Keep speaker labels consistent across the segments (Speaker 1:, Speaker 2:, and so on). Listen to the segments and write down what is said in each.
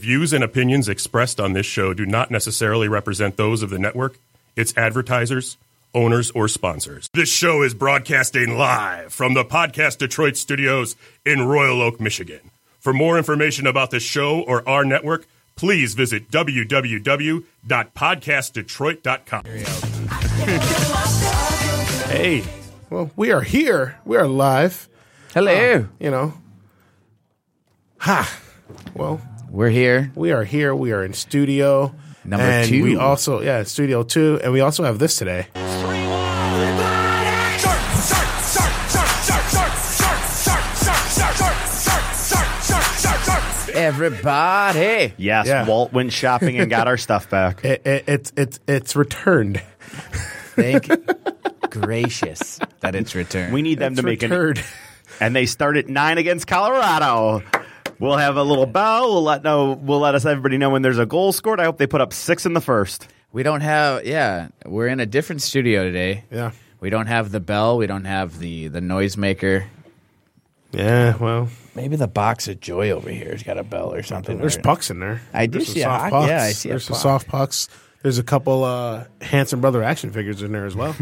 Speaker 1: Views and opinions expressed on this show do not necessarily represent those of the network, its advertisers, owners, or sponsors. This show is broadcasting live from the Podcast Detroit studios in Royal Oak, Michigan. For more information about this show or our network, please visit www.podcastdetroit.com.
Speaker 2: Hey, well, we are here. We are live.
Speaker 3: Hello.
Speaker 2: You know. Ha. Well,
Speaker 3: We're here.
Speaker 2: we are here. We are in studio
Speaker 3: Number
Speaker 2: and
Speaker 3: two.
Speaker 2: We also yeah, studio two, and we also have this today.
Speaker 3: Everybody.
Speaker 4: Yes,
Speaker 2: Yeah.
Speaker 4: Walt went shopping and got our stuff back.
Speaker 2: It, it, it's it's it's returned.
Speaker 3: Thank gracious that it's returned.
Speaker 4: We need them
Speaker 2: It's
Speaker 4: to make an
Speaker 2: returned.
Speaker 4: and they start at nine against Colorado. We'll have a little bow. We'll let know. We'll let us everybody know when there's a goal scored. I hope they put up six in the first.
Speaker 3: we don't have yeah, we're in a different studio today.
Speaker 2: Yeah.
Speaker 3: We don't have the bell, we don't have the the noisemaker.
Speaker 2: Yeah. Well,
Speaker 3: Maybe the box of joy over here has got a bell or something.
Speaker 2: there's
Speaker 3: or-
Speaker 2: pucks in there.
Speaker 3: I do
Speaker 2: There's some
Speaker 3: see a
Speaker 2: soft
Speaker 3: hot-
Speaker 2: pucks.
Speaker 3: yeah, I see a
Speaker 2: There's some
Speaker 3: puck.
Speaker 2: soft pucks. There's a couple uh, handsome brother action figures in there as well.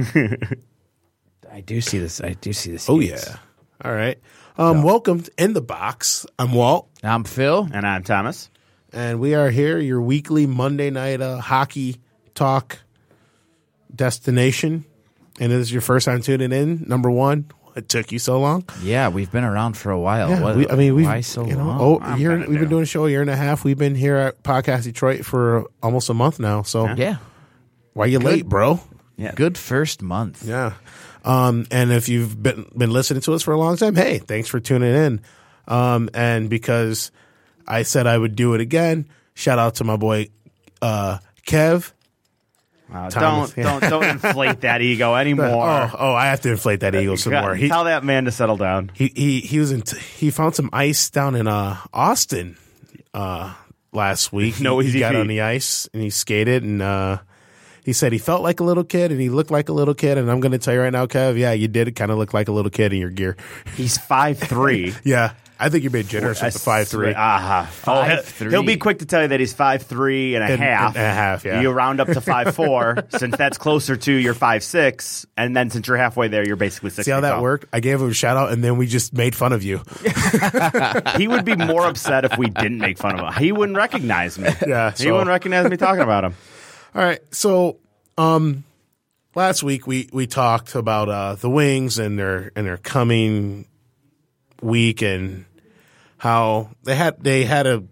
Speaker 3: I do see this. I do see this.
Speaker 2: oh yeah. All right. Um, Welcome to in the box. I'm Walt.
Speaker 3: I'm Phil.
Speaker 4: And I'm Thomas.
Speaker 2: and we are here your weekly monday night uh, hockey talk destination and it is your first time tuning in number one it took you so long
Speaker 3: Yeah, we've been around for a while.
Speaker 2: yeah,
Speaker 3: What-
Speaker 2: we, i mean we've
Speaker 3: why so
Speaker 2: you know,
Speaker 3: long?
Speaker 2: oh, a year,
Speaker 4: kinda
Speaker 2: we've been
Speaker 4: new.
Speaker 2: doing a show a year and a half we've been here at podcast detroit for almost a month now so
Speaker 3: yeah.
Speaker 2: why you late bro
Speaker 4: Yeah,
Speaker 3: Good first month.
Speaker 2: yeah um, and if you've been been listening to us for a long time hey thanks for tuning in um, and because i said i would do it again shout out to my boy uh, kev
Speaker 4: Uh,
Speaker 2: Thomas,
Speaker 4: don't don't don't inflate that ego anymore.
Speaker 2: Oh, oh, I have to inflate that eagle some
Speaker 4: God,
Speaker 2: more. He,
Speaker 4: Tell that man to settle down.
Speaker 2: he he he was in t- he found some ice down in uh Austin uh last week.
Speaker 4: No
Speaker 2: he, he
Speaker 4: easy
Speaker 2: got on
Speaker 4: feat.
Speaker 2: the ice and he skated and uh he said he felt like a little kid and he looked like a little kid and I'm going to tell you right now, Kev, yeah, you did kind of look like a little kid in your gear.
Speaker 4: He's five three.
Speaker 2: Yeah. I think you're being generous with the five three.
Speaker 4: Uh-huh. Oh, he'll-
Speaker 3: 5'3".
Speaker 4: He'll be quick to tell you that he's five three and a
Speaker 2: And-
Speaker 4: half.
Speaker 2: and a half, yeah.
Speaker 4: You round up to five four, since that's closer to your five six, and then since you're halfway there, you're basically six.
Speaker 2: See how
Speaker 4: feet
Speaker 2: that
Speaker 4: tall.
Speaker 2: worked? I gave him a shout out and then we just made fun of you.
Speaker 4: He would be more upset if we didn't make fun of him. He wouldn't recognize me.
Speaker 2: Yeah,
Speaker 4: he
Speaker 2: so-
Speaker 4: wouldn't recognize me talking about him.
Speaker 2: All right. So, um, last week we we talked about uh, the wings and their and their coming week and how they had they had a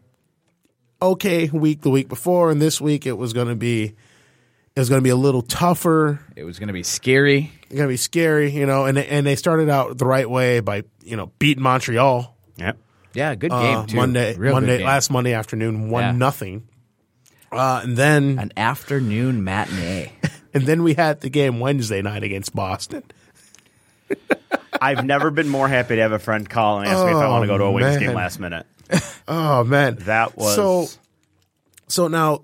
Speaker 2: okay week the week before and this week it was going to be it was going to be a little tougher
Speaker 3: It was going to be scary.
Speaker 2: it's going to be scary you know and they- and they started out the right way by you know beating Montreal
Speaker 4: Yep.
Speaker 3: Yeah, good
Speaker 2: uh,
Speaker 3: game too.
Speaker 2: Monday
Speaker 3: Real good
Speaker 2: Monday
Speaker 3: game.
Speaker 2: last Monday afternoon one
Speaker 3: Yeah.
Speaker 2: nothing uh, and then
Speaker 3: an afternoon matinee.
Speaker 2: and then we had the game Wednesday night against Boston
Speaker 4: I've never been more happy to have a friend call and ask me if I
Speaker 2: Oh,
Speaker 4: want to go to a Wings game
Speaker 2: man.
Speaker 4: last minute.
Speaker 2: Oh man,
Speaker 4: That was
Speaker 2: so. So now,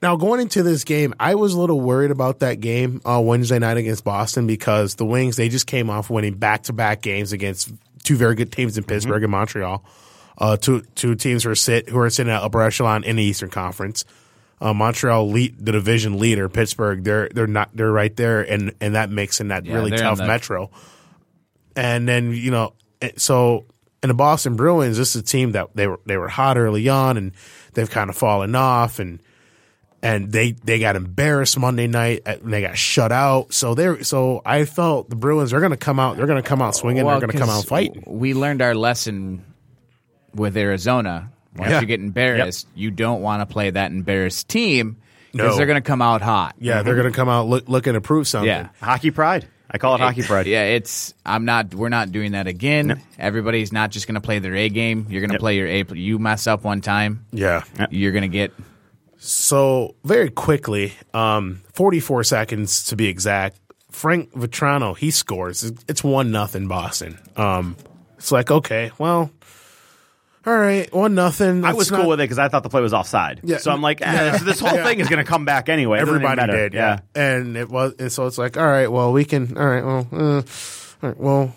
Speaker 2: now going into this game, I was a little worried about that game uh, Wednesday night against Boston because the Wings they just came off winning back to back games against two very good teams in Pittsburgh
Speaker 4: Mm-hmm.
Speaker 2: and Montreal, uh, two two teams who are sit who are sitting at upper echelon in the Eastern Conference. Uh, Montreal, lead, the division leader, Pittsburgh, they're they're not they're right there, and and that makes in that really
Speaker 3: they're in
Speaker 2: tough
Speaker 3: the-
Speaker 2: metro. And then you know, it- so and the Boston Bruins, this is a team that they were they were hot early on, and they've kind of fallen off, and and they they got embarrassed Monday night, uh, and they got shut out. So they're so I felt the Bruins are going to come out, they're going to come out swinging, they're going to come
Speaker 3: 'cause
Speaker 2: out fighting.
Speaker 3: We learned our lesson with Arizona. Once
Speaker 2: Yeah.
Speaker 3: you get embarrassed, you don't want to play that embarrassed team because
Speaker 2: No.
Speaker 3: they're going to come out hot.
Speaker 2: Yeah, they're going to come out look, looking to prove something.
Speaker 3: Mhm. yeah,
Speaker 4: Hockey pride. I call it hockey pride.
Speaker 3: yeah. It's I'm not. We're not doing that again. Everybody's not just going to play their A game. You're going to
Speaker 4: Yep.
Speaker 3: play your A. pl- You mess up one time,
Speaker 2: yeah.
Speaker 3: you're going to get.
Speaker 2: So very quickly, um, 44 seconds to be exact. Frank Vitrano he scores. It's one nothing Boston. Um, it's like okay, well, all right, one nothing.
Speaker 4: I was cool with it because I thought the play was offside.
Speaker 2: Yeah.
Speaker 4: So I'm like, eh, so this whole thing is going to come back anyway. It doesn't even
Speaker 2: Everybody
Speaker 4: matter.
Speaker 2: did, yeah. And it was, and so it's like all right, well, we can. All right, well, uh, all right, well,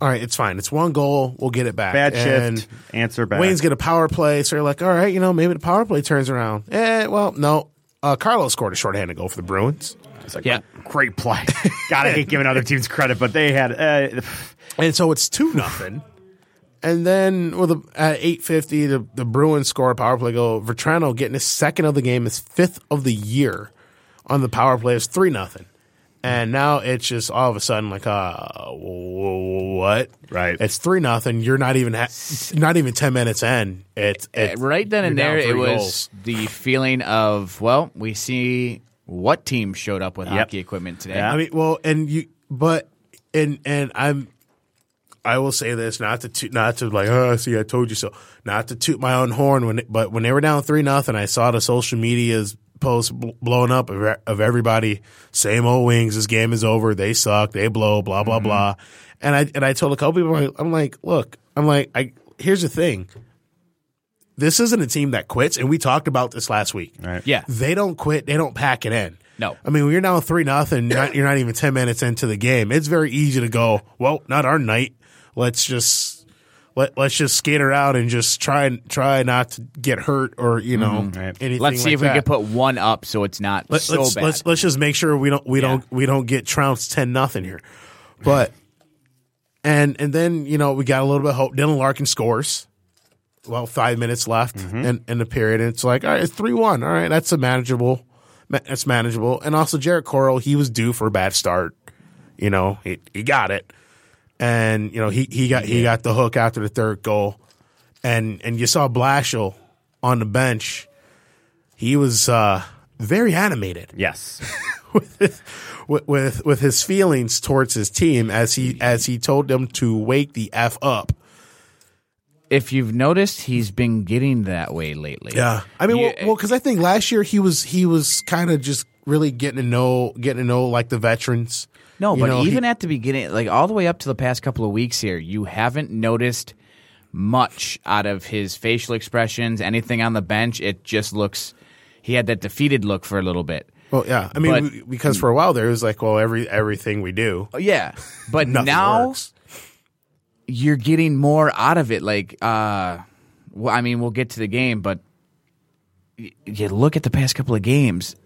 Speaker 2: all right, it's fine. It's one goal. We'll get it back.
Speaker 4: Bad
Speaker 2: And
Speaker 4: shift. Answer back.
Speaker 2: Wayne's get a power play. So you're like, all right, you know, maybe the power play turns around. Eh, well, no. Uh, Carlos scored a shorthanded goal for the Bruins.
Speaker 4: It's like,
Speaker 3: Yeah.
Speaker 4: Great play. God, I hate giving other teams credit, but they had. Uh,
Speaker 2: And so it's two nothing. And then with the, at eight fifty, the, the Bruins score a power play goal. Vertrano getting his second of the game, his fifth of the year on the power play is three nothing. And now it's just all of a sudden like, uh, wh- what?
Speaker 4: Right.
Speaker 2: It's three nothing. You're not even ha- not even ten minutes in. It's it,
Speaker 3: right then and
Speaker 2: you're down
Speaker 3: there, it
Speaker 2: three
Speaker 3: was
Speaker 2: goals.
Speaker 3: the feeling of well, we see what team showed up with hockey equipment today.
Speaker 4: Yeah.
Speaker 2: I mean, well, and you, but and and I'm, I will say this not to toot, not to like, oh, see, I told you so, not to toot my own horn. When but when they were down three nothing, I saw the social media's post bl- blowing up of, e- of everybody. Same old wings. This game is over. They suck. They blow. Blah
Speaker 4: Mm-hmm.
Speaker 2: blah blah. And I and I told a couple people, I'm like- I'm like, look, I'm like, I here's the thing. This isn't a team that quits, and we talked about this last week.
Speaker 4: Right.
Speaker 3: Yeah.
Speaker 2: They don't quit. They don't pack it in.
Speaker 3: No.
Speaker 2: I mean, when you're down three nothing, you're not- you're not even ten minutes into the game. It's very easy to go, well, not our night. Let's just let let's just skater out and just try and try not to get hurt or you know
Speaker 4: Right.
Speaker 2: anything.
Speaker 3: Mm-hmm. Let's see
Speaker 2: like
Speaker 3: if we
Speaker 2: that.
Speaker 3: can put one up so it's not
Speaker 2: Let,
Speaker 3: so
Speaker 2: let's,
Speaker 3: bad.
Speaker 2: let's let's just make sure we don't we don't we don't get trounced ten nothing here. But and and then you know we got a little bit of hope. Dylan Larkin scores. Well, five minutes left
Speaker 3: Mm-hmm.
Speaker 2: in, in the period, and it's like all right, it's three one. All right, that's a manageable. ma- That's manageable. And also Jarrett Coral, he was due for a bad start. You know, he he got it, and you know he he got he got the hook after the third goal, and and you saw Blashill on the bench. He was uh, very animated
Speaker 4: Yes.
Speaker 2: with, with with his feelings towards his team as he as he told them to wake the f up.
Speaker 3: if you've noticed, he's been getting that way lately.
Speaker 2: I mean,
Speaker 3: Yeah.
Speaker 2: well, because I think last year he was he was kind of just really getting to know getting to know like the veterans.
Speaker 3: No,
Speaker 2: You
Speaker 3: but
Speaker 2: know, he-
Speaker 3: even at the beginning, like all the way up to the past couple of weeks here, you haven't noticed much out of his facial expressions, anything on the bench. It just looks he had that defeated look for a little bit.
Speaker 2: well, yeah, I mean,
Speaker 3: but-
Speaker 2: we- because for a while there it was like, well, every everything we do,
Speaker 3: Oh, Yeah, but
Speaker 2: nothing
Speaker 3: now
Speaker 2: works.
Speaker 3: you're getting more out of it. Like, uh, well, I mean, we'll get to the game, but y- you look at the past couple of games,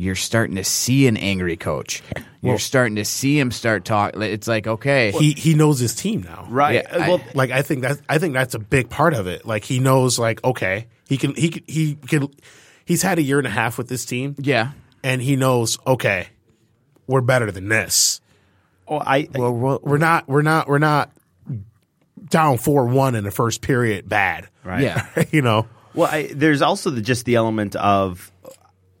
Speaker 3: you're starting to see an angry coach. You're starting to see him start talk. It's like, okay,
Speaker 2: He he knows his team now,
Speaker 4: Right.
Speaker 3: Yeah, I-
Speaker 4: well,
Speaker 2: Like I think that I think that's a big part of it. Like he knows, like okay, he can he can, he can he's had a year and a half with this team.
Speaker 3: yeah.
Speaker 2: and he knows, okay, we're better than this.
Speaker 4: oh, I
Speaker 2: Well, we're we're not, we're not, we're not down four one in the first period. Bad,
Speaker 4: Right.
Speaker 3: Yeah.
Speaker 2: you know,
Speaker 4: Well, I, there's also the, just the element of,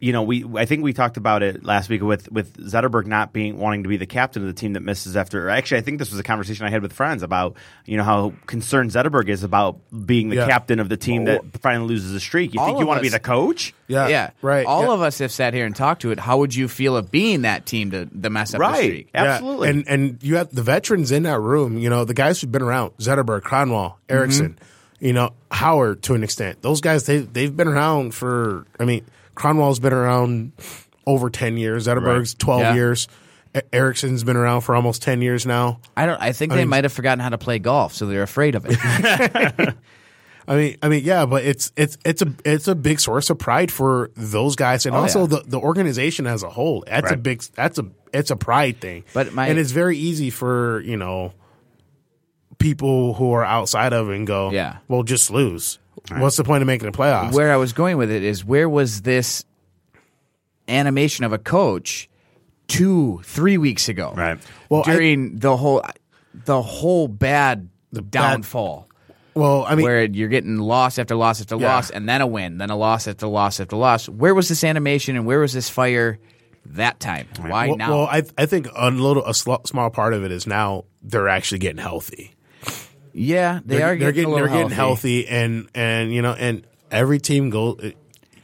Speaker 4: you know, we I think we talked about it last week with with Zetterberg not being wanting to be the captain of the team that misses after. Actually, I think this was a conversation I had with friends about you know how concerned Zetterberg is about being the
Speaker 2: Yeah.
Speaker 4: captain of the team that finally loses a streak. You
Speaker 3: Oh. All
Speaker 4: think you
Speaker 3: of
Speaker 4: want to be
Speaker 3: us-
Speaker 4: the coach?
Speaker 2: yeah,
Speaker 3: yeah,
Speaker 2: right.
Speaker 3: All
Speaker 2: yeah.
Speaker 3: of us have sat here and talked to it. How would you feel of being that team to the mess up the
Speaker 4: Right.
Speaker 3: streak?
Speaker 2: Yeah.
Speaker 4: Absolutely.
Speaker 2: and and you have the veterans in that room. You know, the guys who've been around: Zetterberg, Cronwall, Erickson, you know, Howard to an extent. Those guys they they've been around for. I mean, Cronwall's been around over ten years. Zetterberg's twelve
Speaker 3: Yeah.
Speaker 2: years. E- Erickson's been around for almost ten years now.
Speaker 3: I don't. I think they might have forgotten how to play golf, so they're afraid of it.
Speaker 2: I mean, I mean, yeah, but it's it's it's a it's a big source of pride for those guys, and also
Speaker 3: Oh, yeah.
Speaker 2: the, the organization as a whole. That's a
Speaker 4: Right.
Speaker 2: big that's a it's a pride thing.
Speaker 3: But my-
Speaker 2: and it's very easy for you know people who are outside of it and go,
Speaker 3: Yeah.
Speaker 2: well, just lose. What's the point of making the playoffs?
Speaker 3: where I was going with it is where was this animation of a coach two, three weeks ago?
Speaker 4: Right.
Speaker 2: Well, I-
Speaker 3: during the whole, the whole bad
Speaker 2: bad-
Speaker 3: downfall.
Speaker 2: well, I mean,
Speaker 3: where you're getting loss after loss after
Speaker 2: Yeah.
Speaker 3: loss, and then a win, then a loss after loss after loss. Where was this animation and where was this fire that time? Why
Speaker 2: well,
Speaker 3: now?
Speaker 2: well, I I think a little a sl- small part of it is now they're actually getting healthy.
Speaker 3: yeah, they are
Speaker 2: they're
Speaker 3: getting, a
Speaker 2: they're
Speaker 3: little
Speaker 2: getting healthy and and you know and every team go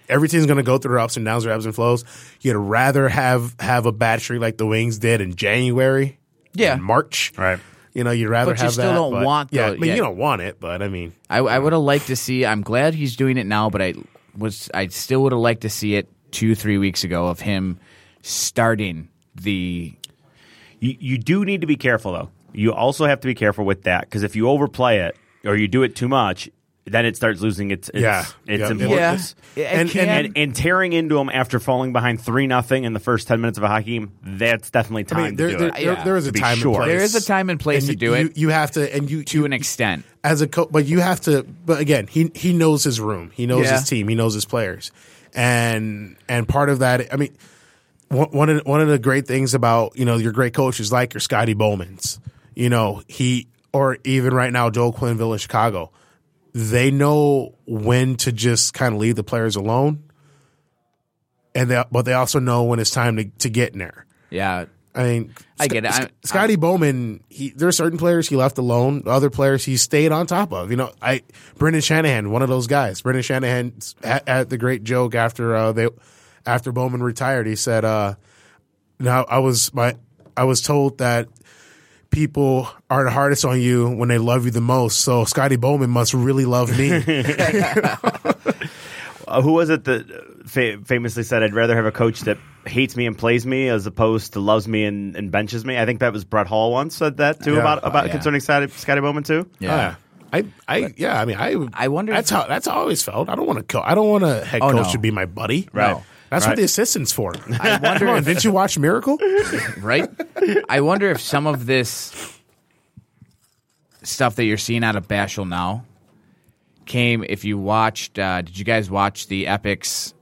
Speaker 2: every team's going to go through their ups and downs their ebbs and flows you'd rather have have a battery like the wings did in january
Speaker 3: Yeah.
Speaker 2: and march
Speaker 4: Right.
Speaker 2: you know you'd rather
Speaker 3: But you
Speaker 2: have
Speaker 3: still
Speaker 2: that,
Speaker 3: don't
Speaker 2: but-
Speaker 3: want
Speaker 2: yeah
Speaker 3: the-
Speaker 2: i mean
Speaker 3: yeah.
Speaker 2: you don't want it but i mean
Speaker 3: I, I would have liked to see. I'm glad he's doing it now, but I was I still would have liked to see it two three weeks ago of him starting the
Speaker 4: You, you do need to be careful though. You also have to be careful with that because if you overplay it or you do it too much, then it starts losing its its,
Speaker 2: Yeah.
Speaker 4: its
Speaker 2: Yeah.
Speaker 3: Yeah.
Speaker 4: importance.
Speaker 3: It
Speaker 2: And-
Speaker 3: can-
Speaker 4: And, and tearing into them after falling behind three nothing in the first ten minutes of a hockey game, that's definitely time
Speaker 2: I mean, there,
Speaker 4: to do
Speaker 2: there,
Speaker 4: it.
Speaker 2: there- there is
Speaker 4: To
Speaker 2: a
Speaker 4: be
Speaker 2: time
Speaker 4: sure.
Speaker 2: and place.
Speaker 4: There
Speaker 3: is a time and place
Speaker 2: And
Speaker 3: to
Speaker 2: you-
Speaker 3: do
Speaker 2: you-
Speaker 3: it.
Speaker 2: You have to, and you
Speaker 3: to an extent.
Speaker 2: as a coach, but you have to. But again, he he knows his room, he knows
Speaker 3: Yeah.
Speaker 2: his team, he knows his players, and and part of that, I mean, one one of, the- one of the great things about you know your great coaches like your Scotty Bowman's, you know he or even right now Joel Quinville in Chicago, they know when to just kind of leave the players alone, and they but they also know when it's time to to get in there.
Speaker 3: Yeah.
Speaker 2: I mean,
Speaker 3: I get it.
Speaker 2: Sc-
Speaker 3: I-
Speaker 2: Scotty Bowman. He, there are certain players he left alone. Other players he stayed on top of. You know, I Brendan Shanahan, one of those guys. Brendan Shanahan at, at the great joke after uh, they after Bowman retired. He said, uh, "Now I was my I was told that." People are the hardest on you when they love you the most. So Scotty Bowman must really love me.
Speaker 4: Uh, who was it that uh, fa- famously said, "I'd rather have a coach that hates me and plays me as opposed to loves me and, and benches me"? I think that was Brett Hall once said that too
Speaker 2: Yeah.
Speaker 4: about about
Speaker 3: Oh, yeah.
Speaker 4: concerning Scotty, Scotty Bowman too.
Speaker 2: Oh,
Speaker 3: Yeah.
Speaker 2: I, I, yeah. I mean, I,
Speaker 3: I wonder
Speaker 2: That's
Speaker 3: if-
Speaker 2: how that's how I always felt. I don't want to. Co- I don't want a head
Speaker 3: Oh,
Speaker 2: coach
Speaker 3: no.
Speaker 2: to be my buddy.
Speaker 4: Right.
Speaker 2: That's what
Speaker 4: Right.
Speaker 2: the assistant's for.
Speaker 3: I wonder
Speaker 2: Come on,
Speaker 3: if-
Speaker 2: didn't you watch Miracle?
Speaker 3: right? I wonder if some of this stuff that you're seeing out of Bashel now came if you watched. Uh, did you guys watch the Epics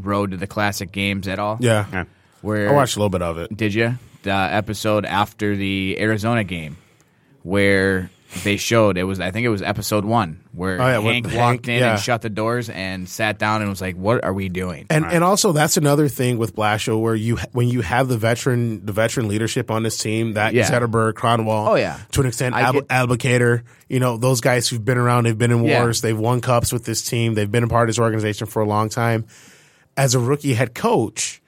Speaker 3: Road to the Classic Games at all?
Speaker 4: Yeah.
Speaker 3: Where
Speaker 2: I watched a little bit of it.
Speaker 3: Did you the episode after the Arizona game where they showed it was? I think it was episode one where
Speaker 2: Oh, yeah, when
Speaker 3: Hank walked
Speaker 2: Hank-
Speaker 3: in
Speaker 2: yeah.
Speaker 3: and shut the doors and sat down and was like, "What are we doing?"
Speaker 2: And and also that's another thing with Blasio where you when you have the veteran the veteran leadership on this team that
Speaker 3: Yeah.
Speaker 2: Zetterberg, Cronwall,
Speaker 3: Oh, yeah.
Speaker 2: to an extent
Speaker 3: I
Speaker 2: Ab-
Speaker 3: get-
Speaker 2: Advocator, you know those guys who've been around, they've been in
Speaker 3: Yeah.
Speaker 2: wars, they've won cups with this team, they've been a part of this organization for a long time. As a rookie head coach,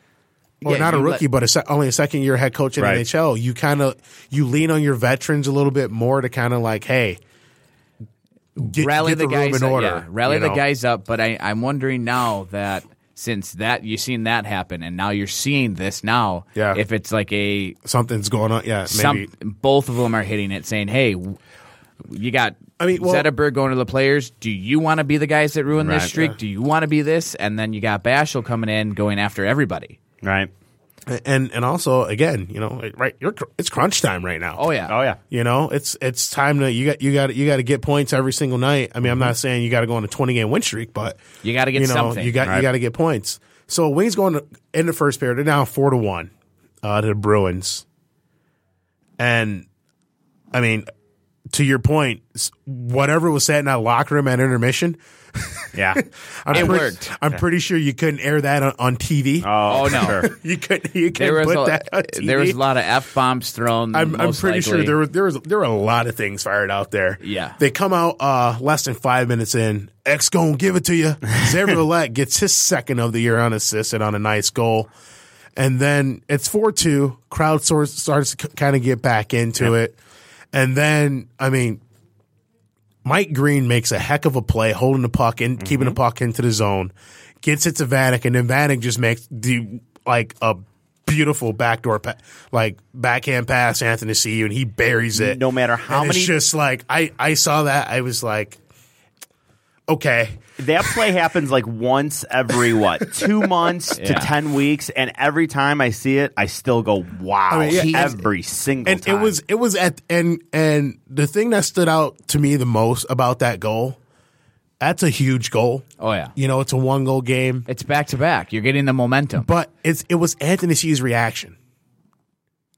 Speaker 2: or
Speaker 3: Yeah,
Speaker 2: not a
Speaker 3: you let-
Speaker 2: rookie, but a se- only a second year head coach in
Speaker 4: Right.
Speaker 2: NHL, you kind of you lean on your veterans a little bit more to kind of like, hey, get,
Speaker 3: rally
Speaker 2: get
Speaker 3: the,
Speaker 2: room
Speaker 3: guys
Speaker 2: in
Speaker 3: up,
Speaker 2: order,
Speaker 3: yeah, rally
Speaker 2: you
Speaker 3: the
Speaker 2: know?
Speaker 3: guys up. But I, I'm wondering now that since that you've seen that happen, and now you're seeing this now.
Speaker 2: Yeah.
Speaker 3: If it's like a
Speaker 2: Something's going on. Yeah, maybe.
Speaker 3: some, both of them are hitting it, saying, "Hey, w- you got."
Speaker 2: I mean, well-
Speaker 3: Zetterberg going to the players. Do you want to be the guys that ruin this
Speaker 4: Right.
Speaker 3: streak? Do you want to be this? And then you got Bashel coming in, going after everybody.
Speaker 4: Right.
Speaker 2: and and also again, you know, right? You're cr- it's crunch time right now.
Speaker 3: Oh yeah,
Speaker 4: Oh yeah.
Speaker 2: You know, it's it's time to you got you got you got to get points every single night. I mean, I'm not saying you got to go on a 20 game win streak, but
Speaker 3: Mm-hmm. You gotta get
Speaker 2: you know,
Speaker 3: something,
Speaker 2: You got
Speaker 4: right?
Speaker 2: you got to get points. So Wings going to, in the first period. They're now four to one uh, to the Bruins, and I mean, to your point, s- whatever was said in that locker room at intermission,
Speaker 4: Yeah.
Speaker 2: I'm
Speaker 3: It
Speaker 2: pretty,
Speaker 3: worked.
Speaker 2: I'm pretty sure you couldn't air that on, on TV.
Speaker 4: Oh,
Speaker 3: Oh, no.
Speaker 4: Sure.
Speaker 2: you couldn't. You
Speaker 3: there
Speaker 2: couldn't
Speaker 3: was
Speaker 2: put
Speaker 3: a,
Speaker 2: that. On TV.
Speaker 3: there was a lot of f bombs thrown.
Speaker 2: I'm, I'm
Speaker 3: most
Speaker 2: pretty sure
Speaker 3: likely.
Speaker 2: there were there was there were a lot of things fired out there.
Speaker 3: Yeah.
Speaker 2: they come out uh, less than five minutes in. X gonna give it to you. Zervalette gets his second of the year unassisted on a nice goal, and then it's four two. Crowd sort starts to kind of get back into it, and then I mean, Mike Green makes a heck of a play holding the puck and keeping
Speaker 4: Mm-hmm.
Speaker 2: the puck into the zone, gets it to Vanek, and then Vanek just makes the like a beautiful backdoor pa- like backhand pass to Anthony Ciu, and he buries it.
Speaker 4: No matter how
Speaker 2: And
Speaker 4: many-
Speaker 2: it's just like I I saw that I was like, okay,
Speaker 4: that play happens like once every what two months to
Speaker 3: Yeah.
Speaker 4: ten weeks, and every time I see it, I still go, "Wow!"
Speaker 2: I mean, Oh, yeah, and-
Speaker 4: every single
Speaker 2: and
Speaker 4: time.
Speaker 2: it was it was at and and the thing that stood out to me the most about that goal, that's a huge goal.
Speaker 3: Oh, yeah.
Speaker 2: you know it's a one goal game.
Speaker 3: It's back to back. You're getting the momentum.
Speaker 2: But it's it was Anthony C's reaction.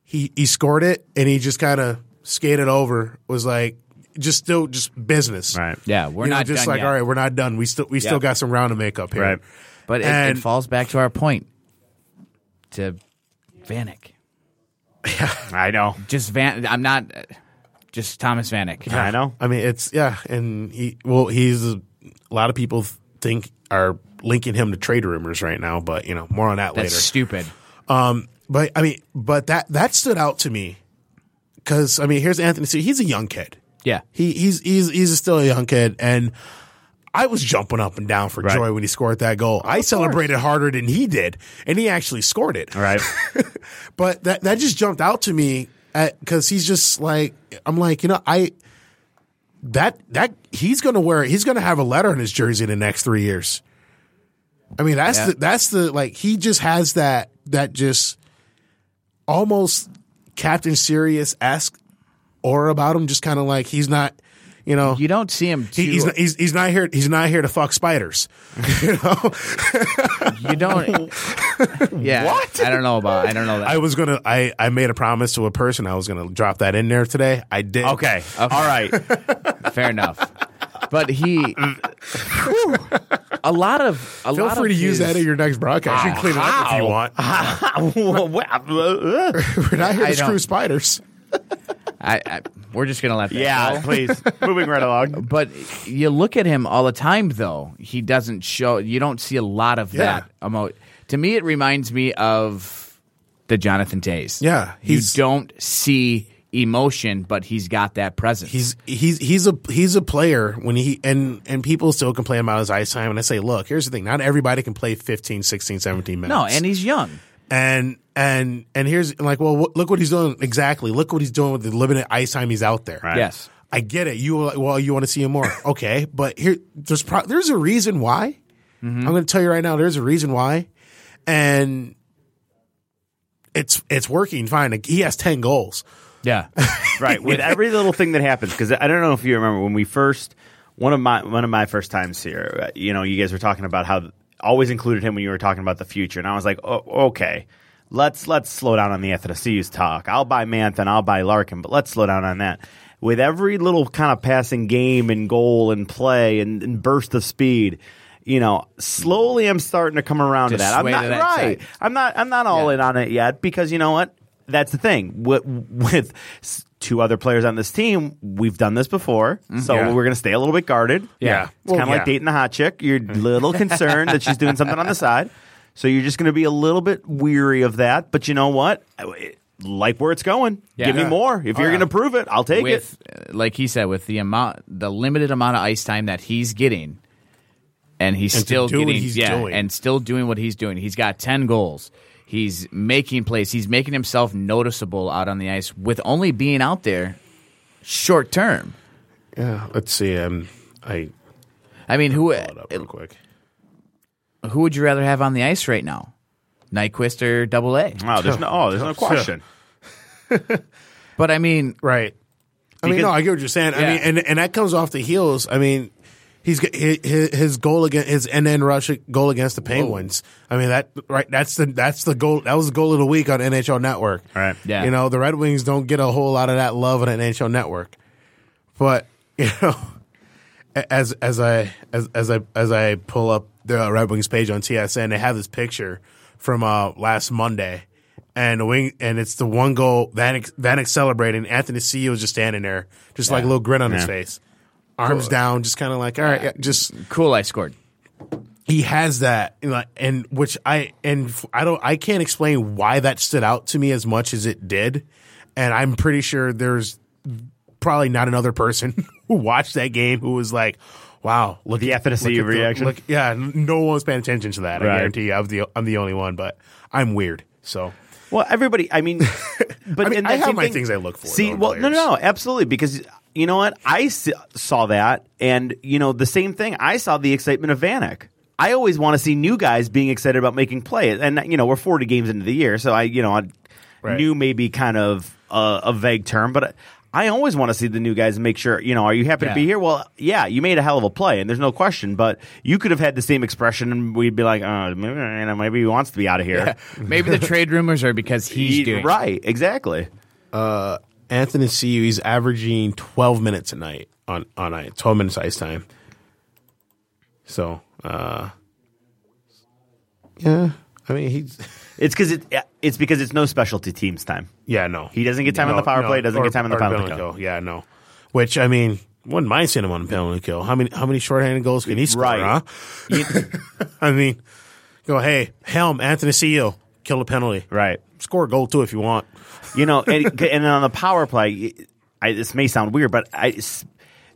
Speaker 2: He he scored it and he just kind of skated over. Was like just still just business.
Speaker 4: right.
Speaker 3: yeah, we're
Speaker 2: You know,
Speaker 3: not
Speaker 2: just
Speaker 3: done
Speaker 2: like
Speaker 3: yet.
Speaker 2: all right, we're not done. We still we
Speaker 3: Yeah.
Speaker 2: still got some round to make up here.
Speaker 4: Right.
Speaker 3: But it,
Speaker 2: And-
Speaker 3: it falls back to our point to Vanek.
Speaker 4: I know.
Speaker 3: Just Van. I'm not. uh, Just Thomas Vanek.
Speaker 4: I know.
Speaker 2: I mean, it's yeah, and he well he's a lot of people think are linking him to trade rumors right now, but you know more on that
Speaker 3: That's
Speaker 2: later.
Speaker 3: stupid.
Speaker 2: Um, but I mean, but that that stood out to me because I mean, here's Anthony. C. He's a young kid.
Speaker 3: Yeah.
Speaker 2: He he's he's he's still a young kid, and I was jumping up and down for
Speaker 4: Right.
Speaker 2: joy when he scored that goal. I celebrated harder than he did, and he actually scored it.
Speaker 4: Right.
Speaker 2: But that that just jumped out to me because he's just like I'm like you know I that that he's gonna wear he's gonna have a letter on his jersey the next three years. I mean that's
Speaker 3: Yeah.
Speaker 2: the that's the like he just has that that just almost Captain Sirius esque aura about him. Just kind of like he's not you know
Speaker 3: You don't see him. Too,
Speaker 2: he, he's, not, he's he's not here he's not here to fuck spiders. You know
Speaker 3: you don't. yeah. What? I don't know about. I don't know that.
Speaker 2: I was gonna I I made a promise to a person I was gonna drop that in there today. I did.
Speaker 4: Okay. All right.
Speaker 3: Fair enough. But he, a lot of a
Speaker 2: Feel
Speaker 3: lot
Speaker 2: free
Speaker 3: of
Speaker 2: to use
Speaker 3: his-
Speaker 2: that in your next broadcast. You
Speaker 3: Ah,
Speaker 2: can clean it up if you
Speaker 4: Wow.
Speaker 2: want.
Speaker 4: yeah,
Speaker 2: We're not here
Speaker 3: I
Speaker 2: to screw
Speaker 3: don't-
Speaker 2: spiders.
Speaker 3: I, I, we're just gonna let that go.
Speaker 4: please. Moving right along.
Speaker 3: But you look at him all the time, though. He doesn't show. You don't see a lot of
Speaker 2: Yeah.
Speaker 3: that. Emo- to me, it reminds me of the Jonathan Tays.
Speaker 2: Yeah,
Speaker 3: you
Speaker 2: he's-
Speaker 3: don't see emotion, but he's got that presence.
Speaker 2: He's he's he's a he's a player when he and and people still complain about his ice time and I say, look, here's the thing, not everybody can play 15, 16, 17 minutes.
Speaker 3: no, and he's young.
Speaker 2: and and and here's like, well, wh- look what he's doing exactly. Look what he's doing with the limited ice time he's out there.
Speaker 4: Right.
Speaker 3: Yes,
Speaker 2: I get it. You were like, well, you want to see him more, okay? But here, there's pro- there's a reason why. I'm going to tell you right now. There's a reason why, and it's it's working fine. Like, He has ten goals.
Speaker 3: yeah.
Speaker 4: Right. With every little thing that happens, because I don't know if you remember when we first one of my one of my first times here. uh, You know, you guys were talking about how always included him when you were talking about the future, and I was like, oh, okay. Let's let's slow down on the Athanasius talk. I'll buy Manthan, I'll buy Larkin, but let's slow down on that. With every little kind of passing game and goal and play and, and burst of speed, you know, slowly I'm starting to come around to
Speaker 3: Just
Speaker 4: that. I'm
Speaker 3: sway to
Speaker 4: not
Speaker 3: that
Speaker 4: right.
Speaker 3: side.
Speaker 4: I'm not. I'm not all
Speaker 3: Yeah.
Speaker 4: in on it yet because you know what? That's the thing. With, with s- two other players on this team, we've done this before, so
Speaker 3: Yeah.
Speaker 4: we're going to stay a little bit guarded.
Speaker 2: Yeah.
Speaker 4: it's
Speaker 2: Well,
Speaker 4: kind of like
Speaker 2: yeah.
Speaker 4: dating a hot chick. You're a little concerned that she's doing something on the side, so you're just going to be a little bit weary of that. But you know what? I- Like where it's going.
Speaker 3: Yeah.
Speaker 4: Give me
Speaker 3: Yeah.
Speaker 4: more. If you're
Speaker 3: yeah.
Speaker 4: going to prove it, I'll take
Speaker 3: with uh, like he said, with the amount, the limited amount of ice time that he's getting, and he's
Speaker 2: And to
Speaker 3: still
Speaker 2: do what
Speaker 3: getting,
Speaker 2: he's
Speaker 3: yeah,
Speaker 2: doing.
Speaker 3: and still doing what he's doing. He's got ten goals. He's making plays. He's making himself noticeable out on the ice with only being out there short term.
Speaker 2: Yeah. Let's see. Um, I
Speaker 3: I mean,
Speaker 2: pull
Speaker 3: who
Speaker 2: it up real quick.
Speaker 3: who would you rather have on the ice right now, Nyquist or Double A?
Speaker 4: it. Wow, there's no. Oh, there's no question.
Speaker 3: But I mean,
Speaker 2: Right. I mean,
Speaker 4: Because-
Speaker 2: no, I get what you're saying. I
Speaker 3: Yeah.
Speaker 2: mean, and and that comes off the heels. I mean, he's got his, his goal against his NN rush goal against the Penguins. I mean that right. That's the that's the goal. That was the goal of the week on NHL Network.
Speaker 4: Right.
Speaker 3: Yeah.
Speaker 2: You know the Red Wings don't get a whole lot of that love on NHL Network, but you know, a- as as I as as I as I pull up the Red Wings page on TSN, they have this picture from uh, last Monday, and the wing and it's the one goal Vanek Vanek celebrating. Anthony C was just standing there, just like a little grin on his
Speaker 4: Yeah.
Speaker 2: face, arms down, just kind of like all right, yeah, just
Speaker 3: cool, I scored.
Speaker 2: he has that you know, and which i and f- i don't i can't explain why that stood out to me as much as it did and i'm pretty sure there's probably not another person who watched that game who was like wow look
Speaker 4: The
Speaker 2: at-
Speaker 4: efficacy
Speaker 2: look at the-
Speaker 4: reaction?
Speaker 2: look, yeah n- no one was paying attention to that i
Speaker 4: Right.
Speaker 2: guarantee you i'm the, I'm the only one but i'm weird so
Speaker 4: Well, everybody. I mean, but
Speaker 2: I mean,
Speaker 4: and
Speaker 2: I
Speaker 4: that
Speaker 2: have
Speaker 4: same
Speaker 2: my
Speaker 4: thing-
Speaker 2: things I look for,
Speaker 4: See,
Speaker 2: though, in
Speaker 4: well, no,
Speaker 2: players.
Speaker 4: no, no, absolutely, because you know what? I s- saw that, and you know the same thing. I saw the excitement of Vanek. I always want to see new guys being excited about making play, and you know we're forty games into the year, so I, you know, I
Speaker 2: Right.
Speaker 4: knew maybe kind of uh, a vague term, but. I, I always want to see the new guys and make sure, you know, are you happy
Speaker 3: Yeah.
Speaker 4: to be here? Well, yeah, you made a hell of a play, and there's no question, but you could have had the same expression, and we'd be like, oh, maybe, you know, maybe he wants to be out of here.
Speaker 3: Maybe the trade rumors are because he's
Speaker 4: He-
Speaker 3: doing it.
Speaker 4: right, exactly.
Speaker 2: anthony c he's averaging 12 minutes a night on on a 12 minutes ice time so uh yeah i mean he's
Speaker 4: It's because it, it's because it's no specialty teams time.
Speaker 2: Yeah, no.
Speaker 4: He doesn't get time on the power play, doesn't get time on the
Speaker 2: or
Speaker 4: penalty
Speaker 2: penalty
Speaker 4: kill.
Speaker 2: Yeah, no. Which I mean, wouldn't mind seeing him on a penalty kill. How many how many shorthanded goals can he score?
Speaker 4: Right.
Speaker 2: Huh? I mean, go hey Helm Anthony Seal kill a penalty.
Speaker 4: Right.
Speaker 2: Score a goal too if you want.
Speaker 4: You know, and, and then on the power play, I, this may sound weird, but I s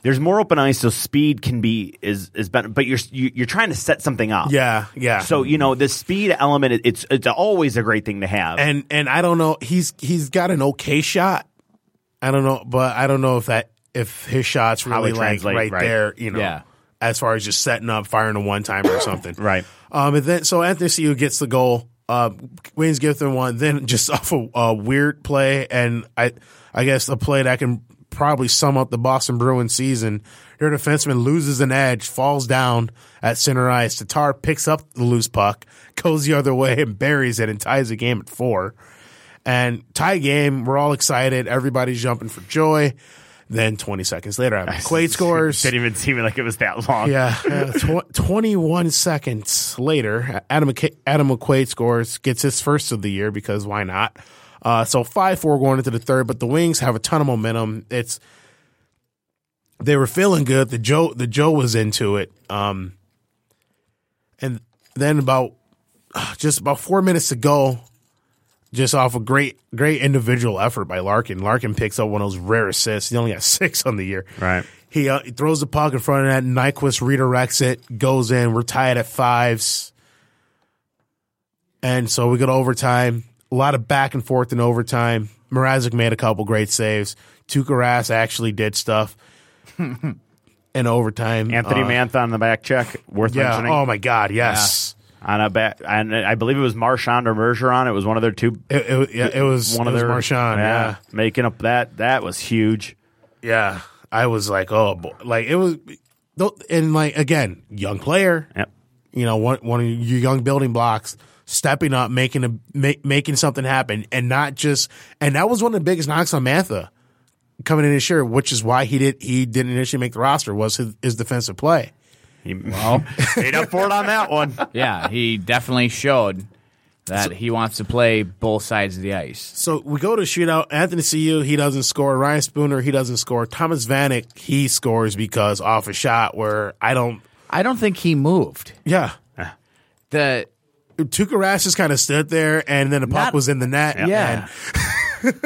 Speaker 4: there's more open ice, so speed can be is is better. But you're you, you're trying to set something up.
Speaker 2: Yeah, yeah.
Speaker 4: So you know the speed element. it- It's it's always a great thing to have.
Speaker 2: and and I don't know. He's he's got an okay shot. I don't know, but I don't know if that if his shots really
Speaker 4: it
Speaker 2: like
Speaker 4: translate,
Speaker 2: right,
Speaker 4: right.
Speaker 2: there, you know,
Speaker 3: Yeah.
Speaker 2: as far as just setting up, firing a one timer or something,
Speaker 4: Right.
Speaker 2: Um, and then so Anthony Siu gets the goal. Uh, Wayne's Gifton one, then just off a, a weird play, and I, I guess a play that can probably sum up the Boston Bruins season. Their defenseman loses an edge, falls down at center ice. Tatar picks up the loose puck, goes the other way, and buries it, and ties the game at four and tie game. We're all excited. Everybody's jumping for joy. Then 20 seconds later, Adam McQuaid scores.
Speaker 4: Didn't even seem like it was that long.
Speaker 2: Yeah, uh, tw- 21 seconds later, Adam McQu- Adam McQuaid scores, gets his first of the year because why not? Uh, so five four going into the third, but the Wings have a ton of momentum. It's they were feeling good. The Joe the Joe was into it. Um, and then about ah, just about four minutes to go, just off a great great individual effort by Larkin. Larkin picks up one of those rare assists. He only got six on the year.
Speaker 4: Right.
Speaker 2: He, uh, he throws the puck in front of that. Nyquist redirects it, goes in. We're tied at fives. And so we go to overtime. A lot of back and forth in overtime. Mrazek made a couple great saves. Tukaras actually did stuff in overtime.
Speaker 4: Anthony
Speaker 2: Uh,
Speaker 4: Mantha on the back check, worth
Speaker 2: Yeah.
Speaker 4: mentioning.
Speaker 2: Oh, my God. Yes.
Speaker 4: on a back, and I believe it was Marchand or Bergeron. It was one of their two.
Speaker 2: It, it, yeah, it was
Speaker 4: one
Speaker 2: it
Speaker 4: of
Speaker 2: was
Speaker 4: their
Speaker 2: Marchand. yeah.
Speaker 4: making up that that was huge.
Speaker 2: Yeah, I was like, oh, boy. like it was, don't- and like again, young player,
Speaker 4: Yep.
Speaker 2: you know, one one of your young building blocks stepping up, making a make, making something happen, and not just, and that was one of the biggest knocks on Mantha coming in this year, which is why he did he didn't initially make the roster was his, his defensive play.
Speaker 4: He made up for it on that one.
Speaker 3: yeah, he definitely showed that he wants to play both sides of the ice.
Speaker 2: So we go to shootout. Anthony Ciu, he doesn't score. Ryan Spooner, he doesn't score. Thomas Vanek, he scores because off a shot where I don't.
Speaker 3: I don't think he moved.
Speaker 2: Yeah,
Speaker 3: The
Speaker 2: Tuukka Rask just kind of stood there, and then the puck
Speaker 3: Not-
Speaker 2: was in the net.
Speaker 3: yeah,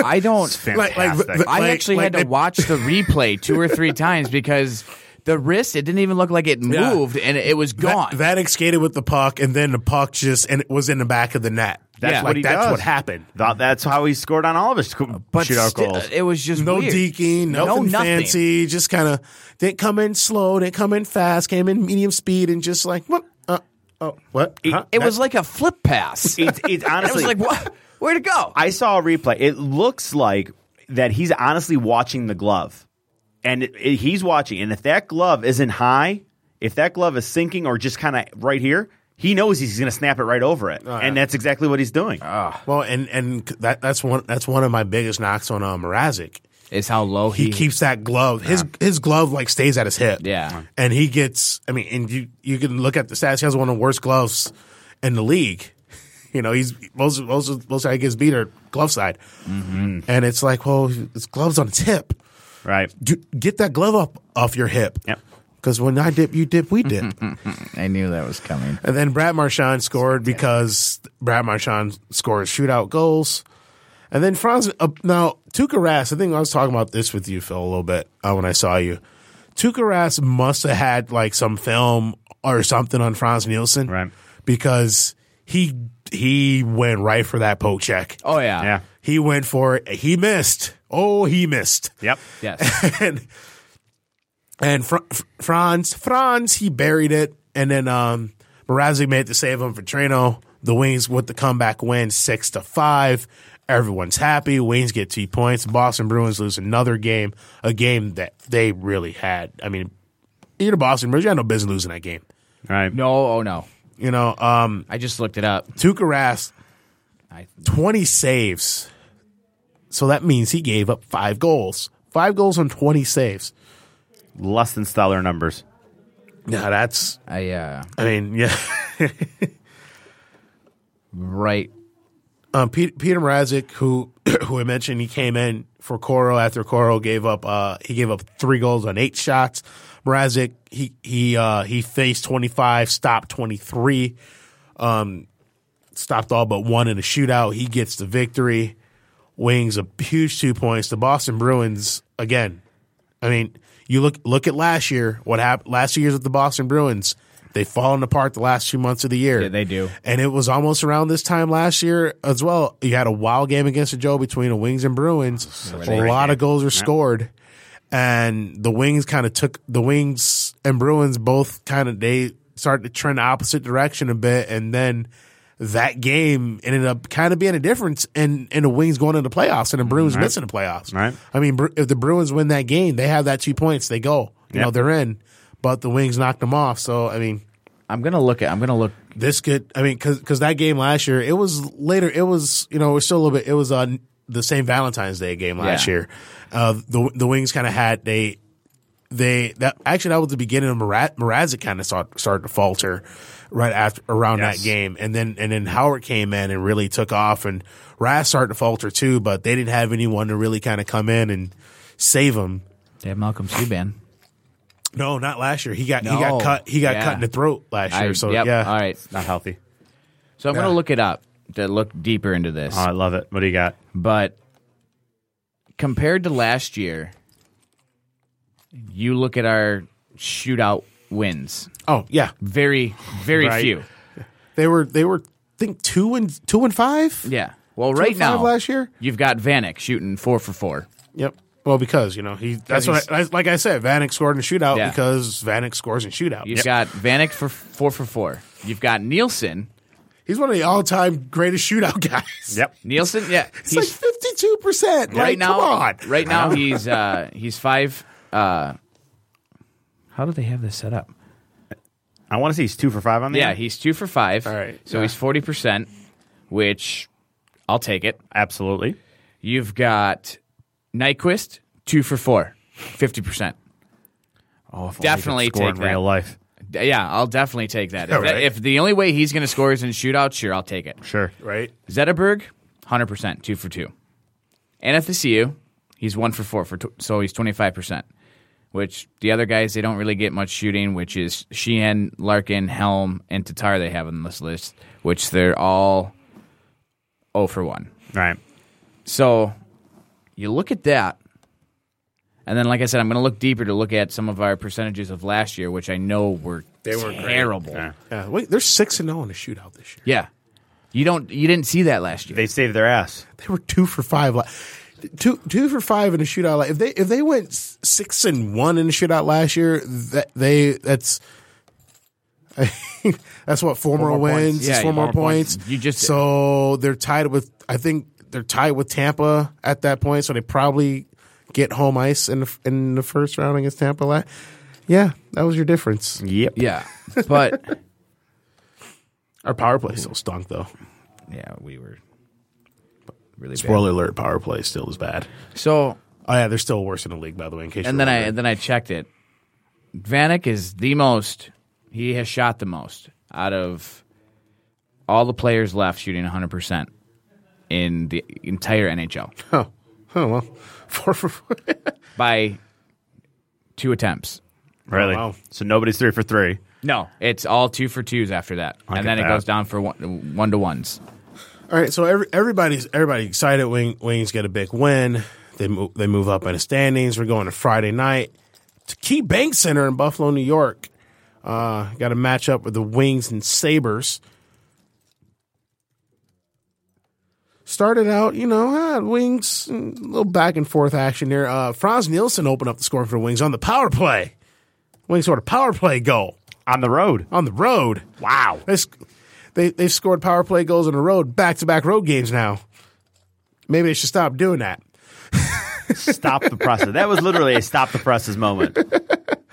Speaker 3: I don't.
Speaker 2: Like- like-
Speaker 4: Fantastic.
Speaker 2: like-
Speaker 3: I actually
Speaker 2: like
Speaker 3: had to
Speaker 2: they-
Speaker 3: watch the replay two or three times because the wrist it didn't even look like it
Speaker 2: Yeah.
Speaker 3: moved and it was gone.
Speaker 2: Va- Vanek skated with the puck, and then the puck just and it was in the back of the net.
Speaker 4: That's
Speaker 3: Yeah. Uh,
Speaker 4: what
Speaker 2: like
Speaker 4: he
Speaker 2: that's
Speaker 4: does.
Speaker 2: what happened.
Speaker 4: Thought that's how he scored on all of his sco-
Speaker 3: but
Speaker 4: shootout
Speaker 3: still,
Speaker 4: goals.
Speaker 3: it was just
Speaker 2: No
Speaker 3: weird.
Speaker 2: deking, nothing
Speaker 3: nothing.
Speaker 2: fancy. Just kind of didn't come in slow, didn't come in fast, came in medium speed, and just like what? Uh, oh, what? Huh?
Speaker 3: It was like a flip pass.
Speaker 4: it's, it's
Speaker 3: I was
Speaker 4: honestly
Speaker 3: like, what? Where'd it go?
Speaker 4: I saw a replay. It looks like that he's honestly watching the glove, and it, it- he's watching. And if that glove isn't high, if that glove is sinking or just kind of right here, he knows he's going to snap it right over
Speaker 3: Oh,
Speaker 4: it, and that's exactly what he's doing.
Speaker 2: well, and and that that's one that's one of my biggest knocks on uh, Mrazek.
Speaker 3: Is how low
Speaker 2: he
Speaker 3: he,
Speaker 2: keeps that glove. His his glove like stays at his hip.
Speaker 3: Yeah.
Speaker 2: and he gets. I mean, and you you can look at the stats. He has one of the worst gloves in the league. You know, he's most most most I gets beat are glove side, and it's like, well, his gloves on his hip.
Speaker 4: right.
Speaker 2: Do, get that glove up off your hip.
Speaker 4: Yep.
Speaker 2: Because when I dip, you dip, we dip. and
Speaker 3: I knew that was coming.
Speaker 2: then Brad Marchand scored because Brad Marchand scores shootout goals. And then Franz, uh, now Tuukka Rask, I think I was talking about this with you, Phil, a little bit uh, when I saw you. Tuukka Rask must have had like some film or something on Franz Nielsen,
Speaker 4: Right.
Speaker 2: Because he he went right for that poke check.
Speaker 3: Oh yeah,
Speaker 4: Yeah.
Speaker 2: He went for it. He missed. Oh, he missed.
Speaker 4: Yep.
Speaker 3: yes.
Speaker 2: and and Fr- Fr- Franz Franz he buried it, and then um, Mrazek made the save on Vetrano. The Wings with the comeback win, six to five. Everyone's happy. Wings get two points. Boston Bruins lose another game, a game that they really had. I mean, you're the Boston Bruins. You had no business losing that game.
Speaker 4: Right.
Speaker 3: No, oh no.
Speaker 2: You know, um,
Speaker 3: I just looked it up.
Speaker 2: Tuukka Rask,
Speaker 3: I,
Speaker 2: twenty saves. So that means he gave up five goals. Five goals on twenty saves.
Speaker 4: Less than stellar numbers.
Speaker 2: Now that's
Speaker 3: I uh,
Speaker 2: I mean, yeah.
Speaker 3: right.
Speaker 2: Um, Pete, Peter Mrazek, who who I mentioned, he came in for Coro after Coro gave up. Uh, he gave up three goals on eight shots. Mrazek, he he uh, he faced twenty five, stopped twenty three, um, stopped all but one in a shootout. He gets the victory. Wings a huge two points. The Boston Bruins again. I mean, you look look at last year. What happened last year's with the Boston Bruins? They've fallen apart the last few months of the year.
Speaker 3: Yeah, they do.
Speaker 2: And it was almost around this time last year as well. You had a wild game against the Joe between the Wings and Bruins. A lot of goals were scored. And the Wings kind of took the Wings and Bruins both kind of they started to trend opposite direction a bit. And then that game ended up kind of being a difference in, in the Wings going into the playoffs and the Bruins missing the playoffs.
Speaker 4: Right.
Speaker 2: I mean, Bru- if the Bruins win that game, they have that two points. They go. You know,
Speaker 4: Yep.
Speaker 2: they're in. But the Wings knocked them off. So, I mean,
Speaker 3: I'm gonna look at. I'm gonna look.
Speaker 2: this could i mean because that game last year it was later it was you know it was still a little bit it was on the same valentine's day game last
Speaker 3: Yeah.
Speaker 2: year uh the the wings kind of had they they that actually that was the beginning of Mraz- Mrazek kind of start, started to falter right after around
Speaker 4: Yes.
Speaker 2: that game and then and then Howard came in and really took off and Raz started to falter too but they didn't have anyone to really kind of come in and save him
Speaker 3: They have Malcolm Subban.
Speaker 2: no not last year he got he
Speaker 3: No.
Speaker 2: got cut he got
Speaker 3: Yeah.
Speaker 2: cut in the throat last year
Speaker 3: I-
Speaker 2: so
Speaker 3: yep,
Speaker 2: yeah
Speaker 3: All right.
Speaker 4: Not healthy.
Speaker 3: So I'm gonna look it up to look deeper into this.
Speaker 4: Oh,
Speaker 2: Uh-huh.
Speaker 4: I love it. What do you got?
Speaker 3: but compared to last year, you look at our shootout wins.
Speaker 2: oh yeah
Speaker 3: Very, very
Speaker 4: Right.
Speaker 3: few.
Speaker 2: They were they were I think two and two and five.
Speaker 3: Yeah. Well,
Speaker 2: Two
Speaker 3: right
Speaker 2: and five
Speaker 3: now
Speaker 2: last year.
Speaker 3: you've got Vanek shooting four for four.
Speaker 2: Yep. Well, because you know he that's
Speaker 3: he's-
Speaker 2: what I, like I said. Vanek scored in a shootout
Speaker 3: Yeah.
Speaker 2: because Vanek scores in shootout.
Speaker 3: You've got Vanek for four for four. You've got Nielsen.
Speaker 2: He's one of the all time greatest shootout guys.
Speaker 4: Yep.
Speaker 3: Nielsen, yeah,
Speaker 2: It's like fifty two percent.
Speaker 3: right now.
Speaker 2: come on.
Speaker 3: Right now he's uh he's five. Uh, how do they have this set up?
Speaker 4: I want to see he's two for five on the
Speaker 3: Yeah,
Speaker 4: end.
Speaker 3: he's two for five. All
Speaker 2: right,
Speaker 3: so he's forty percent, which I'll take it.
Speaker 4: absolutely.
Speaker 3: You've got Nyquist two for four, 50 percent.
Speaker 4: Oh, if only he could
Speaker 3: Definitely
Speaker 4: score
Speaker 3: take
Speaker 4: in
Speaker 3: that.
Speaker 4: real life.
Speaker 3: Yeah, I'll definitely take that. If,
Speaker 2: All
Speaker 3: that-
Speaker 2: right.
Speaker 3: if the only way he's going to score is in shootouts, sure, I'll take it.
Speaker 4: Sure.
Speaker 2: Right.
Speaker 3: Zetterberg, 100%, two for two. NFSU, he's one for four, for tw- so he's 25%, which the other guys, they don't really get much shooting, which is Sheehan, Larkin, Helm, and Tatar they have on this list, which they're all 0 for 1.
Speaker 4: Right.
Speaker 3: So you look at that. And then, like I said, I'm going to look deeper to look at some of our percentages of last year, which I know were
Speaker 2: They were great.
Speaker 3: terrible.
Speaker 4: Yeah.
Speaker 2: Yeah. Wait, they're six and zero in a shootout this year.
Speaker 3: Yeah. You don't. You didn't see that last year.
Speaker 4: They saved their ass.
Speaker 2: They were two for five. la- Two two for five in a shootout. Like if they if they went s- six and one in a shootout last year, that they that's that's what four, more, wins,
Speaker 3: Yeah,
Speaker 2: it's four more points.
Speaker 3: You just-
Speaker 2: so they're tied with I think they're tied with Tampa at that point. So they probably get home ice in the in the first round against Tampa. la- Yeah, that was your difference.
Speaker 4: Yep.
Speaker 3: yeah. But
Speaker 2: Our power play still stunk though.
Speaker 3: yeah, we were really bad.
Speaker 2: Spoiler alert: power play still is bad.
Speaker 3: So
Speaker 2: Oh yeah, they're still worse in the league by the way. In case
Speaker 3: and
Speaker 2: you're
Speaker 3: then I
Speaker 2: wondering.
Speaker 3: and then I checked it. Vanek is the most. He has shot the most out of all the players left, shooting 100 percent in the entire NHL
Speaker 2: Oh, oh well, four for four.
Speaker 3: by two attempts.
Speaker 4: Really.
Speaker 2: wow.
Speaker 4: So nobody's three for three.
Speaker 3: No, it's all two for twos after that, and
Speaker 4: get
Speaker 3: then it
Speaker 4: that.
Speaker 3: goes down for one, one to ones.
Speaker 2: All right, so every, everybody's everybody excited. Wing, Wings get a big win. They move they move up in the standings. We're going to Friday night to Key Bank Center in Buffalo, New York. Uh, got a matchup with the Wings and Sabers. Started out, you know, ah, Wings a little back and forth action there. Uh, Franz Nielsen opened up the score for the Wings on the power play. Wings scored a power play goal
Speaker 4: On the road.
Speaker 2: on the road.
Speaker 4: Wow.
Speaker 2: They sc- they they've scored power play goals on the road, back to back road games now. Maybe they should stop doing that.
Speaker 4: Stop the presses. That was literally a stop the presses moment.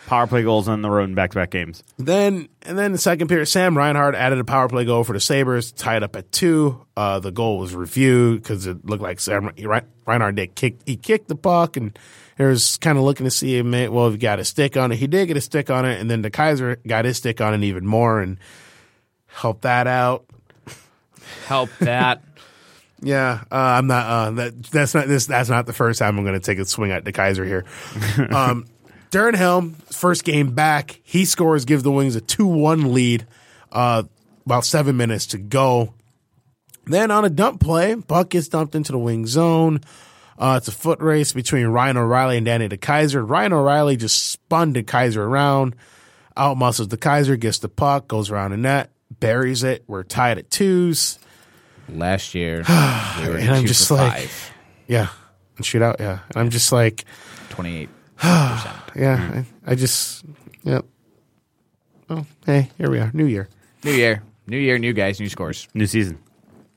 Speaker 4: Power play goals on the road in back to back games.
Speaker 2: Then and then the second period, Sam Reinhart added a power play goal for the Sabers, tied up at two. Uh, the goal was reviewed because it looked like Sam Re- Reinhart did kick. He kicked the puck and. It was kind of looking to see him. Well, if he got a stick on it, he did get a stick on it, and then the Kaiser got his stick on it even more and helped that out.
Speaker 3: Help that.
Speaker 2: Yeah, uh, I'm not. Uh, that that's not this. That's not the first time I'm going to take a swing at the Kaiser here. Um, Darren Helm, first game back, he scores, gives the Wings a two-one lead. Uh, about seven minutes to go. Then on a dump play, puck gets dumped into the wing zone. Uh, it's a foot race between Ryan O'Reilly and Danny DeKaiser. Ryan O'Reilly just spun DeKaiser around. Out muscles the Kaiser, gets the puck, goes around the net, buries it. We're tied at twos.
Speaker 3: Last year, we were
Speaker 2: And I'm
Speaker 3: two
Speaker 2: just
Speaker 3: for
Speaker 2: like-
Speaker 3: five,
Speaker 2: Yeah. And shoot out. Yeah. And I'm just like,
Speaker 3: 28.
Speaker 2: yeah, I, I just, yep. Oh, hey, here we are. New year.
Speaker 3: New year, new year, new guys, new scores.
Speaker 4: New season.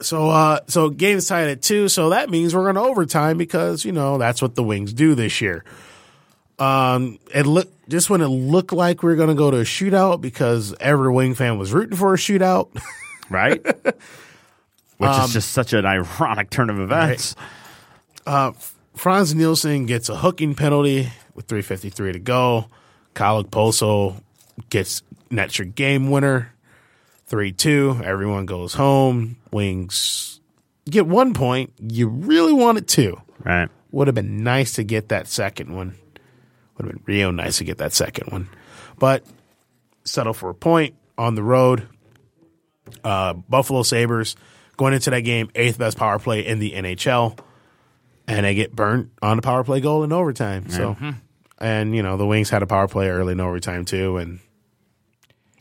Speaker 2: So, uh, so game's tied at two. So that means we're going to overtime because you know that's what the Wings do this year. Um, it look just when it looked like we were going to go to a shootout because every Wing fan was rooting for a shootout.
Speaker 4: right? Which is just such an ironic turn of events.
Speaker 2: Franz Nielsen gets a hooking penalty with 3:53 to go. Kyle Poso gets net your game winner, three two. Everyone goes home. Wings get one point. You really wanted two.
Speaker 4: Right.
Speaker 2: Would have been nice to get that second one. Would have been real nice to get that second one, but settle for a point on the road. Uh, Buffalo Sabers going into that game eighth best power play in the NHL, and they get burnt on the power play goal in overtime. So,
Speaker 4: Mm-hmm.
Speaker 2: and you know the Wings had a power play early in overtime too, and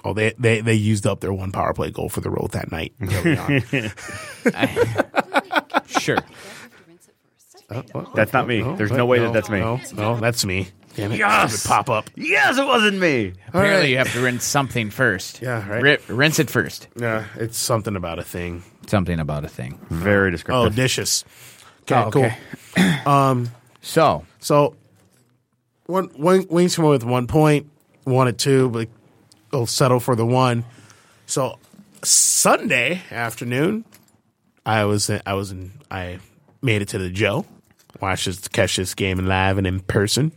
Speaker 2: oh they they they used up their one power play goal for the road that night. early on.
Speaker 3: Sure.
Speaker 4: That's not me. There's no way that that's me.
Speaker 2: No, no, that's me. Damn it!
Speaker 4: Yes!
Speaker 2: It would pop up.
Speaker 4: Yes, it wasn't me.
Speaker 3: Apparently,
Speaker 2: right.
Speaker 3: you have to rinse something first.
Speaker 2: Yeah, right.
Speaker 3: Ri- rinse it first.
Speaker 2: Yeah, it's something about a thing.
Speaker 3: Something about a thing.
Speaker 4: Very
Speaker 2: Oh,
Speaker 4: descriptive.
Speaker 2: dishes.
Speaker 3: Oh, okay. So,
Speaker 2: So one, one Wings come up with one point, one at two, but they'll settle for the one. So Sunday afternoon, I was in, I was in I made it to the Joe. Watch this catch this game live and in person.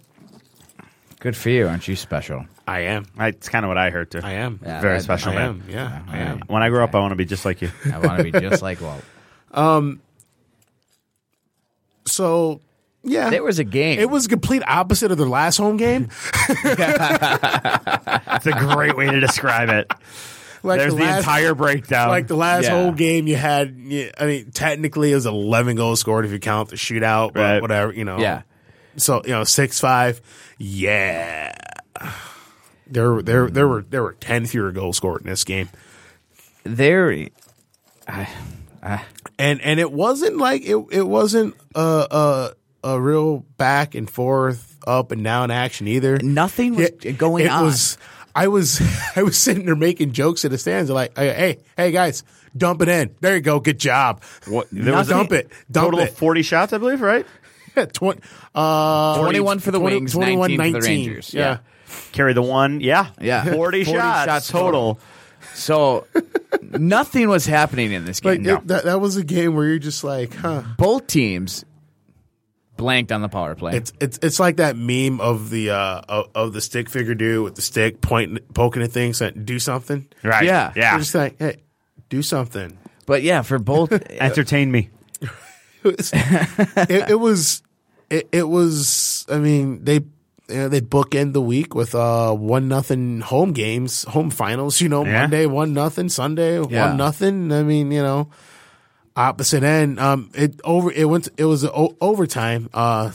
Speaker 3: good for you. Aren't you special?
Speaker 2: I am.
Speaker 4: That's kind of what I heard too.
Speaker 2: I am.
Speaker 3: Yeah,
Speaker 4: Very
Speaker 3: that-
Speaker 4: special,
Speaker 2: I
Speaker 4: man.
Speaker 2: am. Yeah, I am.
Speaker 4: When I grow up, I want to be just like you.
Speaker 3: I want to be just like Walt.
Speaker 2: So yeah.
Speaker 3: There was a game.
Speaker 2: it was complete opposite of their last home game.
Speaker 4: That's a great way to describe it.
Speaker 2: Like
Speaker 4: There's the,
Speaker 2: last-
Speaker 4: entire breakdown.
Speaker 2: like the last
Speaker 3: Um, Yeah.
Speaker 2: whole game you had you- i mean technically it was 11 goals scored if you count the shootout but
Speaker 4: Right.
Speaker 2: whatever you know
Speaker 3: Yeah.
Speaker 2: so you know 6-5 yeah there there there were there were 10 fewer goals scored in this game
Speaker 3: There.
Speaker 2: and and it wasn't like it it wasn't a a, a real back and forth up and down action either
Speaker 3: Nothing was
Speaker 2: It-
Speaker 3: going
Speaker 2: it
Speaker 3: on.
Speaker 2: was I was I was sitting there making jokes at the stands like hey hey guys dump it in there you go good job
Speaker 4: What- there was a
Speaker 2: dump it dump
Speaker 4: total
Speaker 2: it
Speaker 4: of 40 shots, I believe, right?
Speaker 2: Yeah, 20, uh,
Speaker 3: 21 for the Wings, 19 for the
Speaker 2: 19.
Speaker 3: Rangers.
Speaker 2: Yeah.
Speaker 3: Yeah.
Speaker 4: Carry the one. Yeah.
Speaker 3: Yeah.
Speaker 4: 40,
Speaker 3: 40
Speaker 4: shots,
Speaker 3: shots
Speaker 4: total.
Speaker 3: So, nothing was happening in this
Speaker 2: Like
Speaker 3: game. no.
Speaker 2: it, that, that was a game where you're just like, huh.
Speaker 3: Both teams blanked on the power play.
Speaker 2: It's it's it's like that meme of the uh of, of the stick figure dude with the stick pointing poking at things and do something.
Speaker 4: Right.
Speaker 3: Yeah.
Speaker 2: You're
Speaker 4: Yeah.
Speaker 2: just like, hey, do something.
Speaker 3: but yeah, for both,
Speaker 4: Entertain me.
Speaker 2: It was it, it was it, it was I mean, they you know, they bookend the week with uh one nothing home games, home finals, you know,
Speaker 4: Yeah.
Speaker 2: Monday one nothing, Sunday
Speaker 3: Yeah.
Speaker 2: one nothing. I mean, you know, opposite end. Um, it over it went. It was a o- overtime. Uh,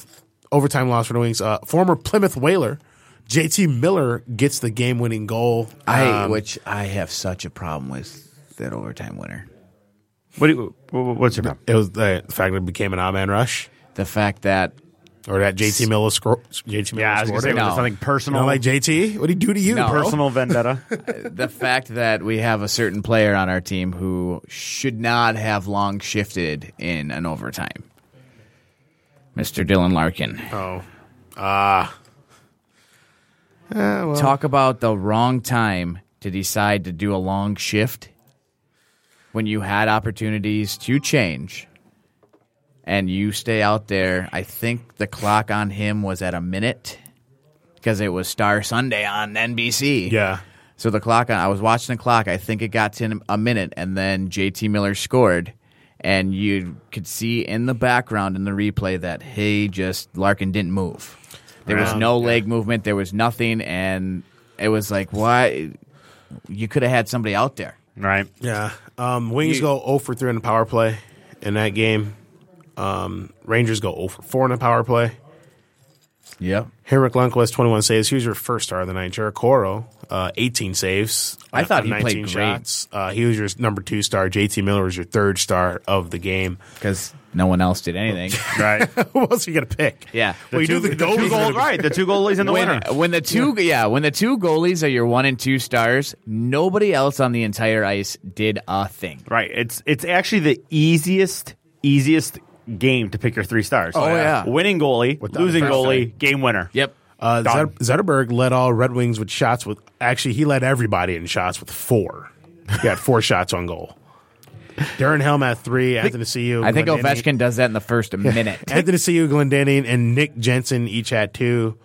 Speaker 2: overtime loss for the Wings. Uh, former Plymouth Whaler, JT Miller gets the game-winning goal.
Speaker 3: I,
Speaker 2: Um,
Speaker 3: which I have such a problem with that overtime winner.
Speaker 4: What do you, wh- wh- what's your problem?
Speaker 2: it was the fact that it became an odd-man rush,
Speaker 3: The fact that or
Speaker 2: that JT Miller scored. JT Miller
Speaker 4: Yeah, I was
Speaker 2: scored
Speaker 4: going to say,
Speaker 2: it.
Speaker 4: was it
Speaker 3: No.
Speaker 4: something personal.
Speaker 2: Not like JT. What would he do to you?
Speaker 3: No.
Speaker 2: bro?
Speaker 4: personal vendetta.
Speaker 3: the fact that we have a certain player on our team who should not have long shifted in an overtime. Mr. Dylan Larkin.
Speaker 2: Oh. Ah. Eh, well,
Speaker 3: Talk about the wrong time to decide to do a long shift when you had opportunities to change and you stay out there. I think the clock on him was at a minute because it was Star Sunday on NBC.
Speaker 2: yeah.
Speaker 3: So the clock, I was watching the clock. I think it got to a minute, and then JT Miller scored. And you could see in the background in the replay that hey, just Larkin didn't move. There was no leg movement. There was nothing, and it was like why you could have had somebody out there.
Speaker 4: right.
Speaker 2: Yeah. Um, Wings go 0 for 3 in the power play in that game. Um, Rangers go 0 for 4 in the power play.
Speaker 3: Yep.
Speaker 2: Henrik Lundqvist, 21 saves. He was your first star of the night. Jared Coro, uh, 18 saves.
Speaker 3: I thought
Speaker 2: on
Speaker 3: he played
Speaker 2: 19
Speaker 3: great.
Speaker 2: shots. Uh, he was your number two star. JT Miller was your third star of the game.
Speaker 3: because no one else did anything.
Speaker 4: Right.
Speaker 2: Who else are you going to pick?
Speaker 3: Yeah.
Speaker 2: Well, you do the goal.
Speaker 4: two goal, right. The two goalies in the
Speaker 3: When,
Speaker 4: winner.
Speaker 3: when the two yeah. when the two goalies are your one and two stars, nobody else on the entire ice did a thing.
Speaker 4: Right. It's it's actually the easiest easiest game to pick your three stars.
Speaker 3: Oh, yeah.
Speaker 4: Winning goalie,
Speaker 2: Without
Speaker 4: losing
Speaker 2: a first
Speaker 4: goalie, game winner.
Speaker 3: Yep.
Speaker 2: Uh,
Speaker 4: Done.
Speaker 2: Zet- Zetterberg led all Red Wings with shots with. Actually, he led everybody in shots with four. He had four shots on goal. Darren Helm had three. Anthony Ciu.
Speaker 3: I think
Speaker 2: Glenn Denny-
Speaker 3: Ovechkin does that in the first minute.
Speaker 2: Anthony Ciu, Glenn Denning, and Nick Jensen each had two.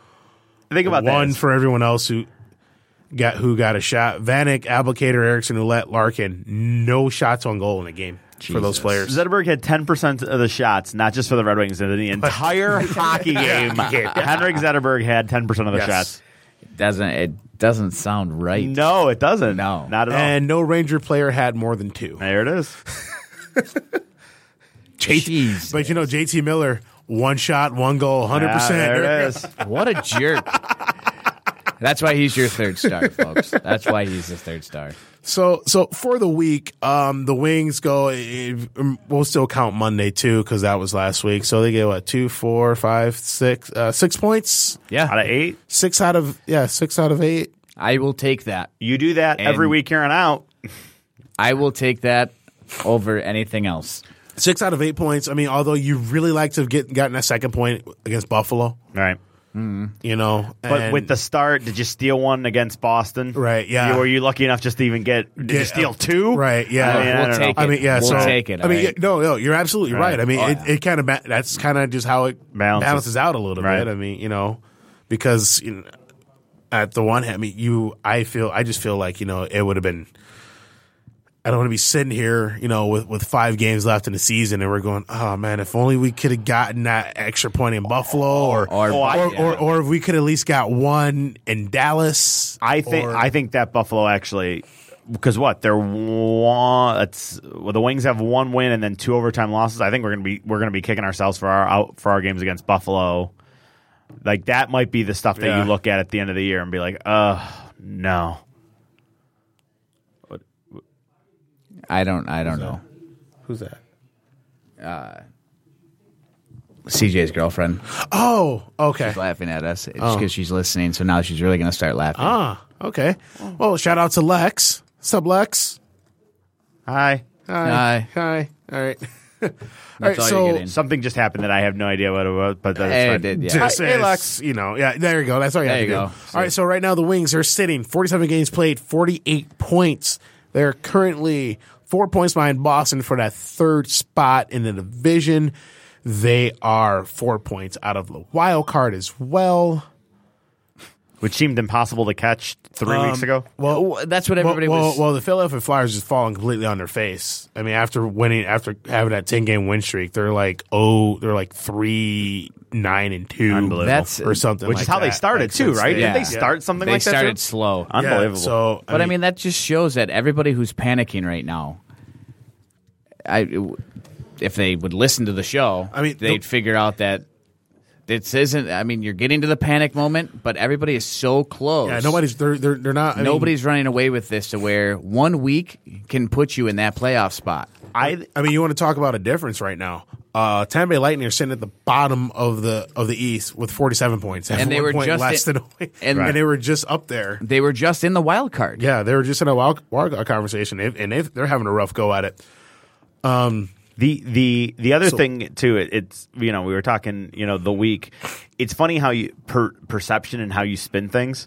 Speaker 4: Think about
Speaker 2: one
Speaker 4: that.
Speaker 2: for everyone else who got who got a shot. Vanek, Applicator, Erickson, Ouellette, Larkin, no shots on goal in the game for those
Speaker 3: Jesus.
Speaker 2: players.
Speaker 4: Zetterberg had 10% of the shots, not just for the Red Wings, in the entire hockey game. Henrik Zetterberg had 10% of the
Speaker 2: Yes.
Speaker 4: shots.
Speaker 3: doesn't it doesn't sound right.
Speaker 4: No, it doesn't.
Speaker 3: No.
Speaker 4: Not at
Speaker 2: And no Ranger player had more than two.
Speaker 4: all. There it is.
Speaker 3: Jeez.
Speaker 2: But you know, JT Miller, one shot, one goal, hundred
Speaker 4: Ah, there it
Speaker 2: percent.
Speaker 4: is.
Speaker 3: What a jerk. That's why he's your third star, folks. That's why he's the third star.
Speaker 2: So, so for the week, um, the Wings go. eh, eh, We'll still count Monday too because that was last week. So they get what two, four, five, six, uh, six points.
Speaker 4: Out
Speaker 3: Yeah.
Speaker 4: of eight,
Speaker 2: Six out of yeah, six out of eight.
Speaker 3: I will take that.
Speaker 4: you do that every
Speaker 3: And-
Speaker 4: week here and out.
Speaker 3: I will take that over anything else.
Speaker 2: Six out of eight points. I mean, although you really like to have get gotten a second point against Buffalo,
Speaker 4: Right.
Speaker 2: you know.
Speaker 4: But
Speaker 2: and-
Speaker 4: with the start, did you steal one against Boston?
Speaker 2: Right, yeah.
Speaker 4: You- were you lucky enough just to even get? Did you
Speaker 2: Get-
Speaker 4: steal two?
Speaker 2: right, yeah.
Speaker 4: I mean, I
Speaker 3: we'll
Speaker 4: don't
Speaker 3: take
Speaker 4: know.
Speaker 2: I
Speaker 3: it.
Speaker 2: mean, yeah.
Speaker 3: We'll
Speaker 2: so
Speaker 3: take it.
Speaker 2: I mean,
Speaker 3: all
Speaker 2: yeah,
Speaker 3: right?
Speaker 2: no, no, you're absolutely right.
Speaker 4: Right.
Speaker 2: I mean,
Speaker 4: Oh,
Speaker 2: it, it kind of ba- that's kind of just how it
Speaker 4: Balances.
Speaker 2: balances, out a little
Speaker 4: Right.
Speaker 2: bit. I mean, you know, because you know, at the one hand, I mean, you, I feel, I just feel like you know, it would have been. I don't want to be sitting here, you know, with, with five games left in the season, and we're going, oh man, if only we could have gotten that extra point in Buffalo, or
Speaker 3: Or-
Speaker 2: or
Speaker 3: Oh, I-
Speaker 2: or, or, if we could at least got one in Dallas.
Speaker 4: I think
Speaker 2: or-
Speaker 4: I think that Buffalo actually because what they're one, it's, well, the Wings have one win and then two overtime losses. I think we're gonna be we're gonna be kicking ourselves for our out for our games against Buffalo. Like that might be the stuff that
Speaker 2: Yeah.
Speaker 4: you look at at the end of the year and be like, uh no.
Speaker 3: I don't I don't know.
Speaker 2: who's that?
Speaker 3: CJ's girlfriend
Speaker 2: Oh, okay.
Speaker 3: laughing at us It's
Speaker 2: Oh.
Speaker 3: because she's listening, so now she's really gonna start laughing.
Speaker 2: Ah, okay. Well, shout out to Lex. Sub Lex.
Speaker 4: Hi.
Speaker 3: Hi.
Speaker 2: Hi. All right. all
Speaker 3: That's all you're getting.
Speaker 4: Something just happened that I have no idea what it was, but that's
Speaker 3: Hey,
Speaker 4: fine.
Speaker 3: it did, yeah.
Speaker 2: This
Speaker 4: Hi, hey,
Speaker 2: is,
Speaker 4: Lex.
Speaker 2: you know, yeah, there you go. That's all you
Speaker 3: There
Speaker 2: have to
Speaker 3: you
Speaker 2: do.
Speaker 3: go.
Speaker 2: All right, so right now the Wings are sitting 47 games played, 48 points. They're currently four points behind Boston for that third spot in the division. They are four points out of the wild card as well.
Speaker 4: Which seemed impossible to catch three weeks ago.
Speaker 3: Well, that's what everybody
Speaker 2: well,
Speaker 3: was.
Speaker 2: well, the Philadelphia Flyers just fallen completely on their face. I mean, after winning, after having that ten game win streak, they're like oh, they're like three nine and two,
Speaker 4: Unbelievable.
Speaker 3: That's-
Speaker 2: or something,
Speaker 4: Which
Speaker 2: like
Speaker 4: is how they
Speaker 2: that.
Speaker 4: started
Speaker 2: Like,
Speaker 4: too,
Speaker 2: since
Speaker 4: right?
Speaker 2: they-
Speaker 4: Did
Speaker 3: yeah.
Speaker 4: they start something
Speaker 3: they
Speaker 4: like
Speaker 3: started
Speaker 4: that? too?
Speaker 3: slow.
Speaker 2: Yeah,
Speaker 4: Unbelievable.
Speaker 2: So,
Speaker 3: But I mean, that just shows that everybody who's panicking right now, I, if they would listen to the show,
Speaker 2: I mean,
Speaker 3: they'd
Speaker 2: the-
Speaker 3: figure out that this isn't. I mean, you're getting to the panic moment, but everybody is so close.
Speaker 2: yeah, nobody's they're they're, they're not I mean,
Speaker 3: nobody's running away with this to where one week can put you in that playoff spot.
Speaker 4: I
Speaker 2: I mean, you want to talk about a difference right now? Uh, Tampa Bay Lightning are sitting at the bottom of the of the East with forty seven points, Have
Speaker 3: And they
Speaker 2: one
Speaker 3: were
Speaker 2: point
Speaker 3: just
Speaker 2: less
Speaker 3: in-
Speaker 2: than a win.
Speaker 3: and-
Speaker 2: and, they were just up there.
Speaker 3: They were just in the wild card.
Speaker 2: Yeah, they were just in a wild, wild card conversation, They've- and they've, they're having a rough go at it.
Speaker 4: The the the other
Speaker 2: So-
Speaker 4: thing too, it, it's you know we were talking you know the week. It's funny how you per, perception and how you spin things,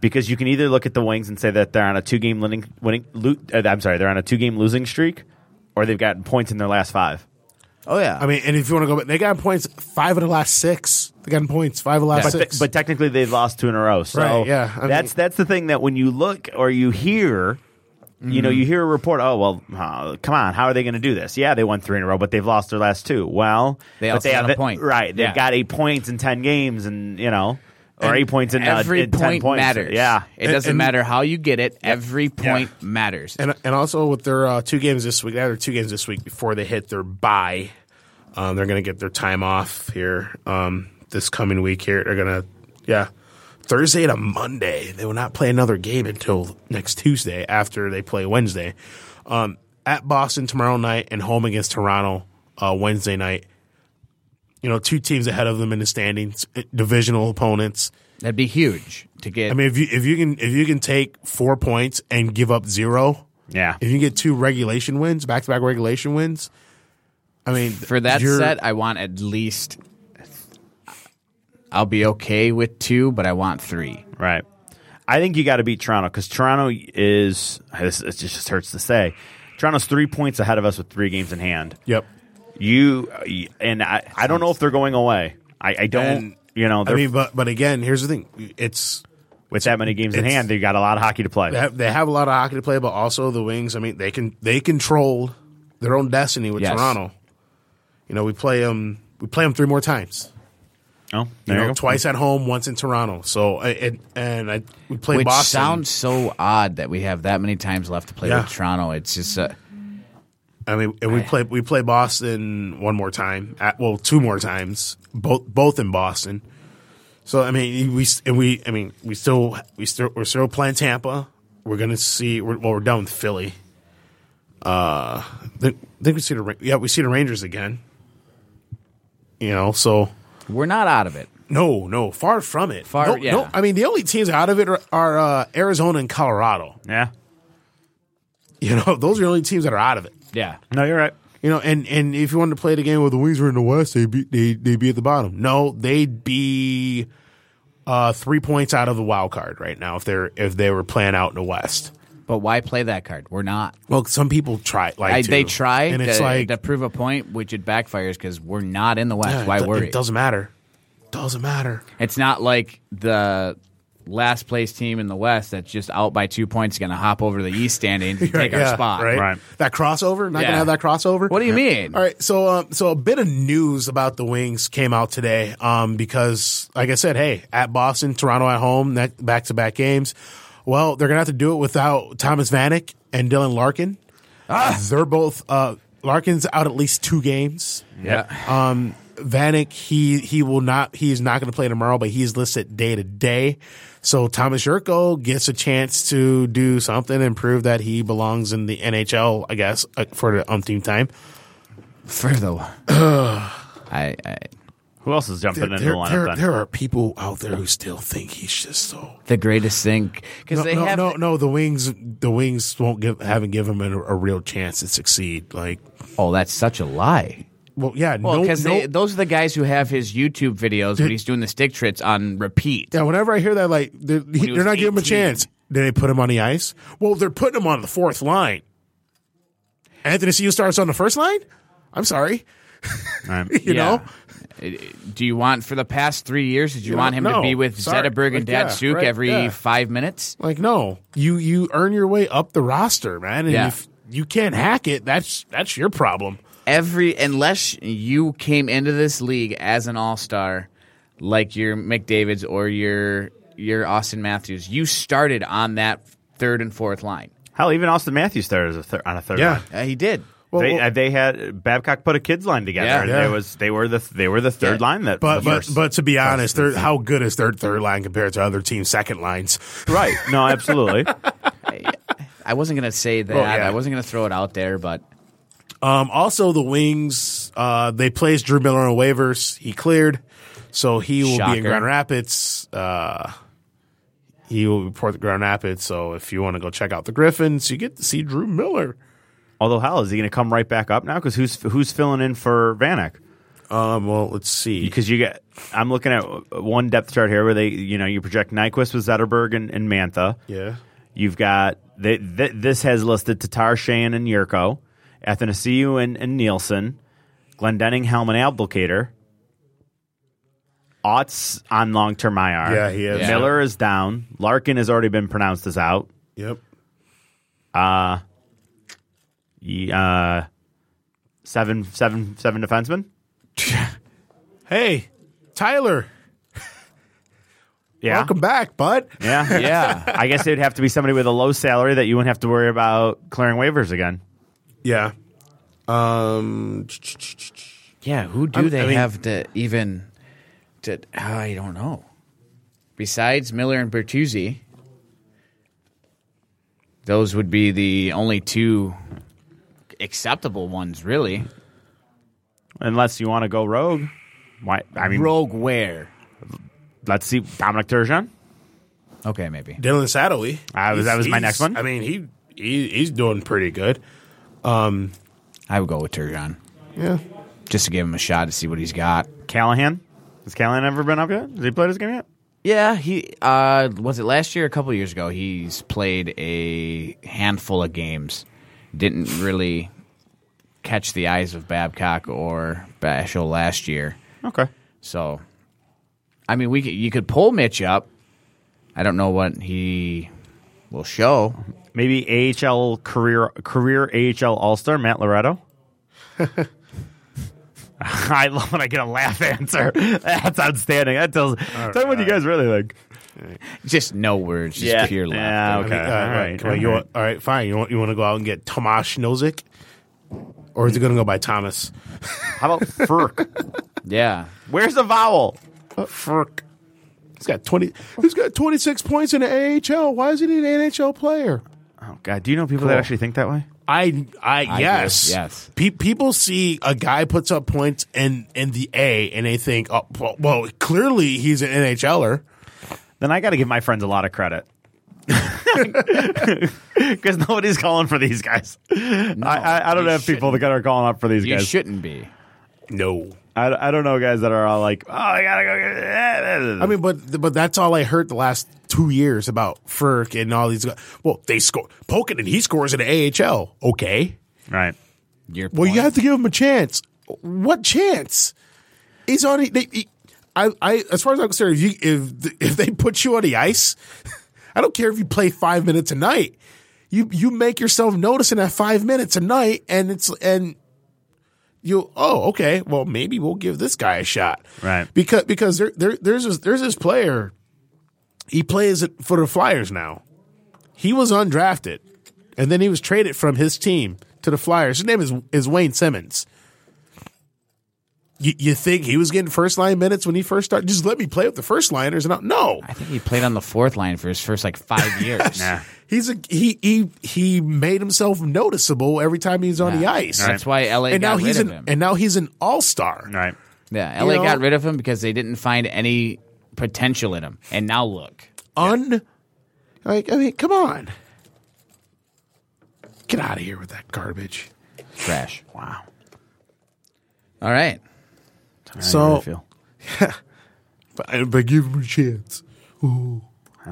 Speaker 4: because you can either look at the Wings and say that they're on a two game winning winning. Lo, uh, I'm sorry, they're on a two game losing streak, or they've gotten points in their last five.
Speaker 3: Oh yeah.
Speaker 4: Uh,
Speaker 2: I mean, and if you want to go back, they got points five of the last six. They got points five of the last
Speaker 4: But,
Speaker 2: six.
Speaker 4: te- but technically they've lost two in a row. So
Speaker 2: Right, yeah. I mean-
Speaker 4: that's that's the thing that when you look or you hear. You
Speaker 2: Mm-hmm.
Speaker 4: know, you hear a report. Oh well, uh, come on. How are they going to do this? Yeah, they won three in a row, but they've lost their last two. Well,
Speaker 3: They
Speaker 4: but
Speaker 3: also got a
Speaker 4: haven't-
Speaker 3: point.
Speaker 4: right? They've
Speaker 3: Yeah.
Speaker 4: got eight points in ten games, and you know, or eight points in uh,
Speaker 3: every
Speaker 4: in ten
Speaker 3: point
Speaker 4: points.
Speaker 3: matters.
Speaker 4: Yeah,
Speaker 3: It doesn't
Speaker 2: and-
Speaker 3: matter how you get it. Every point matters.
Speaker 2: and and also with their uh, two games this week, they have their two games this week before they hit their bye. Um, they're going to get their time off here um, this coming week. Here they're going to yeah Thursday to Monday. They will not play another game until next Tuesday after they play Wednesday. Um, at Boston tomorrow night and home against Toronto uh, Wednesday night. You know, two teams ahead of them in the standings, eh, divisional opponents.
Speaker 3: That'd be huge to get.
Speaker 2: I mean, if you if you can if you can take four points and give up zero,
Speaker 4: Yeah.
Speaker 2: if you get two regulation wins, back to back regulation wins, I mean,
Speaker 3: for that
Speaker 2: you're-
Speaker 3: set, I want at least. I'll be okay with two, but I want three.
Speaker 4: Right. I think you got to beat Toronto because Toronto is. This, it just hurts to say. Toronto's three points ahead of us with three games in hand.
Speaker 2: Yep.
Speaker 4: You uh, and I. I don't know if they're going away. I, I don't.
Speaker 2: And-
Speaker 4: you know,
Speaker 2: I
Speaker 4: they're,
Speaker 2: mean, but but again, here's the thing: it's
Speaker 4: with that many games in
Speaker 2: it's-
Speaker 4: hand, they got a lot of hockey to play.
Speaker 2: they have, they have a lot of hockey to play, but also the Wings. I mean, they can they control their own destiny with
Speaker 3: Yes.
Speaker 2: Toronto. You know, we play them we play them three more times.
Speaker 4: oh,
Speaker 2: You
Speaker 4: there you
Speaker 2: know,
Speaker 4: go.
Speaker 2: twice at home, once in Toronto. So I- and and I we play
Speaker 3: Which
Speaker 2: Boston.
Speaker 3: sounds so odd that we have that many times left to play
Speaker 2: Yeah.
Speaker 3: with Toronto. It's just uh,
Speaker 2: I mean, and we play we play Boston one more time. At, well, two more times. Both both in Boston. So I mean, we and we I mean we still we still we're still playing Tampa. We're gonna see. We're, well, we're done with Philly. Uh, I think I think we see the Ra- yeah we see the Rangers again. You know, so
Speaker 3: we're not out of it.
Speaker 2: no, no, far from it.
Speaker 3: Far-
Speaker 2: no,
Speaker 3: yeah.
Speaker 2: no, I mean, the only teams out of it are, are uh, Arizona and Colorado.
Speaker 4: Yeah.
Speaker 2: You know, those are the only teams that are out of it.
Speaker 3: Yeah,
Speaker 4: No, you're right.
Speaker 2: You know, and, and if you wanted to play the game where the Wings were in the West, they'd be, they, they'd be at the bottom. No, they'd be uh, three points out of the wild card right now if they're if they were playing out in the West.
Speaker 3: but why play that card? We're not.
Speaker 2: Well, some people try like
Speaker 3: I,
Speaker 2: to,
Speaker 3: they try
Speaker 2: and it's
Speaker 3: to,
Speaker 2: like
Speaker 3: to prove a point, which it backfires because we're not in the West.
Speaker 2: yeah, it
Speaker 3: why
Speaker 2: do-
Speaker 3: worry?
Speaker 2: It doesn't matter. Doesn't matter.
Speaker 3: It's not like the last place team in the West that's just out by two points going to hop over to the East standings and take
Speaker 2: Yeah,
Speaker 3: our spot.
Speaker 2: Right?
Speaker 4: Right.
Speaker 2: That crossover. Not gonna
Speaker 3: Yeah.
Speaker 2: have that crossover.
Speaker 3: What do you mean?
Speaker 2: All right, so um, so a bit of news about the Wings came out today, um, because like I said, hey, at Boston, Toronto at home, back to back games. Well, they're gonna have to do it without Thomas Vanek and Dylan Larkin. They're both uh, Larkin's out at least two games.
Speaker 3: Yeah.
Speaker 2: Um, Vanek, he he will not. He's not going to play tomorrow, but he's listed day to day. So Thomas Yurko gets a chance to do something and prove that he belongs in the NHL. I guess uh, for the umpteenth time.
Speaker 3: For the. I, I,
Speaker 4: Who else is jumping into the lineup
Speaker 2: there,
Speaker 4: then?
Speaker 2: there are people out there who still think he's just so.
Speaker 3: the greatest thing. Because
Speaker 2: No,
Speaker 3: they
Speaker 2: no,
Speaker 3: have.
Speaker 2: no, no, The wings, the wings won't give, haven't given him a, a real chance to succeed. Like,
Speaker 3: Oh, that's such a lie.
Speaker 2: well, yeah,
Speaker 3: Well,
Speaker 2: no,
Speaker 3: because
Speaker 2: no-
Speaker 3: those are the guys who have his YouTube videos when he's doing the stick tricks on repeat.
Speaker 2: yeah. Whenever I hear that, like, they're, he,
Speaker 3: was
Speaker 2: they're not giving him a
Speaker 3: 18.
Speaker 2: chance. Did they put him on the ice? Well, they're putting him on the fourth line. Anthony Seal starts on the first line. I'm sorry,
Speaker 4: Right.
Speaker 2: you know.
Speaker 3: Do you want for the past three years? Did you,
Speaker 2: know,
Speaker 3: want him
Speaker 2: no,
Speaker 3: to be with
Speaker 2: sorry.
Speaker 3: Zetterberg
Speaker 2: Like,
Speaker 3: and
Speaker 2: yeah,
Speaker 3: Datsuk
Speaker 2: right,
Speaker 3: every
Speaker 2: yeah.
Speaker 3: five minutes?
Speaker 2: Like, no, you you earn your way up the roster, man. And
Speaker 3: Yeah.
Speaker 2: if you can't hack it, that's that's your problem.
Speaker 3: Every unless you came into this league as an all star, like your McDavid's or your your Austin Matthews, you started on that third and fourth line.
Speaker 4: Hell, even Austin Matthews started as a thir- on a third. line.
Speaker 3: Uh, he did.
Speaker 4: they,
Speaker 2: well-
Speaker 4: uh, they had Babcock put a kids line together.
Speaker 3: Yeah.
Speaker 4: and
Speaker 2: Yeah.
Speaker 4: They was they were the they were the third
Speaker 3: Yeah.
Speaker 4: line that.
Speaker 2: But
Speaker 4: the
Speaker 2: but
Speaker 4: first-
Speaker 2: but to be honest, third, how good is their third line compared to other teams' second lines?
Speaker 4: right? No, absolutely.
Speaker 3: I wasn't gonna say that.
Speaker 2: yeah.
Speaker 3: I wasn't gonna throw it out there, but
Speaker 2: Um, also, the Wings uh, they placed Drew Miller on waivers. He cleared, so he will be in
Speaker 3: Shocker.
Speaker 2: Grand Rapids. Uh, he will report to Grand Rapids. So if you want to go check out the Griffins, you get to see Drew Miller.
Speaker 4: Although, hell, is he going to come right back up now? Because who's who's filling in for Vanek?
Speaker 2: Um, well, let's see.
Speaker 4: Because you get, I'm looking at one depth chart here where they, you know, you project Nyquist with Zetterberg and, and Mantha.
Speaker 2: Yeah,
Speaker 4: You've got they, th- this has listed Tatar, Shane, and Yurko, Athanasiu and, and Nielsen, Glendenning, Helm, and Abdulkader. Ott's on long term IR.
Speaker 2: Yeah, he is.
Speaker 4: Miller is down. Larkin has already been pronounced as out.
Speaker 2: yep.
Speaker 4: Ye- Uh, seven, seven, seven defensemen.
Speaker 2: Hey, Tyler,
Speaker 4: Yeah,
Speaker 2: welcome back, bud.
Speaker 4: yeah,
Speaker 3: yeah,
Speaker 4: I guess it would have to be somebody with a low salary that you wouldn't have to worry about clearing waivers again.
Speaker 2: Yeah. Um.
Speaker 3: yeah. Who do
Speaker 2: I'm-
Speaker 3: they
Speaker 2: I mean-
Speaker 3: have to even? To I don't know. besides Miller and Bertuzzi, those would be the only two acceptable ones, really.
Speaker 4: Unless you want to go rogue. Why? I mean,
Speaker 3: Rogue where?
Speaker 4: let's see Dominic Turgeon.
Speaker 3: Okay, maybe.
Speaker 2: Dylan Sadawi.
Speaker 4: I was- that was my
Speaker 2: He's-
Speaker 4: next one.
Speaker 2: I mean, he, he he's doing pretty good.
Speaker 3: I would go with Turgeon
Speaker 2: Yeah.
Speaker 3: just to give him a shot to see what he's got.
Speaker 4: Callahan. Has Callahan ever been up yet? Has he played this game yet?
Speaker 3: Yeah, he uh, was it last year, or a couple years ago. He's played a handful of games, didn't really catch the eyes of Babcock or Bashel last year.
Speaker 4: Okay.
Speaker 3: So, I mean, we could, you could pull Mitch up. I don't know what he will show.
Speaker 4: Maybe AHL career career AHL All Star Matt Loretto. I love when I get a laugh answer. That's outstanding. That tells tell me what you guys really like.
Speaker 3: Just no words, just pure laughter. uh,
Speaker 4: Yeah, okay.
Speaker 2: I mean, all right. Uh, Come on, you
Speaker 4: all
Speaker 2: want, all right, fine. You want you want to go out and get Tomasz Nozick, or is it going to go by Thomas?
Speaker 4: How about Ferk?
Speaker 3: Yeah.
Speaker 4: Where's the vowel?
Speaker 2: Oh, Frick. He's got twenty. He's got twenty six points in the AHL. Why is he an NHL player?
Speaker 4: Oh God, do you know people that actually think that way?
Speaker 2: I, I,
Speaker 3: do,
Speaker 2: yes,
Speaker 3: yes.
Speaker 2: Pe- people see a guy puts up points in in the A, and they think, oh, well, well, clearly he's an NHLer.
Speaker 4: Then I got to give my friends a lot of credit. Because nobody's calling for these guys. I, I, I don't
Speaker 3: you
Speaker 4: have people that are calling up for these
Speaker 3: You
Speaker 4: guys.
Speaker 3: shouldn't be.
Speaker 2: No,
Speaker 4: I, I don't know guys that are all like, oh, I gotta go. Get it."
Speaker 2: I mean, but but that's all I heard the last two years about Ferk and all these. guys. Well, they score Polkin and he scores in the AHL. Okay,
Speaker 4: right.
Speaker 3: Your
Speaker 2: well, you
Speaker 3: point.
Speaker 2: have to give him a chance. What chance? He's on. They, he, I, I, as far as I'm concerned, if you, if if they put you on the ice, I don't care if you play five minutes a night. You you make yourself notice in that five minutes a night, and it's and you oh okay well maybe we'll give this guy a shot
Speaker 4: Right.
Speaker 2: because because there, there there's this, there's this player he plays for the Flyers now he was undrafted and then he was traded from his team to the Flyers his name is is Wayne Simmons you, you think he was getting first line minutes when he first started just let me play with the first liners and I, no
Speaker 3: I think he played on the fourth line for his first like five years.
Speaker 4: Nah.
Speaker 2: he's a he he he made himself noticeable every time he's on the ice
Speaker 3: That's why LA
Speaker 2: and
Speaker 3: got
Speaker 2: now
Speaker 3: rid
Speaker 2: he's
Speaker 3: of
Speaker 2: an
Speaker 3: him.
Speaker 2: and now he's an all star
Speaker 4: Right.
Speaker 3: Yeah,
Speaker 2: You
Speaker 3: LA
Speaker 2: know-
Speaker 3: got rid of him because they didn't find any potential in him. And now look.
Speaker 2: un like I mean, come on. Get out of here with that garbage.
Speaker 3: Trash.
Speaker 4: Wow.
Speaker 3: All right.
Speaker 4: How do you
Speaker 2: so
Speaker 4: feel?
Speaker 2: but, I- but give him a chance.
Speaker 4: Oh,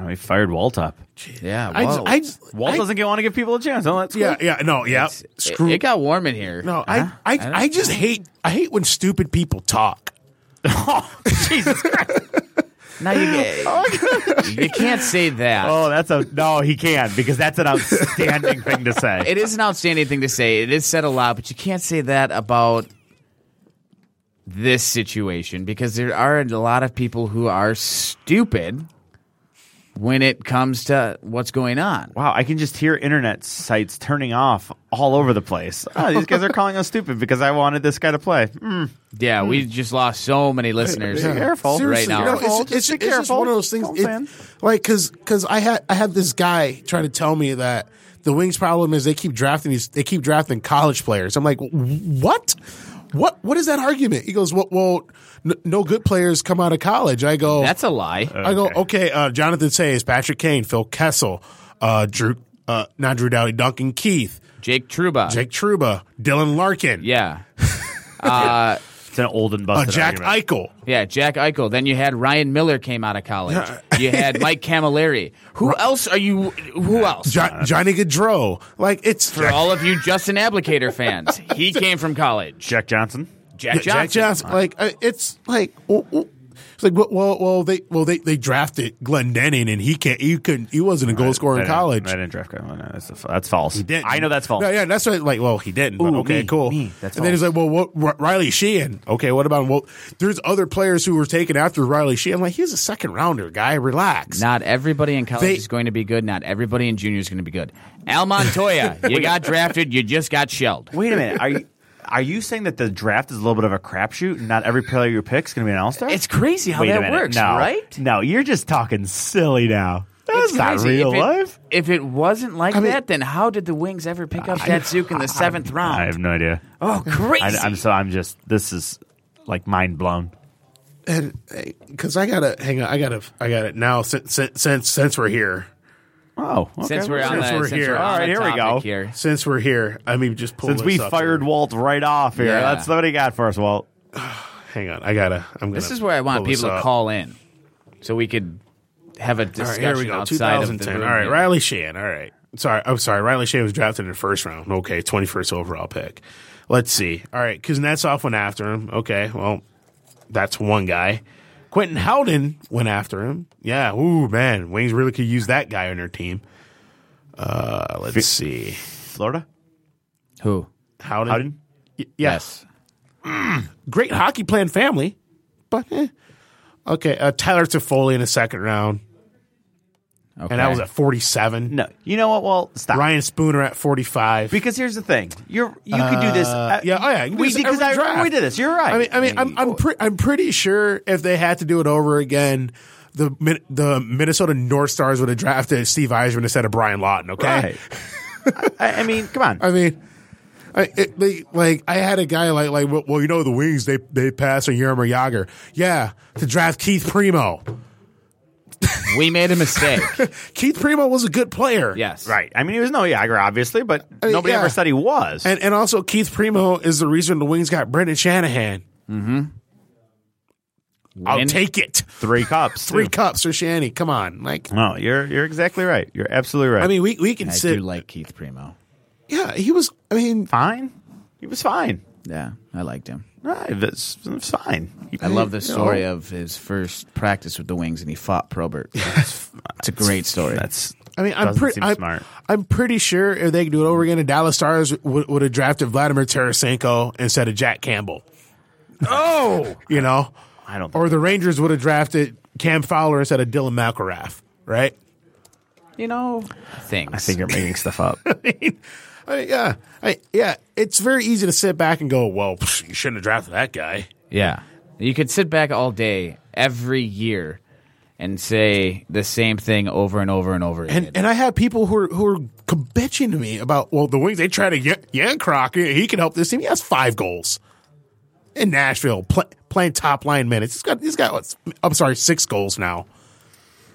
Speaker 4: he fired Waltop.
Speaker 3: Yeah.
Speaker 2: I just,
Speaker 3: whoa.
Speaker 2: I, just-
Speaker 4: Walt
Speaker 2: I-
Speaker 4: doesn't want to give people a chance. Oh, that's cool.
Speaker 2: yeah, yeah, no, yeah. Screw
Speaker 3: it, it got warm in here. Uh-huh.
Speaker 2: No, I, I, I, just hate I hate when stupid people talk.
Speaker 4: Jesus Christ.
Speaker 3: Now you
Speaker 2: Oh,
Speaker 3: get, you can't say that.
Speaker 4: Oh, that's a no. He can because that's an outstanding thing to say.
Speaker 3: It is an outstanding thing to say. It is said a lot, but you can't say that about this situation because there are a lot of people who are stupid when it comes to what's going on.
Speaker 4: Wow, I can just hear internet sites turning off all over the place. Oh, these guys are calling us stupid because I wanted this guy to play. Mm,
Speaker 3: Yeah, we just lost so many listeners.
Speaker 4: Be careful.
Speaker 2: Seriously,
Speaker 3: Right now.
Speaker 2: no,
Speaker 4: Careful,
Speaker 2: it's, it's,
Speaker 4: just
Speaker 2: it's
Speaker 4: be
Speaker 2: just
Speaker 4: careful.
Speaker 2: one of those things.
Speaker 4: Don't
Speaker 2: it-
Speaker 4: fan.
Speaker 2: like, cause, 'cause I had I had this guy trying to tell me that the Wings' problem is they keep drafting these, they keep drafting college players. I'm like, what? What? What is that argument? He goes, well, well n- no good players come out of college. I go,
Speaker 3: That's a lie.
Speaker 2: I go, okay, uh, Jonathan Sayes, Patrick Kane, Phil Kessel, uh, Drew, uh, not Drew Dowdy, Duncan Keith,
Speaker 3: Jake Truba.
Speaker 2: Jake Truba, Dylan Larkin,
Speaker 3: Yeah.
Speaker 4: It's an old and
Speaker 2: uh,
Speaker 4: busted.
Speaker 2: Jack
Speaker 4: argument.
Speaker 2: Eichel.
Speaker 3: Yeah, Jack Eichel. Then you had Ryan Miller came out of college. You had Mike Camilleri. Who else are you? Who else?
Speaker 2: Jo- Johnny Gaudreau, like it's
Speaker 3: For all of you Justin Applicator fans, he came from college.
Speaker 4: Jack Johnson.
Speaker 3: Jack Johnson.
Speaker 2: Yeah, Jack Johnson. Like uh, it's like w- w- it's like well, well, well, they well they they drafted Glenn Denning and he can't he couldn't he wasn't a goal scorer
Speaker 4: I
Speaker 2: in
Speaker 4: didn't-
Speaker 2: college.
Speaker 4: I didn't draft Kyle. No, that's, a, that's false.
Speaker 2: Didn't.
Speaker 4: I know that's false.
Speaker 2: No, yeah, that's right. Like, well, he didn't. but
Speaker 4: Ooh,
Speaker 2: okay,
Speaker 4: me,
Speaker 2: cool.
Speaker 4: me. That's
Speaker 2: and then he's like, well, what, R- Riley Sheehan? Okay, what about well? There's other players who were taken after Riley Sheehan. I'm like, he's a second rounder, guy. Relax.
Speaker 3: Not everybody in college
Speaker 2: They-
Speaker 3: is going to be good. Not everybody in junior is going to be good. Al Montoya, you got drafted. You just got shelled.
Speaker 4: Wait a minute. Are you? Are you saying that the draft is a little bit of a crapshoot and not every player you pick is going to be an all star?
Speaker 3: It's crazy how
Speaker 4: Wait a
Speaker 3: that
Speaker 4: minute.
Speaker 3: works,
Speaker 4: no.
Speaker 3: right?
Speaker 4: No, you're just talking silly now. That's
Speaker 3: It's
Speaker 4: not
Speaker 3: crazy.
Speaker 4: real
Speaker 3: if it,
Speaker 4: life.
Speaker 3: If it wasn't like
Speaker 2: I mean-
Speaker 3: that, then how did the Wings ever pick up Datsuk in the seventh round?
Speaker 4: I have no idea.
Speaker 3: oh,
Speaker 4: I,
Speaker 3: crazy!
Speaker 4: I'm so I'm just this is like mind blown.
Speaker 2: And because I gotta hang on, I gotta, I got it now. Since since- since since we're here,
Speaker 4: Oh, okay.
Speaker 3: since we're on
Speaker 2: Since
Speaker 3: the
Speaker 2: we're
Speaker 3: since
Speaker 2: here.
Speaker 3: we're on
Speaker 4: All
Speaker 3: the
Speaker 4: right, here
Speaker 3: topic
Speaker 4: we go.
Speaker 3: Here,
Speaker 2: since we're here, I mean, just pull
Speaker 4: since we
Speaker 2: this up
Speaker 4: fired
Speaker 2: here.
Speaker 4: Walt right off here,
Speaker 3: Yeah.
Speaker 4: that's what he got for us, Walt.
Speaker 2: Hang on, I gotta. I'm gonna.
Speaker 3: this is where I want
Speaker 2: pull this
Speaker 3: people to
Speaker 2: up.
Speaker 3: call in, so we could have a
Speaker 2: All right,
Speaker 3: discussion
Speaker 2: here we go.
Speaker 3: outside of the
Speaker 2: 2010.
Speaker 3: room.
Speaker 2: All right,
Speaker 3: here.
Speaker 2: Riley Sheehan. All right. Sorry, I'm sorry. Riley Sheehan was drafted in the first round. Okay, 21st overall pick. Let's see. All right, Kuznetsov went after him. Okay, well, that's one guy. Quentin Howden went after him. Yeah. Ooh, man, Wings really could use that guy on their team. Uh, let's see.
Speaker 4: Florida?
Speaker 3: Who?
Speaker 2: Howden.
Speaker 4: Howden?
Speaker 2: Y- yes. Great hockey plan family, but eh. okay. Uh, Tyler Toffoli in the second round,
Speaker 3: Okay.
Speaker 2: and that was at 47.
Speaker 4: No. You know what, Walt? Stop.
Speaker 2: Ryan Spooner at 45.
Speaker 4: Because here's the thing. You're you could do this uh,
Speaker 2: yeah, oh, yeah, you
Speaker 4: We,
Speaker 2: do this
Speaker 4: because
Speaker 2: every
Speaker 4: I
Speaker 2: draft.
Speaker 4: we did this. You're right.
Speaker 2: I mean, I mean, I'm I'm, pre- I'm pretty sure if they had to do it over again, the Min- the Minnesota North Stars would have drafted Steve Eiserman instead of Brian Lawton. Okay,
Speaker 4: right. I, I mean, come on.
Speaker 2: I mean. I, it, like, like I had a guy like like well, well you know the wings they they pass on Yermer Yager yeah to draft Keith Primo
Speaker 3: we made a mistake.
Speaker 2: Keith Primo was a good player
Speaker 3: yes.
Speaker 4: Right. I mean, he was no Yager, obviously, but
Speaker 2: mean,
Speaker 4: nobody
Speaker 2: Uh, yeah.
Speaker 4: ever said he was.
Speaker 2: and and also Keith Primo is the reason the wings got Brendan Shanahan I'll
Speaker 3: Win.
Speaker 2: take it
Speaker 4: three cups.
Speaker 2: three
Speaker 4: too.
Speaker 2: cups for Shanny come on like
Speaker 4: No, you're you're exactly right. You're absolutely right.
Speaker 2: I mean, we we can
Speaker 3: I
Speaker 2: sit.
Speaker 3: do like Keith Primo.
Speaker 2: yeah, he was. I mean,
Speaker 4: fine. He was fine.
Speaker 3: Yeah, I liked him.
Speaker 4: Right, It's it's fine. He-
Speaker 3: I love the
Speaker 4: you
Speaker 3: story
Speaker 4: know,
Speaker 3: of his first practice with the Wings, and he fought Probert. it's a great story.
Speaker 4: that's.
Speaker 2: I mean, I'm
Speaker 4: Doesn't
Speaker 2: pretty
Speaker 4: seem
Speaker 2: I'm,
Speaker 4: smart.
Speaker 2: I'm pretty sure if they could do it over again, the Dallas Stars would, would have drafted Vladimir Tarasenko instead of Jack Campbell. Oh, you know,
Speaker 4: I don't.
Speaker 2: or
Speaker 4: Think,
Speaker 2: the Rangers would have drafted Cam Fowler instead of Dylan McElrath, right?
Speaker 3: you know things.
Speaker 4: I think you're making stuff up.
Speaker 2: I mean, yeah, I, yeah. It's very easy to sit back and go, "Well, psh, you shouldn't have drafted that guy."
Speaker 3: Yeah. You could sit back all day every year and say the same thing over and over and over again.
Speaker 2: And and I have people who are who are com- bitching to me about well the Wings they try to get Yancroc he can help this team he has five goals in Nashville pl- playing top line minutes he's got he's got what's, I'm sorry six goals now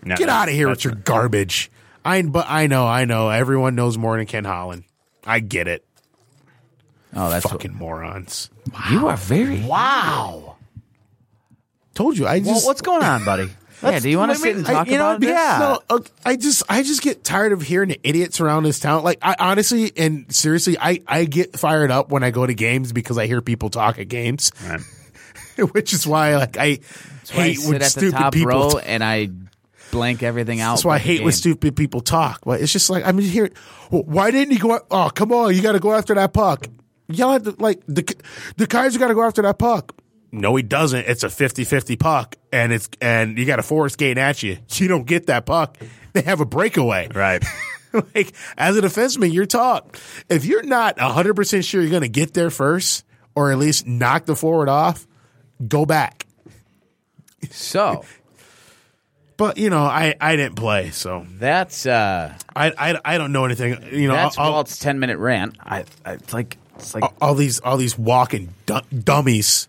Speaker 4: No,
Speaker 2: get out of here with
Speaker 4: that's-
Speaker 2: your garbage I but I know I know everyone knows more than Ken Holland I get it
Speaker 3: oh, that's
Speaker 2: fucking morons
Speaker 3: you are very
Speaker 4: Wow.
Speaker 2: told you I just
Speaker 4: Well, what's going on, buddy?
Speaker 3: Yeah, do you want to sit and
Speaker 2: I-
Speaker 3: talk
Speaker 2: you know,
Speaker 3: about
Speaker 2: because-
Speaker 3: this?
Speaker 4: Yeah.
Speaker 2: no, okay, I just I just get tired of hearing the idiots around this town. Like I honestly and seriously, I I get fired up when I go to games because I hear people talk at games,
Speaker 4: Right.
Speaker 2: which is why like I
Speaker 3: Why I
Speaker 2: hate
Speaker 3: sit
Speaker 2: when
Speaker 3: at the
Speaker 2: stupid
Speaker 3: top
Speaker 2: people.
Speaker 3: row
Speaker 2: talk.
Speaker 3: and I blank everything out.
Speaker 2: that's why I
Speaker 3: with the
Speaker 2: hate when
Speaker 3: game.
Speaker 2: stupid people talk. But it's just like I'm just hearing. Well, why didn't he go? out- Oh, come on, you got to go after that puck. Yell at the like the the Kaiser got to go after that puck. No, he doesn't. It's a 50-50 puck, and it's and you got a force gate at you. You don't get that puck. They have a breakaway.
Speaker 4: Right.
Speaker 2: like as a defenseman, you're taught if you're not 100% sure you're going to get there first or at least knock the forward off, go back.
Speaker 3: So
Speaker 2: But you know, I, I didn't play, so
Speaker 3: that's uh,
Speaker 2: I, I, I don't know anything. You know,
Speaker 3: that's
Speaker 2: all, all,
Speaker 3: Walt's ten minute rant.
Speaker 4: I, I. It's like. It's like.
Speaker 2: all these all these walking du- dummies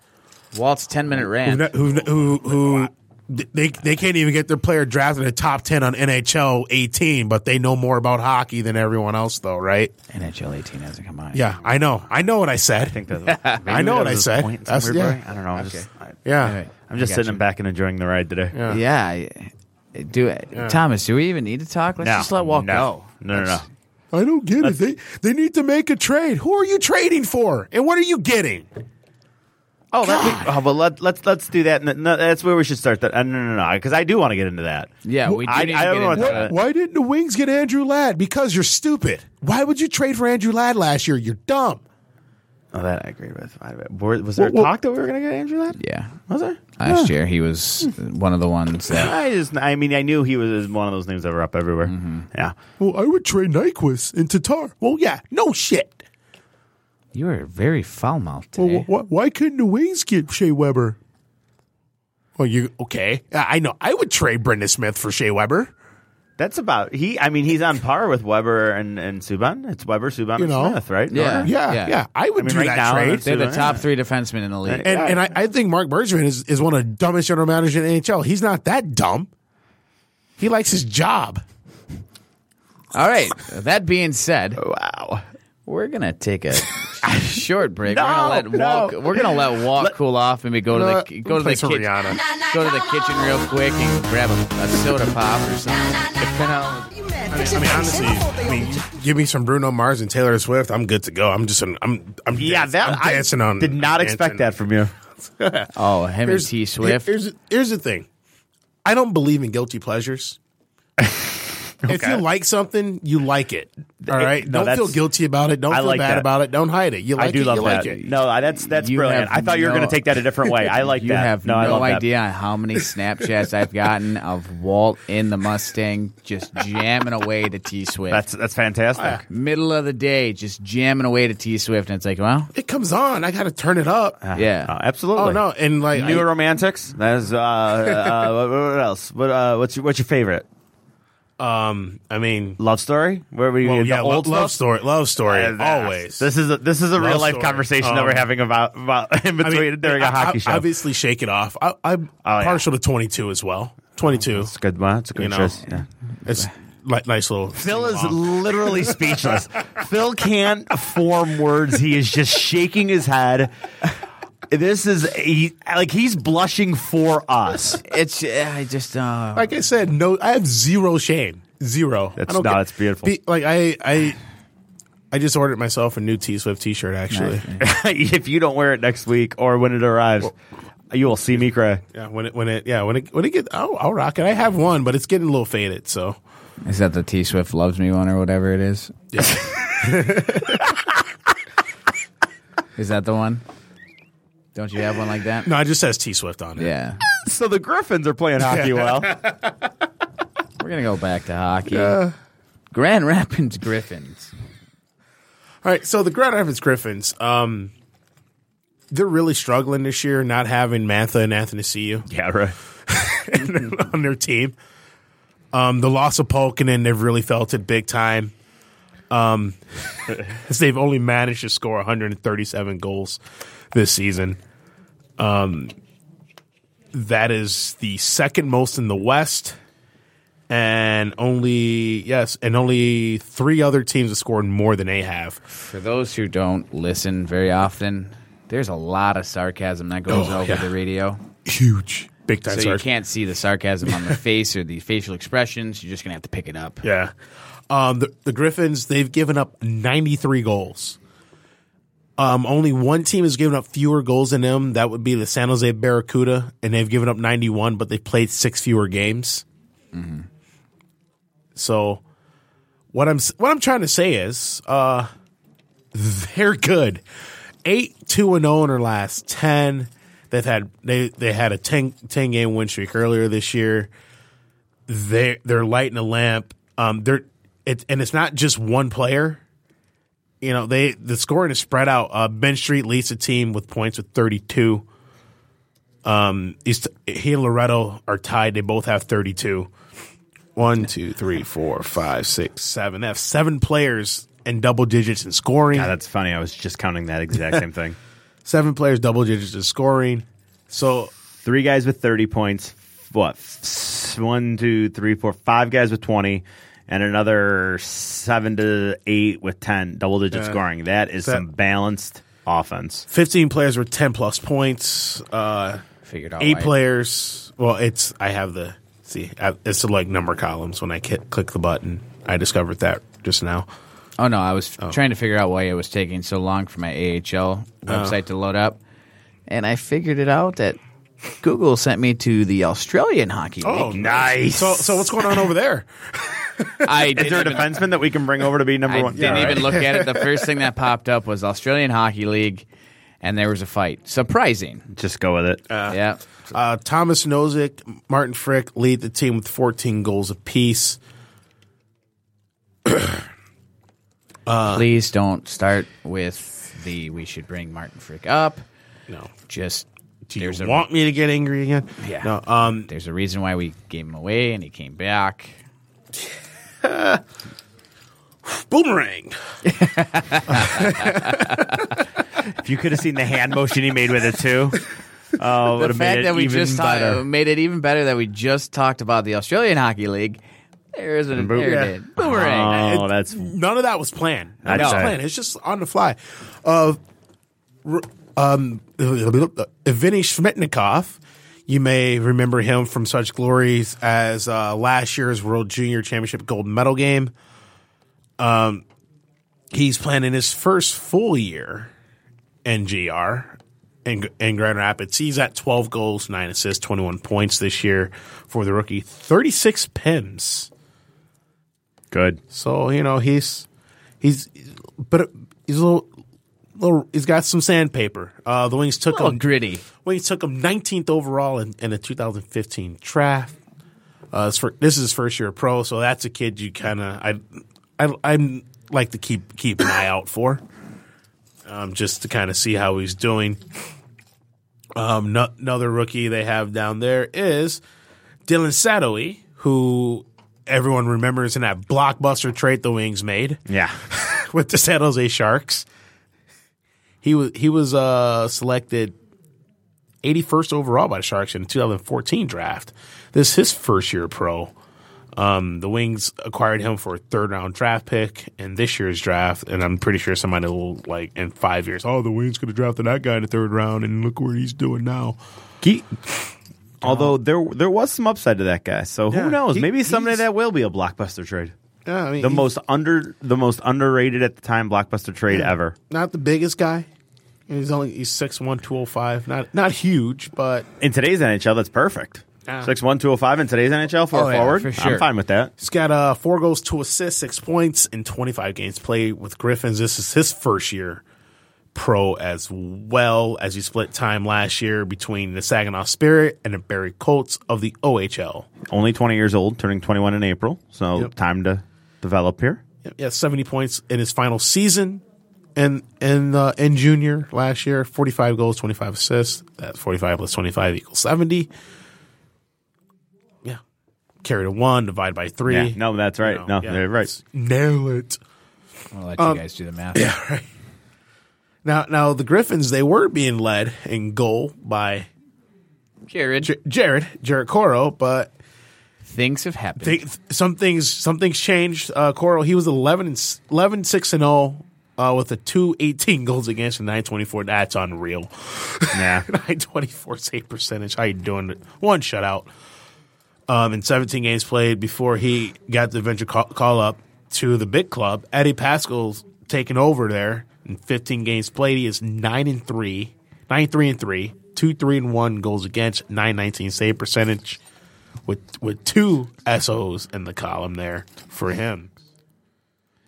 Speaker 3: Walt's ten minute
Speaker 2: who
Speaker 3: rant.
Speaker 2: who who, who they they can't even get their player drafted in the top ten on NHL eighteen, but they know more about hockey than everyone else, though, right?
Speaker 3: NHL eighteen hasn't come out.
Speaker 2: Yeah, I know, I know what I said.
Speaker 4: I think that. maybe
Speaker 2: know
Speaker 4: that
Speaker 2: what
Speaker 4: was
Speaker 2: I
Speaker 4: his
Speaker 2: said.
Speaker 4: point in some
Speaker 2: That's-
Speaker 4: weird
Speaker 2: yeah.
Speaker 4: way. I don't know. I'm just. I,
Speaker 2: yeah,
Speaker 3: All right.
Speaker 4: I'm just
Speaker 3: I
Speaker 4: sitting
Speaker 3: gotcha.
Speaker 4: back and enjoying the ride today.
Speaker 3: Yeah. I- Do it, Thomas. Do we even need to talk? Let's
Speaker 4: No,
Speaker 3: just let Walt
Speaker 4: no.
Speaker 3: go.
Speaker 4: No, no, no.
Speaker 2: I don't get it. They they need to make a trade. Who are you trading for? And what are you getting?
Speaker 4: Oh, that, oh but let, let's let's do that. No, no, that's where we should start. That uh, no, no, no, because I do want to get into that.
Speaker 3: Yeah, we do
Speaker 4: I-
Speaker 3: need
Speaker 4: I
Speaker 3: to
Speaker 4: don't
Speaker 3: get
Speaker 4: know what
Speaker 3: into
Speaker 4: the-
Speaker 3: that.
Speaker 2: Why didn't the Wings get Andrew Ladd? Because you're stupid. Why would you trade for Andrew Ladd last year? You're dumb.
Speaker 4: Oh, that I agree with. I- Were, was there
Speaker 2: Well, well-
Speaker 4: talk that we were going to get Andrew Ladd?
Speaker 3: Yeah.
Speaker 4: was there?
Speaker 3: Last year, he was one of the ones that.
Speaker 4: I just, I mean, I knew he was one of those names that were up everywhere. Yeah,
Speaker 2: Well, I would trade Nyquist and Tatar. Well, yeah, no shit.
Speaker 3: You are very foul mouthed today.
Speaker 2: Well, wh- wh- why couldn't the Wings get Shea Weber? Well, you okay? I I know. I would trade Brendan Smith for Shea Weber.
Speaker 4: That's about he. I mean, he's on par with Weber and and Subban. It's Weber, Subban,
Speaker 2: You
Speaker 4: and
Speaker 2: know.
Speaker 4: Smith, right?
Speaker 3: Yeah.
Speaker 2: Yeah, yeah. I would
Speaker 4: I mean,
Speaker 2: do
Speaker 4: right
Speaker 2: that
Speaker 4: now,
Speaker 2: trade.
Speaker 4: that's-
Speaker 3: They're the
Speaker 4: Yeah.
Speaker 3: top three defensemen in the league.
Speaker 2: And, and I, I think Mark Bergman is, is one of the dumbest general managers in the NHL. He's not that dumb. He likes his job.
Speaker 3: All right. That being said,
Speaker 4: Wow.
Speaker 3: Oh, we're gonna take a short break. we're gonna
Speaker 4: No,
Speaker 3: let walk.
Speaker 4: no.
Speaker 3: We're gonna let walk cool off, and we go to the
Speaker 2: Uh,
Speaker 3: go to the
Speaker 2: play some
Speaker 3: kitchen.
Speaker 2: Rihanna.
Speaker 3: Go to the kitchen real quick and grab a, a soda pop or something. Depend on-
Speaker 5: I
Speaker 2: I mean, honestly, I mean, give me some Bruno Mars and Taylor Swift. I'm good to go. I'm just, an, I'm, I'm,
Speaker 4: Yeah,
Speaker 2: dan-
Speaker 4: that
Speaker 2: I'm dancing
Speaker 4: I
Speaker 2: on.
Speaker 4: Did not
Speaker 2: dancing.
Speaker 4: expect that from you.
Speaker 3: Oh, him and
Speaker 2: Here's-
Speaker 3: T Swift.
Speaker 2: Here's, here's the thing. I don't believe in guilty pleasures. If you like something, you like it. All right.
Speaker 4: no,
Speaker 2: don't feel
Speaker 4: that's-
Speaker 2: guilty about it. Don't
Speaker 4: I
Speaker 2: feel
Speaker 4: like
Speaker 2: bad
Speaker 4: that.
Speaker 2: about it. Don't hide it. You like
Speaker 4: I do
Speaker 2: it.
Speaker 4: love
Speaker 2: you
Speaker 4: that.
Speaker 2: like it.
Speaker 4: no, I- that's that's
Speaker 3: You
Speaker 4: brilliant.
Speaker 3: have
Speaker 4: I thought you were
Speaker 3: no-
Speaker 4: going to take that a different way. I like
Speaker 3: you
Speaker 4: that.
Speaker 3: have
Speaker 4: no, I
Speaker 3: no
Speaker 4: love that.
Speaker 3: idea how many Snapchats I've gotten of Walt in the Mustang just jamming away to T Swift.
Speaker 4: That's that's fantastic.
Speaker 3: Middle of the day, just jamming away to T Swift, and it's like, well,
Speaker 2: It comes on. I got to turn it up.
Speaker 3: yeah.
Speaker 4: Oh, absolutely.
Speaker 2: Oh, no. And like,
Speaker 4: New
Speaker 2: I-
Speaker 4: Romantics. That's uh, uh, what, what else? What uh, what's your, what's your favorite
Speaker 2: Um, I mean,
Speaker 4: love story? Where were you?
Speaker 2: well,
Speaker 4: the
Speaker 2: yeah, lo-
Speaker 4: Oh, old
Speaker 2: love,
Speaker 4: stuff?
Speaker 2: story, love story,
Speaker 4: Yeah, that-
Speaker 2: always.
Speaker 4: This is a, this is a
Speaker 2: Love
Speaker 4: real life
Speaker 2: story.
Speaker 4: conversation that we're
Speaker 2: Um,
Speaker 4: having about about in between during a
Speaker 2: I-
Speaker 4: hockey
Speaker 2: I-
Speaker 4: show. Oh,
Speaker 2: Obviously, shake it off. I, I'm
Speaker 4: yeah. Oh,
Speaker 2: partial to 22 as well. 22.
Speaker 4: it's a good one. It's a good
Speaker 2: You know.
Speaker 4: choice. Yeah.
Speaker 2: It's like nice little.
Speaker 4: Phil is literally speechless. Phil can't form words. He is just shaking his head. This is he, like he's blushing for us.
Speaker 3: It's I just uh,
Speaker 2: like I said, no, I have zero shame, zero.
Speaker 4: That's-
Speaker 2: I don't
Speaker 4: no,
Speaker 2: care.
Speaker 4: that's beautiful.
Speaker 2: Be- like I, I, I just ordered myself a new T Swift T-shirt. Actually,
Speaker 4: if you don't wear it next week or when it arrives, you will see me cry.
Speaker 2: yeah. When it, when it, yeah, when it, when it get, I'll, I'll rock it. I have one, but it's getting a little faded. So
Speaker 3: is that the T Swift loves me one or whatever it is? is that the one? Don't you have one like that?
Speaker 2: no, it just says T Swift on it.
Speaker 3: Yeah,
Speaker 4: So the Griffins are playing hockey well.
Speaker 3: we're gonna go back to hockey. Grand Rapids Griffins.
Speaker 2: All right, so the Grand Rapids Griffins, um, they're really struggling this year, not having Mantha and Athanasiu
Speaker 4: yeah, right.
Speaker 2: on their team. Um, the loss of Polkinen, they've really felt it big time. Um, as they've only managed to score 137 goals this season. Um, that is the second most in the West, and only yes, and only three other teams have scored more than they have.
Speaker 3: For those who don't listen very often, there's a lot of sarcasm that goes
Speaker 2: Oh,
Speaker 3: over
Speaker 2: yeah.
Speaker 3: the radio.
Speaker 2: huge, big time.
Speaker 3: So you
Speaker 2: sarc-
Speaker 3: can't see the sarcasm on the face or the facial expressions. You're just gonna have to pick it up.
Speaker 2: Yeah, um, the, the Griffins they've given up ninety three goals. Um, only one team has given up fewer goals than them. That would be the San Jose Barracuda, and they've given up ninety one, but they've played six fewer games. So, what I'm s- what I'm trying to say is, uh, they're good. Eight two and zero in their last ten. They've had they they had a 10, 10 game win streak earlier this year they they're lighting a lamp. Um, they're it, and it's not just one player. You know, they the scoring is spread out. Uh, ben Street leads the team with points with thirty two. Um, East, he and Loretto are tied. They both have thirty two. One, two, three, four, five, six, seven. They have seven players in double digits in scoring.
Speaker 4: Yeah, that's funny. I was just counting that exact same thing.
Speaker 2: seven players double digits in scoring. So
Speaker 4: Three guys with thirty points. What? S- One, two, three, four, five guys with twenty, and another seven to eight with ten double digit scoring. That is
Speaker 2: That-
Speaker 4: some balanced offense.
Speaker 2: fifteen players with ten plus points. Uh,
Speaker 3: Figured out
Speaker 2: eight
Speaker 3: why.
Speaker 2: players. Well, it's I have the see. I- It's the like number columns when I ki- click the button. I discovered that just now.
Speaker 3: Oh no, I was trying to figure out why it was taking so long for my AHL
Speaker 4: Oh.
Speaker 3: website to load up, and I figured it out that Google sent me to the Australian hockey. League.
Speaker 4: Oh, nice.
Speaker 2: So, so what's going on over there?
Speaker 3: I
Speaker 4: Is there a
Speaker 3: didn't even-
Speaker 4: defenseman that we can bring over to be number
Speaker 3: I
Speaker 4: one?
Speaker 3: didn't
Speaker 4: Yeah,
Speaker 3: even
Speaker 4: right.
Speaker 3: look at it. The first thing that popped up was Australian Hockey League, and there was a fight. Surprising.
Speaker 4: Just go with it.
Speaker 3: yeah.
Speaker 2: Uh, Thomas Nozick, Martin Frick lead the team with 14 goals apiece.
Speaker 4: uh.
Speaker 3: Please don't start with the we should bring Martin Frick up.
Speaker 2: No.
Speaker 3: Just
Speaker 2: Do
Speaker 3: there's
Speaker 2: you
Speaker 3: a
Speaker 2: want me to get angry again?
Speaker 3: Yeah.
Speaker 2: No. Um.
Speaker 3: there's a reason why we gave him away and he came back.
Speaker 2: Boomerang.
Speaker 4: If you could have seen the hand motion he made with it too, oh, would
Speaker 3: the
Speaker 4: have made
Speaker 3: fact
Speaker 4: it
Speaker 3: that we
Speaker 4: even
Speaker 3: just ta-
Speaker 4: better.
Speaker 3: made it even better that we just talked about the Australian Hockey League. There's an
Speaker 4: Boom.
Speaker 3: there it
Speaker 4: Yeah.
Speaker 3: is. boomerang.
Speaker 4: oh, that's
Speaker 2: None of that was planned. None of
Speaker 4: I
Speaker 2: that was
Speaker 4: know.
Speaker 2: planned. It's just on the fly. Uh, r- um, Vinny Shmetnikov, you may remember him from such glories as uh, last year's World Junior Championship gold medal game. Um, he's playing in his first full year in GR in, in Grand Rapids. He's at 12 goals, 9 assists, 21 points this year for the rookie, 36 pims.
Speaker 4: good.
Speaker 2: So you know he's he's but he's a little little he's got some sandpaper. Uh, the Wings took
Speaker 3: A little
Speaker 2: him
Speaker 3: gritty.
Speaker 2: Wings took him 19th overall in, in the 2015 draft. Uh, it's for, this is his first year of pro, so that's a kid you kind of I I I like to keep keep an eye out for, um, just to kind of see how he's doing. Um, no, another rookie they have down there is Dylan Sadowy, who everyone remembers in that blockbuster trade the Wings made
Speaker 4: Yeah,
Speaker 2: with the San Jose Sharks. He was he was uh, selected 81st overall by the Sharks in the 2014 draft. This is his first year pro. Um, the Wings acquired him for a third round draft pick in this year's draft, and I'm pretty sure somebody will like in five years. Oh, the Wings could have drafted that guy in the third round, and look what he's doing now.
Speaker 4: He- although there there was some upside to that guy, so
Speaker 2: Yeah.
Speaker 4: who knows?
Speaker 2: He-
Speaker 4: Maybe someday
Speaker 2: he's-
Speaker 4: that will be a blockbuster trade.
Speaker 2: Yeah, I mean,
Speaker 4: The
Speaker 2: he's
Speaker 4: most under the most underrated at the time blockbuster trade ever.
Speaker 2: not the biggest guy. He's only he's six one two oh five. Not not huge, but
Speaker 4: In today's NHL, that's perfect.
Speaker 2: Yeah.
Speaker 4: Six one two zero five in today's NHL for
Speaker 3: Oh,
Speaker 4: a
Speaker 3: yeah,
Speaker 4: forward.
Speaker 3: for sure.
Speaker 4: I'm fine with that.
Speaker 2: He's got uh, four goals, two assists, six points in 25 games played with Griffins. This is his first year pro as well as he split time last year between the Saginaw Spirit and the Barry Colts of the OHL.
Speaker 4: Only 20 years old, turning 21 in April, so
Speaker 2: Yep.
Speaker 4: time to develop here.
Speaker 2: Yeah, 70 points in his final season and in uh, in junior last year, 45 goals, 25 assists. That's 45 plus 25 equals 70. Yeah. Carry to one, divide by three.
Speaker 4: Yeah, no, that's right.
Speaker 2: You know,
Speaker 4: no,
Speaker 2: yeah.
Speaker 4: they're right.
Speaker 2: Nail it.
Speaker 3: I'll let you
Speaker 4: Um,
Speaker 3: guys do the math.
Speaker 2: Now, now the Griffins they were being led in goal by
Speaker 3: Jared,
Speaker 2: J- Jared Jared Coro, but
Speaker 3: things have happened.
Speaker 2: they, some things some things changed. Uh, Coro he was 11 and s- 11 6 and zero uh, with a two eighteen goals against and nine twenty four. That's unreal.
Speaker 4: Yeah,
Speaker 2: nine twenty four save percentage. How you doing? One shutout. Um, in seventeen games played before he got the venture call, call up to the big club, Eddie Pascal's taken over there. In fifteen games played, he is nine and three, nine three and three, two three and one goals against, nine nineteen save percentage, with with two SOs in the column there for him.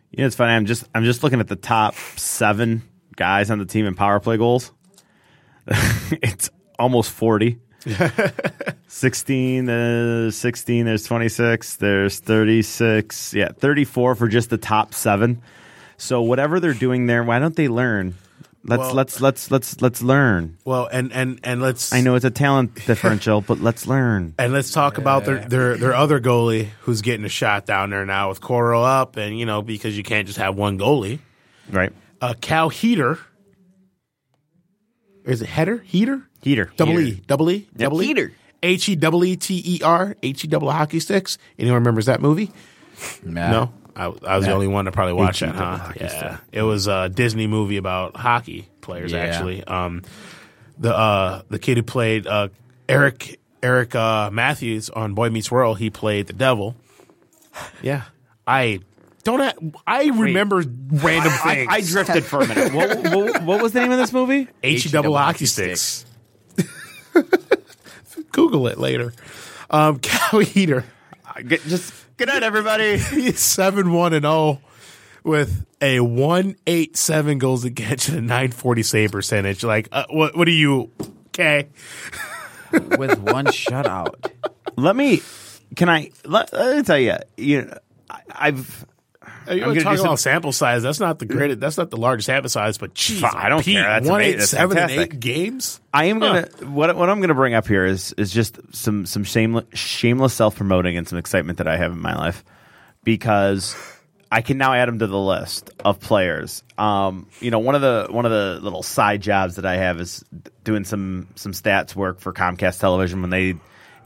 Speaker 4: you know, it's funny. I'm just I'm just looking at the top seven guys on the team in power play goals. it's almost 40. 16, uh, 16, there's 26, there's 36. Yeah, 34 for just the top 7. So whatever they're doing there, why don't they learn? Let's
Speaker 2: Well-
Speaker 4: let's let's let's let's learn.
Speaker 2: Well, and and and let's
Speaker 4: I know it's a talent differential, but let's learn.
Speaker 2: And let's talk about their, their their other goalie who's getting a shot down there now with Coro up, and you know because you can't just have one goalie.
Speaker 4: Right.
Speaker 2: Uh, Cal Heater, or is it Header Heater?
Speaker 4: Heater.
Speaker 2: Double
Speaker 4: Heater.
Speaker 2: E, double E, double E.
Speaker 3: Heater.
Speaker 2: H e double e t e r h e double hockey sticks. Anyone remembers that movie?
Speaker 3: Nah.
Speaker 2: No, I, I was the only one to probably watch
Speaker 4: H E
Speaker 2: that.
Speaker 4: double
Speaker 2: Huh?
Speaker 4: hockey
Speaker 2: Yeah,
Speaker 4: stick.
Speaker 2: it was a Disney movie about hockey players.
Speaker 3: Yeah.
Speaker 2: Actually, um, the uh, the kid who played uh, Eric Eric uh, Matthews on Boy Meets World, he played the devil. Yeah, I don't. Ha- I remember random
Speaker 4: I,
Speaker 2: things.
Speaker 4: I drifted for a minute. What, what, what was the name of this movie?
Speaker 2: H E double hockey sticks. Google it later. Um, Cow Eater.
Speaker 4: Good, just good night, everybody.
Speaker 2: He's seven one and zero with a one eight seven goals against and a nine forty save percentage. Like, uh, what? What are you? Okay,
Speaker 3: With one shutout.
Speaker 4: Let me. Can I? Let, let me tell you. You, know, I, I've.
Speaker 2: Uh, You
Speaker 4: gonna
Speaker 2: want to talk
Speaker 4: do some-
Speaker 2: about sample size? That's not the greatest. That's not the largest sample size, but geez,
Speaker 4: I don't
Speaker 2: Pete,
Speaker 4: care. That's
Speaker 2: one,
Speaker 4: amazing.
Speaker 2: eight,
Speaker 4: That's
Speaker 2: seven, and
Speaker 4: fantastic.
Speaker 2: eight games.
Speaker 4: I am gonna what what I'm gonna bring up here is is just some some shameless shameless self promoting and some excitement that I have in my life because I can now add them to the list of players. Um, you know, one of the one of the little side jobs that I have is doing some some stats work for Comcast Television when they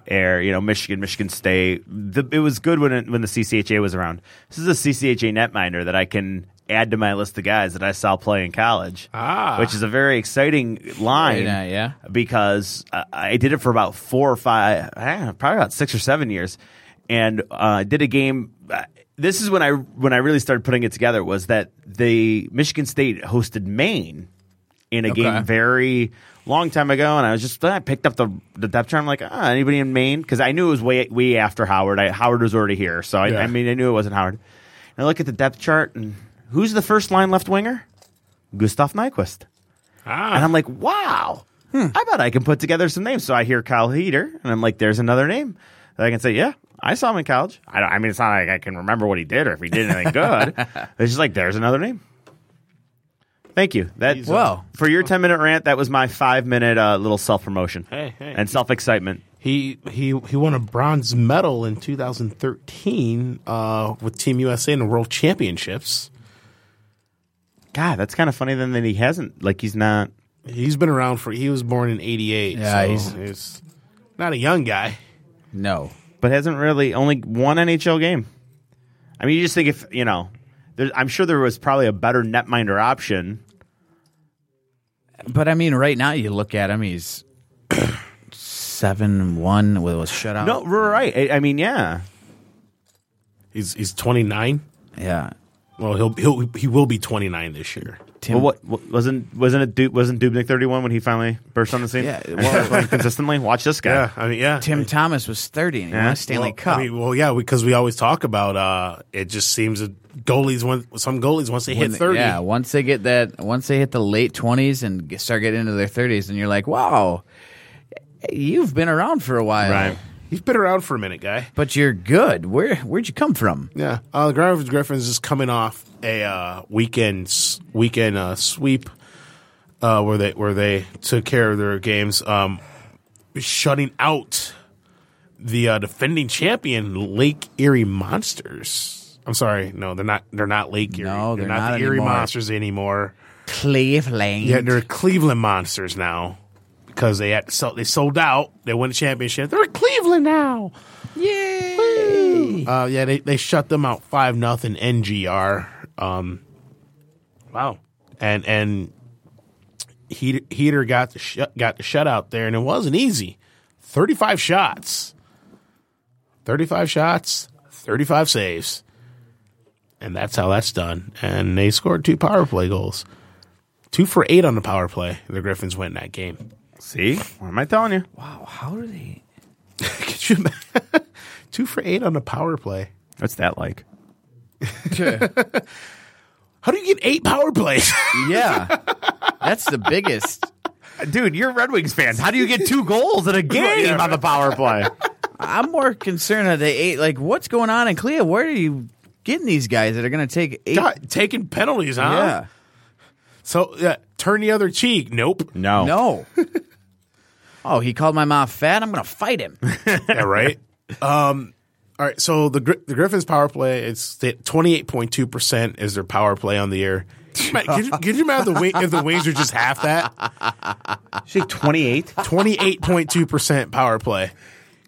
Speaker 4: air, you know, Michigan, Michigan State. The, it was good when it, when the CCHA was around. This is a CCHA netminder that I can add to my list of guys that I saw play in college,
Speaker 2: Ah.
Speaker 4: which is a very exciting line
Speaker 3: Right, uh, yeah.
Speaker 4: because uh, I did it for about four or five, eh, probably about six or seven years, and uh, did a game. uh, This is when I when I really started putting it together was that the Michigan State hosted Maine in a
Speaker 3: Okay.
Speaker 4: game very long time ago, and I was just I picked up the the depth chart. I'm like, ah, anybody in Maine? Because I knew it was way way after Howard. I, Howard was already here, so I,
Speaker 2: Yeah.
Speaker 4: I mean, I knew it wasn't Howard. And I look at the depth chart, and who's the first line left winger? Gustav Nyquist. And
Speaker 2: Ah,
Speaker 4: I'm like, wow,
Speaker 2: Hmm.
Speaker 4: I bet I can put together some names. So I hear Kyle Heater, and I'm like, there's another name that I can say, yeah, I saw him in college. I, don't, I mean, it's not like I can remember what he did or if he did anything good. It's just like, there's another name. Thank you. That
Speaker 3: Wow.
Speaker 4: for your ten minute rant. That was my five minute uh, little self promotion
Speaker 2: Hey, hey.
Speaker 4: and self excitement.
Speaker 2: he he he won a bronze medal in 2013 uh, with Team USA in the World Championships.
Speaker 4: God, that's kind of funny. Then that he hasn't like he's not.
Speaker 2: He's been around for. He was born in '88.
Speaker 3: Yeah,
Speaker 2: so
Speaker 3: he's-
Speaker 2: not a young guy.
Speaker 3: No.
Speaker 4: but hasn't really only one NHL game. I mean, you just think if you know, there, I'm sure there was probably a better netminder option.
Speaker 3: But I mean, right now you look at him, he's seven one with a shutout.
Speaker 4: No, we're right. I, I mean, yeah,
Speaker 2: He's he's 29.
Speaker 3: Yeah.
Speaker 2: Well, he'll he'll he will be 29 this year.
Speaker 3: Tim,
Speaker 4: but what, what wasn't wasn't it Du- wasn't Dubnik 31 when he finally burst on the scene?
Speaker 3: Yeah,
Speaker 4: And
Speaker 3: well-
Speaker 4: started playing consistently. Watch this guy.
Speaker 2: Yeah, I mean, yeah.
Speaker 3: Tim Thomas was thirty and he won a Stanley
Speaker 2: well,
Speaker 3: Cup.
Speaker 2: I mean, well, yeah, because we always talk about uh, it. Just seems that goalies when some goalies once they
Speaker 3: When
Speaker 2: hit
Speaker 3: they-
Speaker 2: thirty,
Speaker 3: Yeah, once they get that, once they hit the late twenties and get- start getting into their thirties, and you're like, wow, you've been around for a while,
Speaker 4: Right.
Speaker 2: he's been around for a minute, guy.
Speaker 3: But you're good. Where where'd you come from?
Speaker 2: Yeah, uh, the Grand Rapids Griffins is coming off a uh, weekend s- weekend uh, sweep uh, where they where they took care of their games, um, shutting out the uh, defending champion Lake Erie Monsters. I'm sorry, no, they're not. They're not Lake Erie.
Speaker 3: No, they're not
Speaker 2: the Erie
Speaker 3: anymore.
Speaker 2: Monsters anymore.
Speaker 3: Cleveland.
Speaker 2: Yeah, they're Cleveland Monsters now because they had so they sold out. They won the championship. They're Cleveland now. Yay! Uh, yeah, they, they shut them out five nothing NGR. Um, wow. And and Heater, Heater got the sh- got the shutout there, and it wasn't easy. Thirty five shots. Thirty five shots. Thirty five saves. And that's how that's done. And they scored two power play goals two for eight on the power play. The Griffins win that game.
Speaker 4: See, what am I telling you?
Speaker 3: Wow, how do they?
Speaker 2: Could you ima- two for eight on the power play.
Speaker 4: What's that like?
Speaker 2: How do you get eight power plays?
Speaker 3: yeah, that's the biggest.
Speaker 4: Dude, you're Red Wings fans. How do you get two goals in a game on the power play?
Speaker 3: I'm more concerned that they ate. Like, what's going on in Cleveland? Where are you getting these guys that are going to take eight?
Speaker 2: God, taking penalties, huh?
Speaker 3: yeah,
Speaker 2: So yeah, turn the other cheek. Nope.
Speaker 4: No,
Speaker 3: no. oh, he called my mom fat. I'm going to fight him.
Speaker 2: yeah, right. Um, all right. So the Gri- the Griffins power play it's twenty eight point two percent is their power play on the year. Man, Could you, could you imagine the wing, if the wings are just half that?
Speaker 4: Say 28.
Speaker 2: Twenty eight point two percent power play.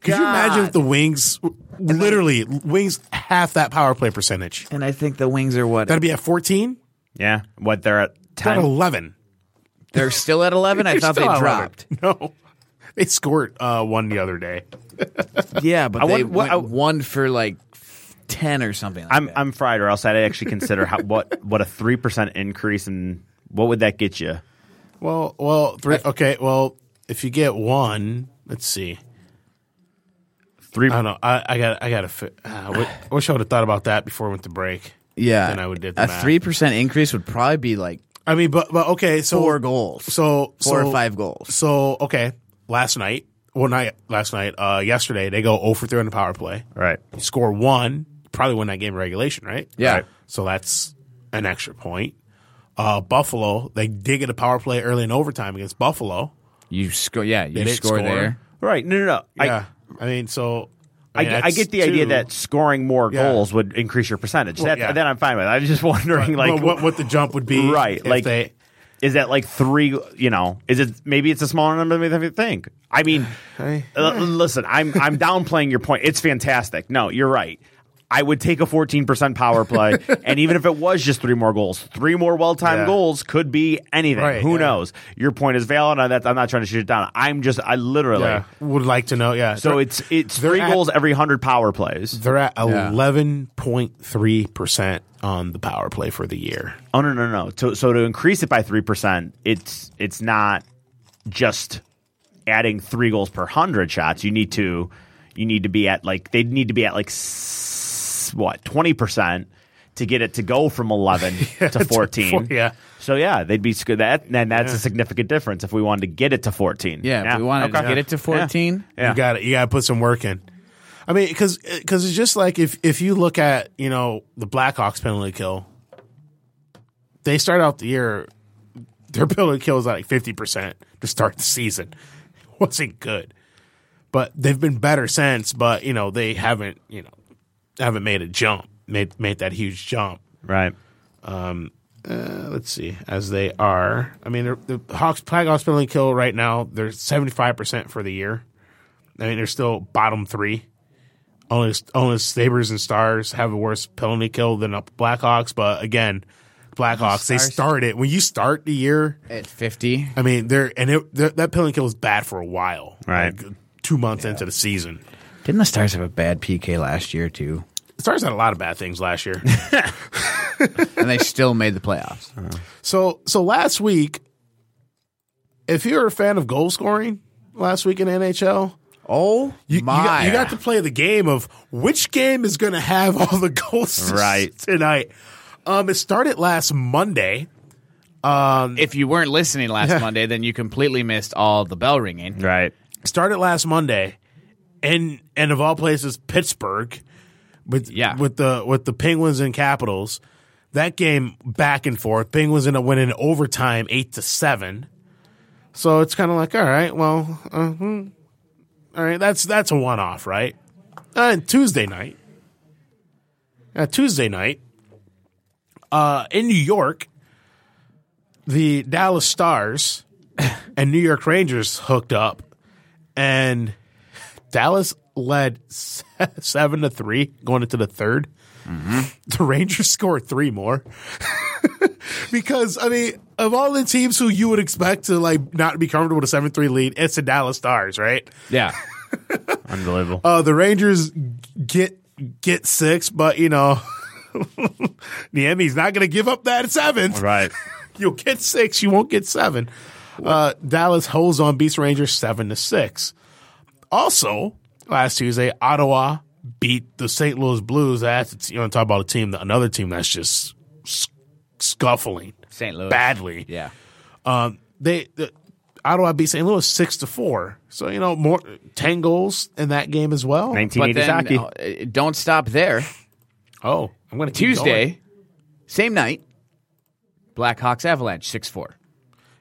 Speaker 2: Could you imagine if
Speaker 3: God.
Speaker 2: the wings literally wings half that power play percentage?
Speaker 3: And I think the wings are what
Speaker 2: That'd be at 14?
Speaker 4: Yeah, what they're at
Speaker 2: Not
Speaker 4: 10.
Speaker 2: 11.
Speaker 3: they're still at eleven. I
Speaker 2: They're
Speaker 3: thought they
Speaker 2: still at
Speaker 3: dropped.
Speaker 2: 11. No. They scored uh, one the other day.
Speaker 3: Yeah, but they
Speaker 4: wonder- what-
Speaker 3: went
Speaker 4: I-
Speaker 3: one for like ten or something. Like
Speaker 4: I'm
Speaker 3: that.
Speaker 4: I'm fried, or else I'd actually consider how, what what a three percent increase in what would that get you?
Speaker 2: Well, well, three. Okay, well, if you get one, let's see.
Speaker 4: Three.
Speaker 2: I don't know. I, I got. I got to. Uh, wi- I wish I would have thought about that before I went to break.
Speaker 3: yeah,
Speaker 2: Then I would did the
Speaker 3: a
Speaker 2: math.
Speaker 3: three percent increase would probably be like
Speaker 2: I mean, but but okay. So
Speaker 3: four goals.
Speaker 2: So
Speaker 3: Four or
Speaker 2: so-
Speaker 3: five goals.
Speaker 2: So okay, last night. Well, night last night. Uh, yesterday they go 0 for three on the power play.
Speaker 4: Right.
Speaker 2: You score one, probably win that game in regulation, right?
Speaker 3: Yeah.
Speaker 4: Right.
Speaker 2: So that's an extra point. Uh, Buffalo, they did get a power play early in overtime against Buffalo.
Speaker 3: You score. Yeah, you
Speaker 2: They didn't
Speaker 3: score, there.
Speaker 4: Right. No, no, no.
Speaker 2: yeah. I mean, so.
Speaker 4: I, I,
Speaker 2: mean,
Speaker 4: get- I
Speaker 2: that's
Speaker 4: get the idea
Speaker 2: two.
Speaker 4: that scoring more
Speaker 2: Yeah.
Speaker 4: goals would increase your percentage. That's,
Speaker 2: yeah.
Speaker 4: That I'm fine with. I was just wondering, like,
Speaker 2: Well, what, what the jump would be.
Speaker 4: right?
Speaker 2: if
Speaker 4: like,
Speaker 2: they,
Speaker 4: is that like three? You know, is it maybe it's a smaller number than we think? I mean,
Speaker 2: I-
Speaker 4: l- listen, I'm I'm downplaying your point. It's fantastic. No, you're right. I would take a 14% power play, and even if it was just three more goals, three more well-timed
Speaker 2: Yeah.
Speaker 4: goals could be anything.
Speaker 2: Right,
Speaker 4: Who
Speaker 2: yeah.
Speaker 4: knows? Your point is valid. On that, I'm not trying to shoot it down. I'm just, I literally.
Speaker 2: yeah, would like to know. Yeah.
Speaker 4: So it's it's
Speaker 2: They're
Speaker 4: three
Speaker 2: at-
Speaker 4: goals every hundred power plays.
Speaker 2: They're at
Speaker 3: Yeah.
Speaker 2: 11.3% on the power play for the year.
Speaker 4: Oh no no no! So so to increase it by three percent, it's it's not just adding three goals per hundred shots. You need to you need to be at like they need to be at like s- what twenty percent to get it to go from eleven to fourteen.
Speaker 2: yeah.
Speaker 4: So yeah, they'd be sc- that and that's a significant difference if we wanted to get it to fourteen.
Speaker 3: Yeah, if we wanted to
Speaker 4: okay.
Speaker 3: get it to fourteen.
Speaker 4: Yeah.
Speaker 2: You got to You got to put some work in. I mean, because it's just like if if you look at you know the Blackhawks penalty kill, they start out the year, their penalty kill is like fifty percent to start the season. It wasn't good, but they've been better since. But you know they haven't you know haven't made a jump, made made that huge jump.
Speaker 4: right.
Speaker 2: Uh, let's see, as they are. I mean, they're- the Hawks Blackhawks penalty kill right now. They're seventy five percent for the year. I mean, they're still bottom three. Only only Sabers and Stars have a worse penalty kill than the Blackhawks. But again, Blackhawks they
Speaker 3: Stars-
Speaker 2: started when you start the year.
Speaker 3: At fifty,
Speaker 2: I mean, they're and it, they're, that penalty kill was bad for a while.
Speaker 4: Right.
Speaker 2: like, two months into the season.
Speaker 3: didn't the Stars have a bad PK last year too?
Speaker 2: Stars had a lot of bad things last year.
Speaker 3: And they still made the playoffs.
Speaker 2: So so last week, if you're a fan of goal scoring, last week in NHL,
Speaker 3: Oh
Speaker 2: you, you,
Speaker 3: my!
Speaker 2: got, you got to play the game of which game is going to have all the goals
Speaker 4: Right.
Speaker 2: tonight. Um, it started last Monday.
Speaker 3: if you weren't listening last Monday, then you completely missed all the bell ringing.
Speaker 4: Right.
Speaker 2: It started last Monday, and and of all places, Pittsburgh, with
Speaker 3: Yeah.
Speaker 2: with the with the Penguins and Capitals. That game back and forth. Penguins ended up winning overtime eight to seven. So it's kind of like, all right, well, uh, hmm. all right, that's that's a one off, right? Uh, and Tuesday night, uh, Tuesday night, uh, in New York, the Dallas Stars and New York Rangers hooked up, and Dallas led se- seven to three going into the 3rd The Rangers scored three more because I mean, of all the teams who you would expect to like not be comfortable with a seven three lead, it's the Dallas Stars, right?
Speaker 3: Yeah,
Speaker 4: Unbelievable.
Speaker 2: Uh, the Rangers get get six, but you know, Niemi's not going to give up that seventh.
Speaker 4: right.
Speaker 2: You'll get six. You won't get seven. Uh, Dallas holds on beats Rangers seven to six. Also, last Tuesday, Ottawa beat the St. Louis Blues. That's you want to talk about a team, that another team that's just sc- scuffling
Speaker 3: St. Louis.
Speaker 2: badly.
Speaker 3: Yeah,
Speaker 2: They the, Ottawa beat St. Louis six to four. So you know more ten goals in that game as well.
Speaker 3: but
Speaker 4: 1980s
Speaker 3: then
Speaker 4: hockey.
Speaker 3: uh, don't stop there.
Speaker 2: Oh, I'm going to
Speaker 3: Tuesday, same night, Blackhawks Avalanche six four.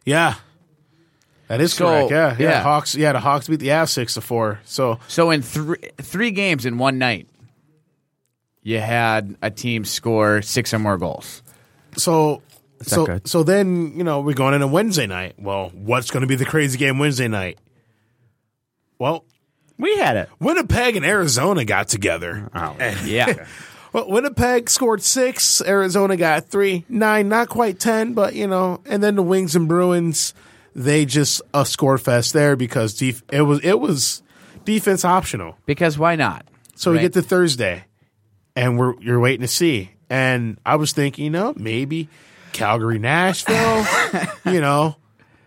Speaker 2: Yeah. That is
Speaker 3: So,
Speaker 2: correct. Yeah, yeah.
Speaker 3: yeah.
Speaker 2: Hawks. Yeah, the Hawks beat the Avs six to four. So
Speaker 3: So in three three games in one night, you had a team score six or more goals.
Speaker 2: so so
Speaker 4: good?
Speaker 2: so then you know we're going into Wednesday night. Well, what's going to be the crazy game Wednesday night? Well,
Speaker 4: we had it.
Speaker 2: Winnipeg and Arizona got together.
Speaker 3: Yeah,
Speaker 2: Well, Winnipeg scored six. Arizona got three, nine, not quite ten, but you know. And then the Wings and Bruins, they just a score fest there because def- it was it was defense optional.
Speaker 3: because why not?
Speaker 2: So we
Speaker 3: Right.
Speaker 2: get to Thursday, and we're you're waiting to see. And I was thinking, you know, maybe Calgary, Nashville, you know,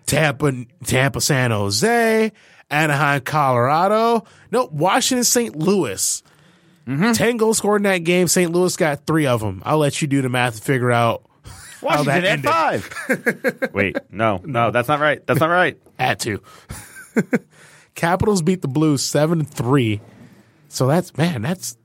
Speaker 2: Tampa, Tampa, San Jose, Anaheim, Colorado. No, Washington, St. Louis.
Speaker 3: Mm-hmm.
Speaker 2: Ten goals scored in that game. St. Louis got three of them. I'll let you do the math to figure out
Speaker 4: Washington
Speaker 2: that
Speaker 4: at
Speaker 2: ended.
Speaker 4: five. Wait, no, no, that's not right. That's not right.
Speaker 2: at two. Capitals beat the Blues seven three. So that's man, that's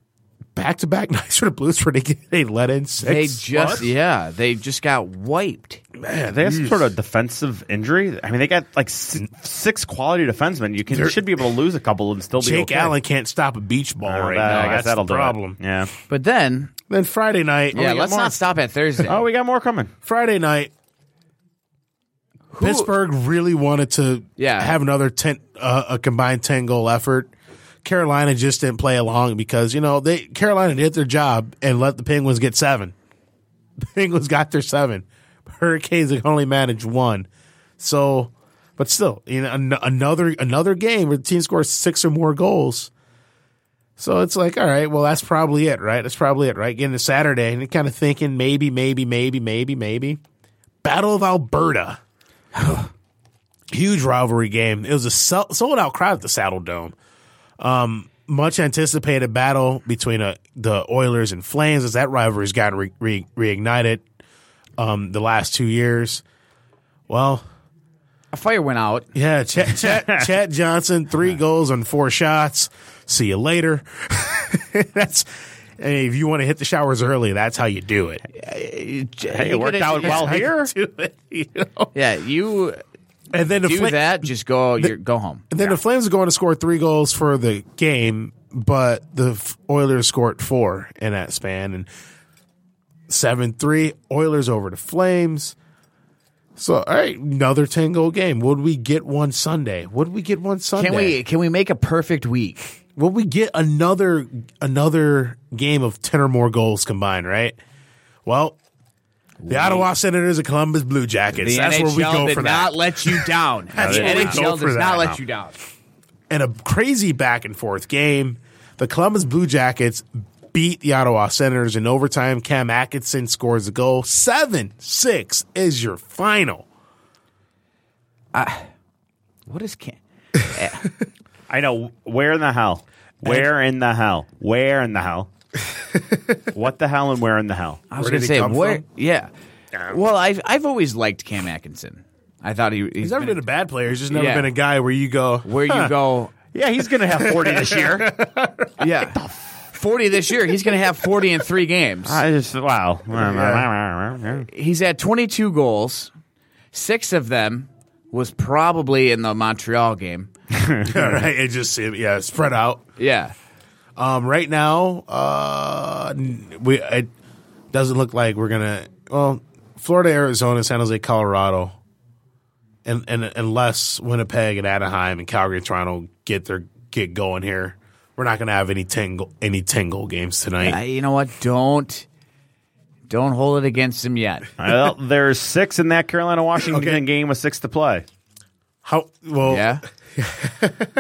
Speaker 2: back to back nights for the Blues where they, get- they let in six.
Speaker 3: They just
Speaker 2: plus.
Speaker 3: yeah, they just got wiped.
Speaker 4: Yeah, they have some sort of defensive injury. I mean, they got like s- six quality defensemen. You can you should be able to lose a couple and still be
Speaker 2: Jake
Speaker 4: okay.
Speaker 2: Allen can't stop a beach ball
Speaker 4: Oh,
Speaker 2: right
Speaker 4: that-
Speaker 2: now.
Speaker 4: I guess
Speaker 2: That's
Speaker 4: that'll
Speaker 2: the
Speaker 4: do it.
Speaker 2: problem.
Speaker 4: Yeah.
Speaker 3: But then,
Speaker 2: Then Friday night, oh,
Speaker 3: yeah,
Speaker 4: got
Speaker 3: let's
Speaker 4: more.
Speaker 3: not stop at Thursday.
Speaker 4: Oh, we got more coming.
Speaker 2: Friday night,
Speaker 3: Who-
Speaker 2: Pittsburgh really wanted to
Speaker 3: Yeah.
Speaker 2: have another ten, uh, a combined ten goal effort. Carolina just didn't play along because you know they Carolina did their job and let the Penguins get seven. The Penguins got their seven. Hurricanes can only managed one. So, but still, you know, an- another another game where the team scores six or more goals. So it's like, all right, well, that's probably it, right? That's probably it, right? Getting to Saturday and kind of thinking maybe, maybe, maybe, maybe, maybe. Battle of Alberta. Huge rivalry game. It was a sold out crowd at the Saddle Dome. Um, much anticipated battle between uh, the Oilers and Flames as that rivalry's gotten re- re- reignited um, the last two years. Well,
Speaker 3: a fire went out.
Speaker 2: yeah, Chet, Chet, Chet Johnson, three goals on four shots. See you later. that's hey, if you want to hit the showers early, that's how you do it.
Speaker 4: Hey, it worked out well here.
Speaker 2: Do it, you know?
Speaker 3: Yeah, you
Speaker 2: And then the
Speaker 3: do
Speaker 2: Fla-
Speaker 3: that. Just go. You're, go home.
Speaker 2: And then the Flames are going to score three goals for the game, but the F- Oilers scored four in that span and seven three Oilers over the Flames. So all right, another ten goal game. Would we get one Sunday? Would we get one Sunday?
Speaker 3: Can we? Can we make a perfect week?
Speaker 2: Well, we get another another game of ten or more goals combined, right? Well, the Ottawa Senators and Columbus Blue Jackets.
Speaker 3: The
Speaker 2: That's
Speaker 3: NHL
Speaker 2: where we go
Speaker 3: did
Speaker 2: for
Speaker 3: not
Speaker 2: that.
Speaker 3: let you down. the
Speaker 2: where we go
Speaker 3: NHL
Speaker 2: for
Speaker 3: does
Speaker 2: that.
Speaker 3: not
Speaker 2: No.
Speaker 3: let you down.
Speaker 2: and a crazy back and forth game. The Columbus Blue Jackets beat the Ottawa Senators in overtime. Cam Atkinson scores a goal. Seven six is your final.
Speaker 3: What is can?
Speaker 4: I know. Where in the hell? Where in the hell? Where in the hell? what the hell and where in the hell?
Speaker 3: I was
Speaker 2: Where
Speaker 3: going
Speaker 2: did
Speaker 3: to
Speaker 2: he
Speaker 3: say
Speaker 2: come
Speaker 3: where?
Speaker 2: from?
Speaker 3: Yeah. Well, I've I've always liked Cam Atkinson. I thought he
Speaker 2: He's never been a bad player. He's just never
Speaker 3: Yeah.
Speaker 2: been a guy where you go.
Speaker 3: where you go.
Speaker 4: Yeah, he's gonna have forty this year.
Speaker 3: Yeah. 40 this year. He's going to have 40 in three games.
Speaker 4: I just wow.
Speaker 3: He's at 22 goals. Six of them was probably in the Montreal game.
Speaker 2: All right, it just yeah spread out.
Speaker 3: Yeah.
Speaker 2: Um, right now, uh, n- we it doesn't look like we're gonna. Well, Florida, Arizona, San Jose, Colorado, and and unless Winnipeg and Anaheim and Calgary, Toronto get their get going here, we're not gonna have any ten go- any ten goal games tonight.
Speaker 3: I, you know what? Don't don't hold it against him yet.
Speaker 4: well, there's six in that Carolina Washington
Speaker 2: Okay.
Speaker 4: game with six to play.
Speaker 2: How well?
Speaker 3: Yeah.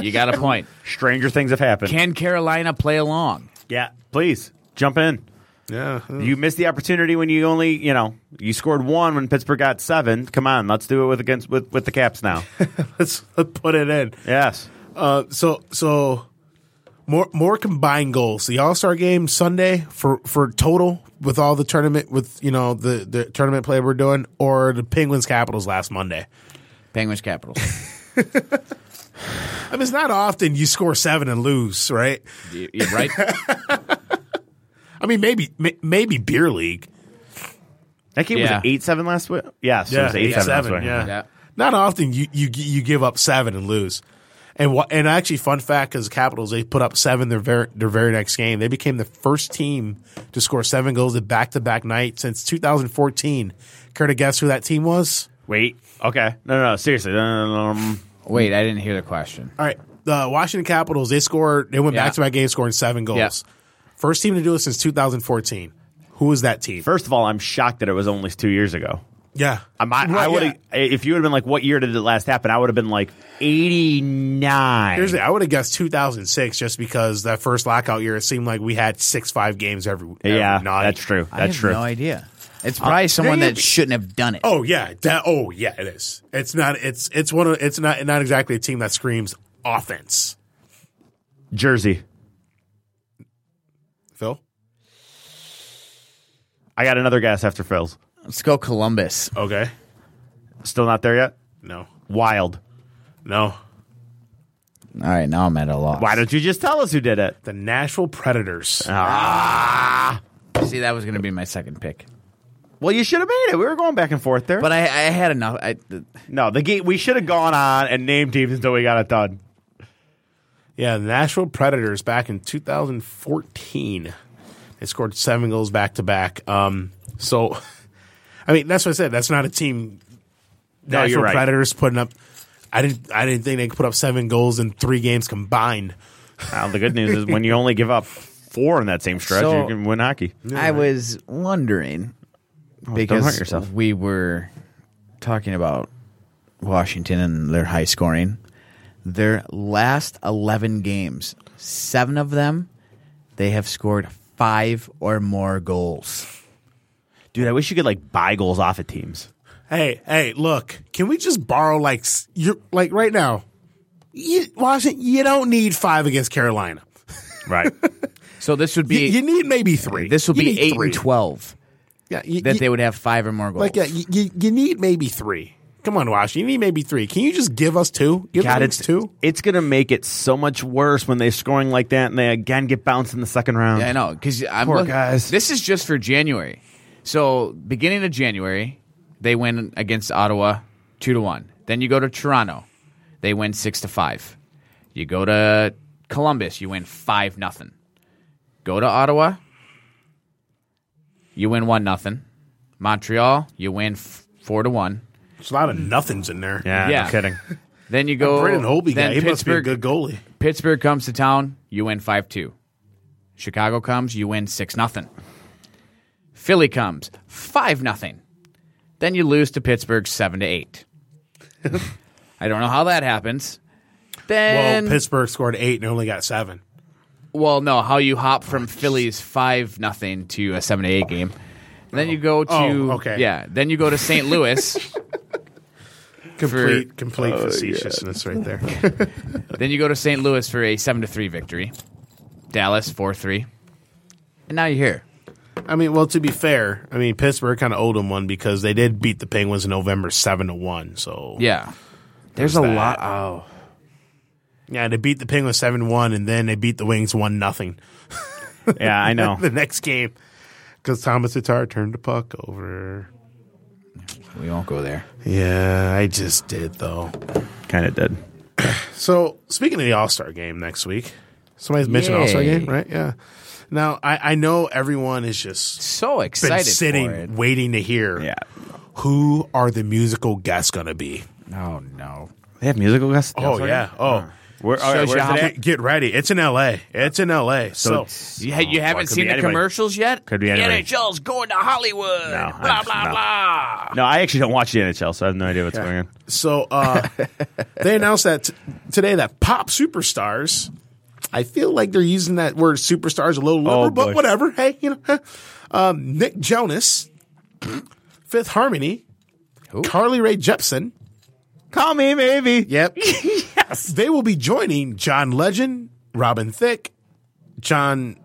Speaker 3: You got a point.
Speaker 4: Stranger things have happened.
Speaker 3: Can Carolina play along?
Speaker 4: yeah, please jump in.
Speaker 2: yeah.
Speaker 4: You missed the opportunity when you only, you know, you scored one when Pittsburgh got seven. Come on, let's do it with against with, with the Caps now.
Speaker 2: Let's, let's put it in.
Speaker 4: yes,
Speaker 2: Uh, so so more more combined goals. The All Star Game Sunday for for total with all the tournament with you know the the tournament play we're doing or the Penguins Capitals last Monday.
Speaker 3: Penguins Capitals.
Speaker 2: I mean, it's not often you score seven and lose, right?
Speaker 3: You- you right?
Speaker 2: I mean, maybe may- maybe beer league.
Speaker 4: that game
Speaker 3: Yeah.
Speaker 4: was eight seven last week. Yes, it was eight seven. last week.
Speaker 2: yeah.
Speaker 3: Yeah.
Speaker 2: Not often you you you give up seven and lose. And what? And actually, fun fact: because the Capitals they put up seven their very their very next game, they became the first team to score seven goals in back to back night since 2014. Care to guess who that team was?
Speaker 4: Wait, okay, no, no, no seriously. Um,
Speaker 3: Wait, I didn't hear the question.
Speaker 2: All right, the Washington Capitals they scored they went
Speaker 3: Yeah.
Speaker 2: back to back game scoring seven goals. First team to do it since 2014. Who was that team?
Speaker 4: first of all, I'm shocked that it was only two years ago.
Speaker 2: Yeah,
Speaker 4: I'm, I,
Speaker 2: Right,
Speaker 4: I would
Speaker 2: yeah.
Speaker 4: have if you would have been like, what year did it last happen? I would have been like eighty nine.
Speaker 2: Here's the, I would have guessed 2006 just because that first lockout year, it seemed like we had six, five games every, every
Speaker 4: Yeah,
Speaker 2: night.
Speaker 4: that's true.
Speaker 3: I have
Speaker 4: That's true.
Speaker 3: no idea. It's probably someone
Speaker 2: yeah,
Speaker 3: that
Speaker 2: but-
Speaker 3: shouldn't have done it.
Speaker 2: Uh, Oh yeah, that, oh yeah, it is. It's not. It's it's one of. It's not not exactly a team that screams offense.
Speaker 4: Jersey.
Speaker 2: Phil.
Speaker 4: I got another guess after Phil's.
Speaker 3: Let's go Columbus.
Speaker 2: Okay.
Speaker 4: Still not there yet.
Speaker 2: No.
Speaker 4: Wild.
Speaker 2: No.
Speaker 3: All right, now I'm at a loss.
Speaker 4: Why don't you just tell us who did it?
Speaker 2: The Nashville Predators.
Speaker 3: See, that was going to be my second pick,
Speaker 4: Well, you should have made it. We were going back and forth there.
Speaker 3: but I, I had enough. I,
Speaker 4: no, the game. We should have gone on and named teams until we got it done.
Speaker 2: Yeah, the Nashville Predators back in 2014. They scored seven goals back to back. Um, so, I mean, that's what I said. That's not a team.
Speaker 4: No,
Speaker 2: Nashville
Speaker 4: you're right.
Speaker 2: Predators putting up. I didn't. I didn't think they could put up seven goals in three games combined.
Speaker 4: Well, the good news is when you only give up four in that same stretch,
Speaker 3: So-
Speaker 4: you can win hockey.
Speaker 3: I was wondering
Speaker 2: Oh,
Speaker 4: don't hurt
Speaker 3: because
Speaker 4: yourself.
Speaker 3: we were talking about Washington and their high scoring. Their last 11 games, seven of them, they have scored five or more goals.
Speaker 4: Dude, I wish you could like buy goals off of teams.
Speaker 2: Hey, hey, look! Can we just borrow like s- you like right now? You, Washington, you don't need five against Carolina.
Speaker 4: Right.
Speaker 3: So this would
Speaker 2: You,
Speaker 3: be
Speaker 2: you need maybe three.
Speaker 3: this would
Speaker 2: You
Speaker 3: be
Speaker 2: need
Speaker 3: 8
Speaker 2: three.
Speaker 3: and 12
Speaker 2: Yeah, you-
Speaker 3: that
Speaker 2: you-
Speaker 3: they would have five or more goals.
Speaker 2: Like, yeah, you, you, you need maybe three. Come on, Wash. You need maybe three. Can you just give us two? Give
Speaker 4: God,
Speaker 2: us
Speaker 4: it's
Speaker 2: two.
Speaker 4: It's gonna make it so much worse when they're scoring like that and they again get bounced in the second round.
Speaker 3: Yeah, I know because I'm
Speaker 4: Poor
Speaker 3: look-
Speaker 4: guys.
Speaker 3: This is just for January. So beginning of January, they win against Ottawa two to one. Then you go to Toronto, they win six to five. You go to Columbus, you win five nothing. Go to Ottawa, you win one nothing. Montreal, you win f- four to one.
Speaker 2: There's a lot of nothings in there.
Speaker 4: Yeah,
Speaker 3: Yeah.
Speaker 4: no kidding.
Speaker 3: Then you go
Speaker 2: Brandon Holby
Speaker 3: then
Speaker 2: guy. He must be a
Speaker 3: Pittsburgh,
Speaker 2: good goalie.
Speaker 3: Pittsburgh comes to town, you win 5 2. Chicago comes, you win 6 nothing. Philly comes, 5 nothing. Then you lose to Pittsburgh 7 to 8. I don't know how that happens.
Speaker 2: Well,
Speaker 3: Then, well,
Speaker 2: Pittsburgh scored eight and only got seven.
Speaker 3: no, how you hop from Philly's 5 nothing to a 7 to 8 game. Then you go to
Speaker 2: Oh, okay.
Speaker 3: yeah. Then you go to St. Louis.
Speaker 2: Complete, complete
Speaker 3: Oh,
Speaker 2: facetiousness right there.
Speaker 3: Then you go to St. Louis for a seven to three victory. Dallas four three, and now you're here.
Speaker 2: I mean, well, to be fair, I mean Pittsburgh kind of owed him one because they did beat the Penguins in November seven to one. So
Speaker 3: Yeah, there's a lot. Oh,
Speaker 2: yeah, they beat the Penguins seven to one, and then they beat the Wings one nothing
Speaker 4: Yeah, I
Speaker 3: Oh.
Speaker 4: know.
Speaker 2: the next game because Thomas Tatar turned the puck over.
Speaker 3: we won't go there.
Speaker 2: Yeah, I just did though.
Speaker 4: kind of did.
Speaker 2: So speaking of the All Star game next week, somebody's mentioned
Speaker 3: Yay.
Speaker 2: All Star game, right? Yeah. Now I, I know everyone is just
Speaker 3: So
Speaker 2: been
Speaker 3: excited for it.
Speaker 2: sitting waiting to hear
Speaker 4: Yeah.
Speaker 2: who are the musical guests gonna be.
Speaker 3: Oh no,
Speaker 4: They have musical guests. at the
Speaker 2: Oh
Speaker 4: All-Star
Speaker 2: yeah.
Speaker 4: game?
Speaker 2: Oh.
Speaker 4: Where, all right,
Speaker 3: Shows
Speaker 4: where's
Speaker 3: you how
Speaker 4: it at?
Speaker 2: Get, get ready. It's in LA. It's in LA. So,
Speaker 4: it's-
Speaker 3: you, ha- you
Speaker 4: oh,
Speaker 3: haven't
Speaker 4: could
Speaker 3: seen
Speaker 4: be
Speaker 3: the
Speaker 4: anybody.
Speaker 3: commercials yet.
Speaker 4: Could be anybody.
Speaker 3: The NHL's going to Hollywood.
Speaker 4: No, I
Speaker 3: blah
Speaker 4: just-
Speaker 3: blah
Speaker 4: no.
Speaker 3: blah.
Speaker 4: No, I actually don't watch the NHL, so I have no idea what's going on.
Speaker 2: so uh, they announced that t- today that pop superstars. I feel like they're using that word superstars a little liberal,
Speaker 4: Oh, boy.
Speaker 2: but whatever. Hey, you know, huh. um, Nick Jonas, Fifth Harmony, Carly Rae Jepsen.
Speaker 4: Call me, maybe.
Speaker 2: Yep. yes. They will be joining John Legend, Robin Thicke, John.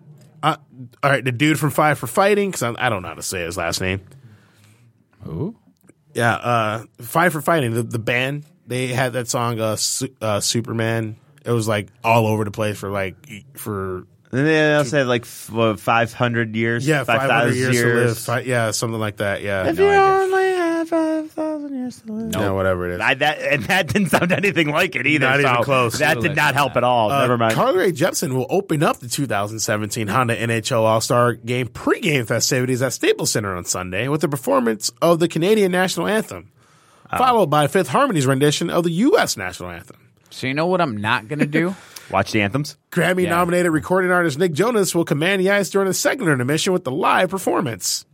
Speaker 2: Uh, all right, the dude from Five for Fighting, because I, I don't know how to say his last name.
Speaker 3: Who?
Speaker 2: Yeah, uh, Five for Fighting, the, the band, they had that song, uh, Su- uh, Superman. It was like all over the place for like, e- for,
Speaker 4: Then they also have like f- what, 500 years.
Speaker 2: yeah, 500
Speaker 4: 5,000
Speaker 2: years, to live. Fi- yeah, something like that. Yeah.
Speaker 4: If you only have 5,000 years to live.
Speaker 2: Yeah, whatever it is.
Speaker 4: I, that, and that didn't sound anything like it either.
Speaker 2: Not even
Speaker 4: so
Speaker 2: close. Uh,
Speaker 4: That did not help at all. Never mind.
Speaker 2: Carly Rae Jepsen will open up the 2017 Honda NHL All Star Game pregame festivities at Staples Center on Sunday with a performance of the Canadian national anthem, followed by Fifth Harmony's rendition of the U.S. national anthem.
Speaker 3: So you know what I'm not gonna do?
Speaker 4: Watch the anthems.
Speaker 2: Grammy nominated recording artist Nick Jonas will command the ice during the second intermission with the live performance.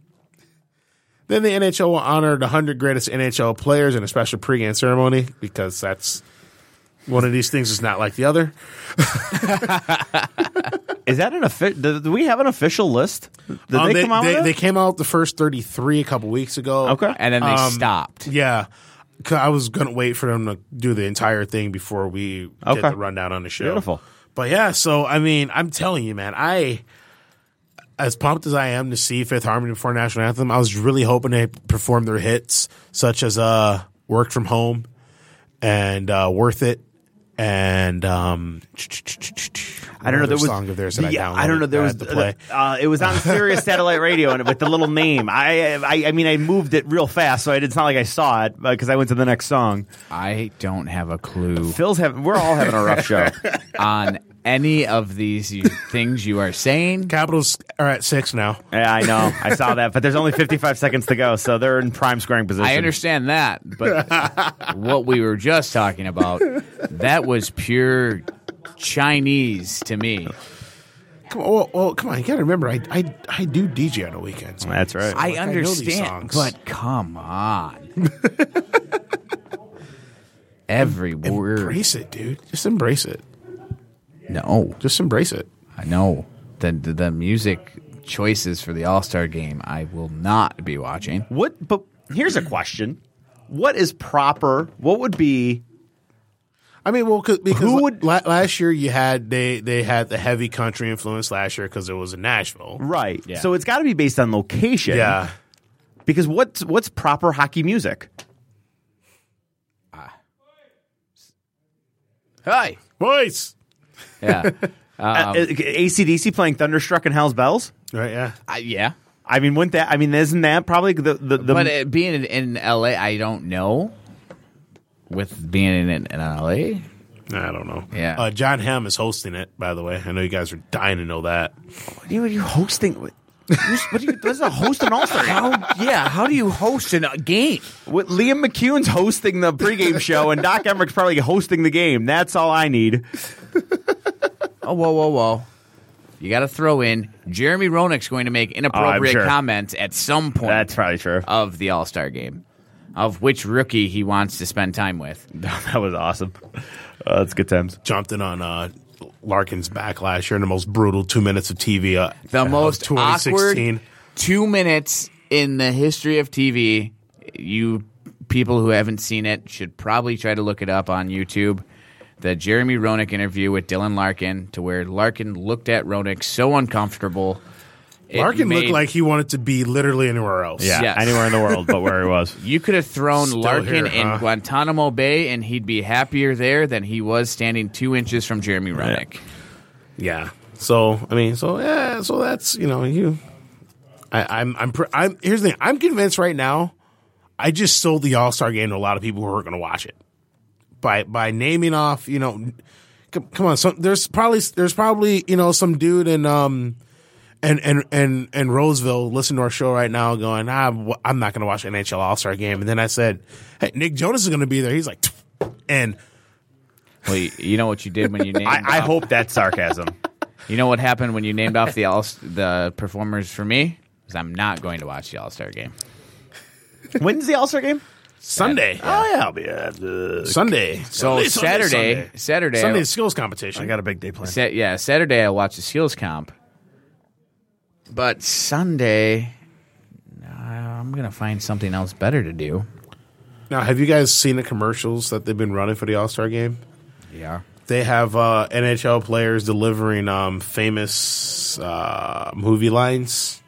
Speaker 2: Then the NHL will honor the 100 greatest NHL players in a special pregame ceremony because that's one of these things is not like the other.
Speaker 4: Is that an official? Do, do we have an official list? Did
Speaker 2: Um,
Speaker 4: they, come out
Speaker 2: they,
Speaker 4: with
Speaker 2: they
Speaker 4: it?
Speaker 2: came out the first 33 a couple weeks ago.
Speaker 4: Okay.
Speaker 3: And then they
Speaker 2: Um,
Speaker 3: stopped.
Speaker 2: Yeah. 'Cause I was going to wait for them to do the entire thing before we
Speaker 4: Okay.
Speaker 2: did the rundown on the show.
Speaker 4: Beautiful.
Speaker 2: But yeah, so I mean, I'm telling you, man, I as pumped as I am to see Fifth Harmony before National Anthem, I was really hoping they perform their hits such as uh Work from Home and uh Worth It and um,
Speaker 4: I don't know.
Speaker 2: another
Speaker 4: There was
Speaker 2: song of theirs that I
Speaker 4: yeah,
Speaker 2: downloaded.
Speaker 4: I don't know.
Speaker 2: that I
Speaker 4: There was
Speaker 2: had to play.
Speaker 4: Uh, it was on Sirius Satellite Radio and with the little name. I, I I mean, I moved it real fast, so I, it's not like I saw it because I went to the next song.
Speaker 3: I don't have a clue
Speaker 4: Phil's having. We're all having a rough show.
Speaker 3: on any of these you, things you are saying.
Speaker 2: Capitals are at six now.
Speaker 4: yeah, I know. I saw that, but there's only 55 seconds to go, so they're in prime scoring position.
Speaker 3: I understand that, but what we were just talking about, that was pure Chinese to me.
Speaker 2: Come on, well, well, come on. You got to remember, I, I I do DJ on the weekends. man.
Speaker 4: That's right.
Speaker 3: I
Speaker 2: Like, I know these
Speaker 3: understand,
Speaker 2: songs.
Speaker 3: but come on. Every word.
Speaker 2: Embrace it, dude. Just embrace it.
Speaker 3: No,
Speaker 2: Just embrace it.
Speaker 3: I know. The, the, the music choices for the All Star game, I will not be watching.
Speaker 4: What? But here's a question: What is proper? What would be?
Speaker 2: I mean, well, 'cause- because
Speaker 4: Who
Speaker 2: who
Speaker 4: would-
Speaker 2: would la- last year you had they they had the heavy country influence last year because it was in Nashville.
Speaker 4: Right. So it's got to be based on location.
Speaker 2: Yeah,
Speaker 4: Because what's what's proper hockey music?
Speaker 3: Hi.
Speaker 2: voice.
Speaker 3: Yeah.
Speaker 4: Uh, ACDC playing Thunderstruck and Hell's Bells.
Speaker 2: Right. Yeah.
Speaker 3: I, yeah.
Speaker 4: I mean, wouldn't that? I mean, isn't that probably the the, the
Speaker 3: but it, being in, in LA, I don't know. With being in, in, in LA,
Speaker 2: I don't know.
Speaker 3: Yeah.
Speaker 2: Uh, John Hamm is hosting it, by the way. I know you guys are dying to know that.
Speaker 4: you are you hosting? What, who's- what, are you, what is a host an all star?
Speaker 3: yeah, how do you host a game?
Speaker 4: Liam McCune's hosting the pregame show, and Doc Emmerich's probably hosting the game. That's all I need.
Speaker 3: Oh, whoa, whoa, whoa! You got to throw in Jeremy Roenick's going to make inappropriate
Speaker 2: Oh,
Speaker 4: sure.
Speaker 3: comments at some point
Speaker 4: probably true.
Speaker 3: of the All Star game, of which rookie he wants to spend time with.
Speaker 4: that was awesome. Uh, that's good times.
Speaker 2: Jumped in on uh, Larkin's back last year in the most brutal two minutes of TV. Uh,
Speaker 3: The
Speaker 2: of
Speaker 3: most awkward
Speaker 2: 2016.
Speaker 3: two minutes in the history of TV. You people who haven't seen it should probably try to look it up on YouTube. The Jeremy Roenick interview with Dylan Larkin, to where Larkin looked at Roenick so uncomfortable. it
Speaker 2: Larkin looked
Speaker 3: made-
Speaker 2: like he wanted to be literally anywhere else.
Speaker 4: Yeah,
Speaker 3: Yes.
Speaker 4: anywhere in the world, but where he was.
Speaker 3: You could have thrown
Speaker 2: Still here,
Speaker 3: Larkin in
Speaker 2: huh?
Speaker 3: Guantanamo Bay, and he'd be happier there than he was standing two inches from Jeremy Roenick.
Speaker 2: Yeah. So I mean, so yeah, so that's you know you. I, I'm I'm pr- I'm here's the thing. I'm convinced right now. I just sold the All Star game to a lot of people who aren't going to watch it by by naming off you know. c- Come on, some, there's probably there's probably you know some dude in um and and and and Roseville listening to our show right now going ah, w- I'm not going to watch an NHL All Star game and then I said hey Nick Jonas is going to be there he's like "Tch." and
Speaker 3: Well, you, you know what you did when you named.
Speaker 4: I, I
Speaker 3: off-
Speaker 4: hope that's sarcasm.
Speaker 3: You know what happened when you named off the all the performers for me? Because I'm not going to watch the All Star game.
Speaker 4: When's the All Star game?
Speaker 2: Sunday
Speaker 4: Oh yeah, I'll be.
Speaker 2: Sunday
Speaker 3: So
Speaker 4: Uh,
Speaker 2: Sunday, Sunday,
Speaker 3: Saturday,
Speaker 2: Sunday.
Speaker 3: Saturday,
Speaker 2: Sunday's skills competition.
Speaker 4: I got a big day planned.
Speaker 3: sa- yeah, Saturday I watch the skills comp, but Sunday uh, I'm gonna find something else better to do.
Speaker 2: now, have you guys seen the commercials that they've been running for the All Star game?
Speaker 3: Yeah,
Speaker 2: They have uh, NHL players delivering um, famous uh, movie lines.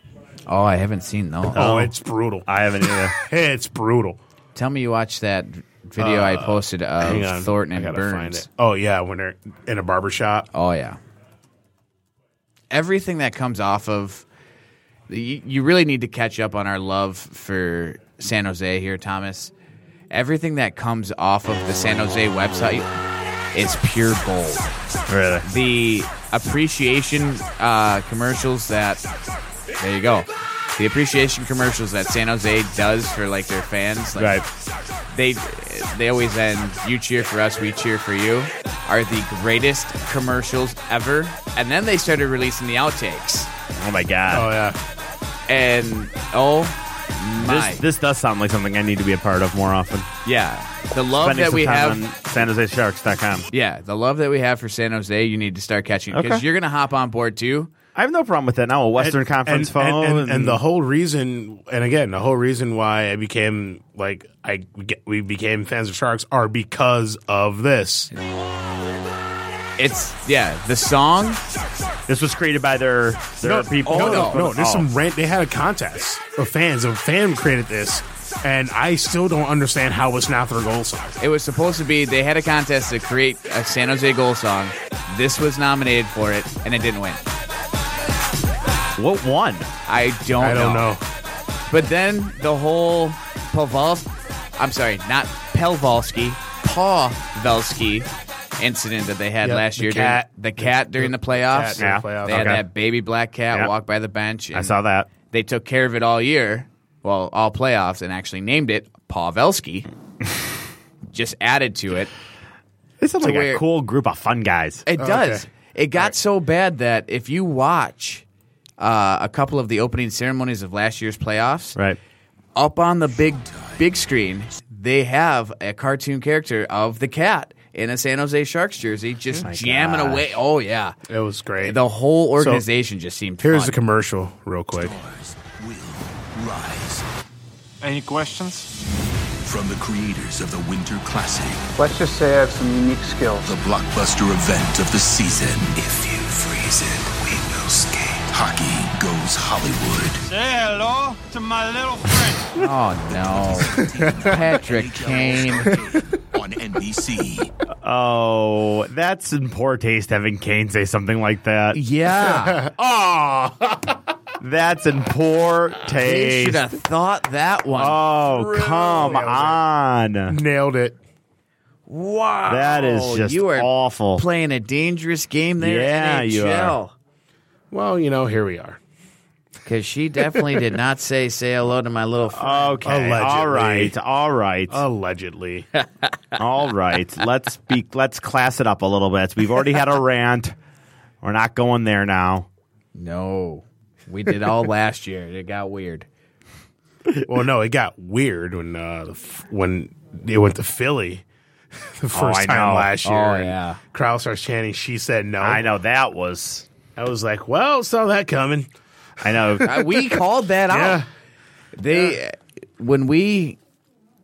Speaker 3: Oh, I haven't seen those.
Speaker 2: Oh, it's brutal.
Speaker 4: I haven't either.
Speaker 2: It's brutal.
Speaker 3: Tell me you watched that video I posted
Speaker 2: Uh, Hang on.
Speaker 3: of Thornton
Speaker 2: I
Speaker 3: and
Speaker 2: gotta
Speaker 3: Burns.
Speaker 2: find it. Oh, yeah, when they're in a barber shop.
Speaker 3: Oh yeah. Everything that comes off of you, you really need to catch up on our love for San Jose here, Thomas. Everything that comes off of the San Jose website is pure gold.
Speaker 4: really.
Speaker 3: The appreciation uh, commercials that there you go. The appreciation commercials that San Jose does for like their fans, like
Speaker 4: Right.
Speaker 3: they they always end you cheer for us we cheer for you are the greatest commercials ever and then they started releasing the outtakes
Speaker 4: Oh my god.
Speaker 2: Oh, yeah.
Speaker 3: and oh my
Speaker 4: This, this does sound like something I need to be a part of more often.
Speaker 3: yeah the love
Speaker 4: Spending
Speaker 3: that
Speaker 4: some
Speaker 3: we have
Speaker 4: time on San Jose Sharks.com.
Speaker 3: yeah the love that we have for San Jose you need to start catching because
Speaker 4: Okay.
Speaker 3: you're gonna hop on board too
Speaker 4: I have no problem with that now. A Western
Speaker 2: And-
Speaker 4: Conference
Speaker 2: and,
Speaker 4: phone
Speaker 2: and, and, and the whole reason and again the whole reason why i became like i we get- we became fans of sharks are because of this
Speaker 3: it's yeah the song
Speaker 4: this was created by their their people.
Speaker 2: No, no, no. There's
Speaker 4: Oh.
Speaker 2: some rant. They had a contest of fans, and fan created this, and I still don't understand how it's not their goal song.
Speaker 3: It was supposed to be they had a contest to create a San Jose goal song. This was nominated for it, and it didn't win.
Speaker 4: What won?
Speaker 3: I don't.
Speaker 2: I don't know.
Speaker 3: But then the whole Pavelski, I'm sorry, not Pelvalski, Pavelski incident that they had
Speaker 2: Yep,
Speaker 3: last
Speaker 2: the
Speaker 3: year,
Speaker 2: cat.
Speaker 3: during, the cat during the
Speaker 2: cat
Speaker 3: playoffs.
Speaker 2: during
Speaker 4: Yeah.
Speaker 2: the playoffs.
Speaker 3: They had
Speaker 4: Okay.
Speaker 3: that baby black cat
Speaker 4: Yep.
Speaker 3: walk by the bench.
Speaker 4: I
Speaker 3: and
Speaker 4: saw that.
Speaker 3: They took care of it all year, well, all playoffs, and actually named it Pavelski. Just added to it.
Speaker 4: They sound like
Speaker 3: where-
Speaker 4: a cool group of fun guys.
Speaker 3: It does. It got so bad that if you watch uh, a couple of the opening ceremonies of last year's playoffs,
Speaker 4: Right.
Speaker 3: up on the big big screen, they have a cartoon character of the cat in a San Jose Sharks jersey, just jamming
Speaker 4: gosh.
Speaker 3: away. Oh yeah,
Speaker 2: It was great.
Speaker 3: the whole organization just seemed.
Speaker 2: Here's
Speaker 3: fun.
Speaker 2: the commercial, real quick.
Speaker 5: Any questions?
Speaker 6: From the creators of the Winter Classic,
Speaker 7: Let's just say I have some unique skills.
Speaker 6: the blockbuster event of the season. If you freeze it, we will skate. Hockey goes Hollywood.
Speaker 5: Say hello to my little friend.
Speaker 3: Oh no, Patrick Kane.
Speaker 6: on NBC.
Speaker 4: Oh, that's in poor taste having Kane say something like that.
Speaker 3: Yeah,
Speaker 4: That's in poor
Speaker 3: they should
Speaker 4: taste.
Speaker 3: have thought that one.
Speaker 4: Oh, come on.
Speaker 2: Nailed it.
Speaker 3: wow,
Speaker 4: That is just
Speaker 3: Oh, you are
Speaker 4: awful.
Speaker 3: playing a dangerous game there.
Speaker 4: Yeah,
Speaker 3: NHL.
Speaker 4: you are.
Speaker 2: Well, you know, here we are.
Speaker 3: Because she definitely did not say "say hello to my little." friend.
Speaker 4: Okay. All
Speaker 2: Allegedly.
Speaker 4: right. All right.
Speaker 3: Oh.
Speaker 2: Allegedly.
Speaker 4: All right. Let's speak. Let's class it up a little bit. We've already had a rant. We're not going there now.
Speaker 3: no, we did all last year. It got weird.
Speaker 2: well, no, it got weird when uh, the f- when it went to Philly the first
Speaker 4: Oh, I
Speaker 2: time
Speaker 4: know.
Speaker 2: last year.
Speaker 3: Oh,
Speaker 2: and
Speaker 3: yeah.
Speaker 2: Crowd starts chanting, she said no.
Speaker 4: I know that was.
Speaker 2: I was like, well, saw that coming.
Speaker 4: I know.
Speaker 3: Uh, we called that out.
Speaker 2: Yeah.
Speaker 3: They when we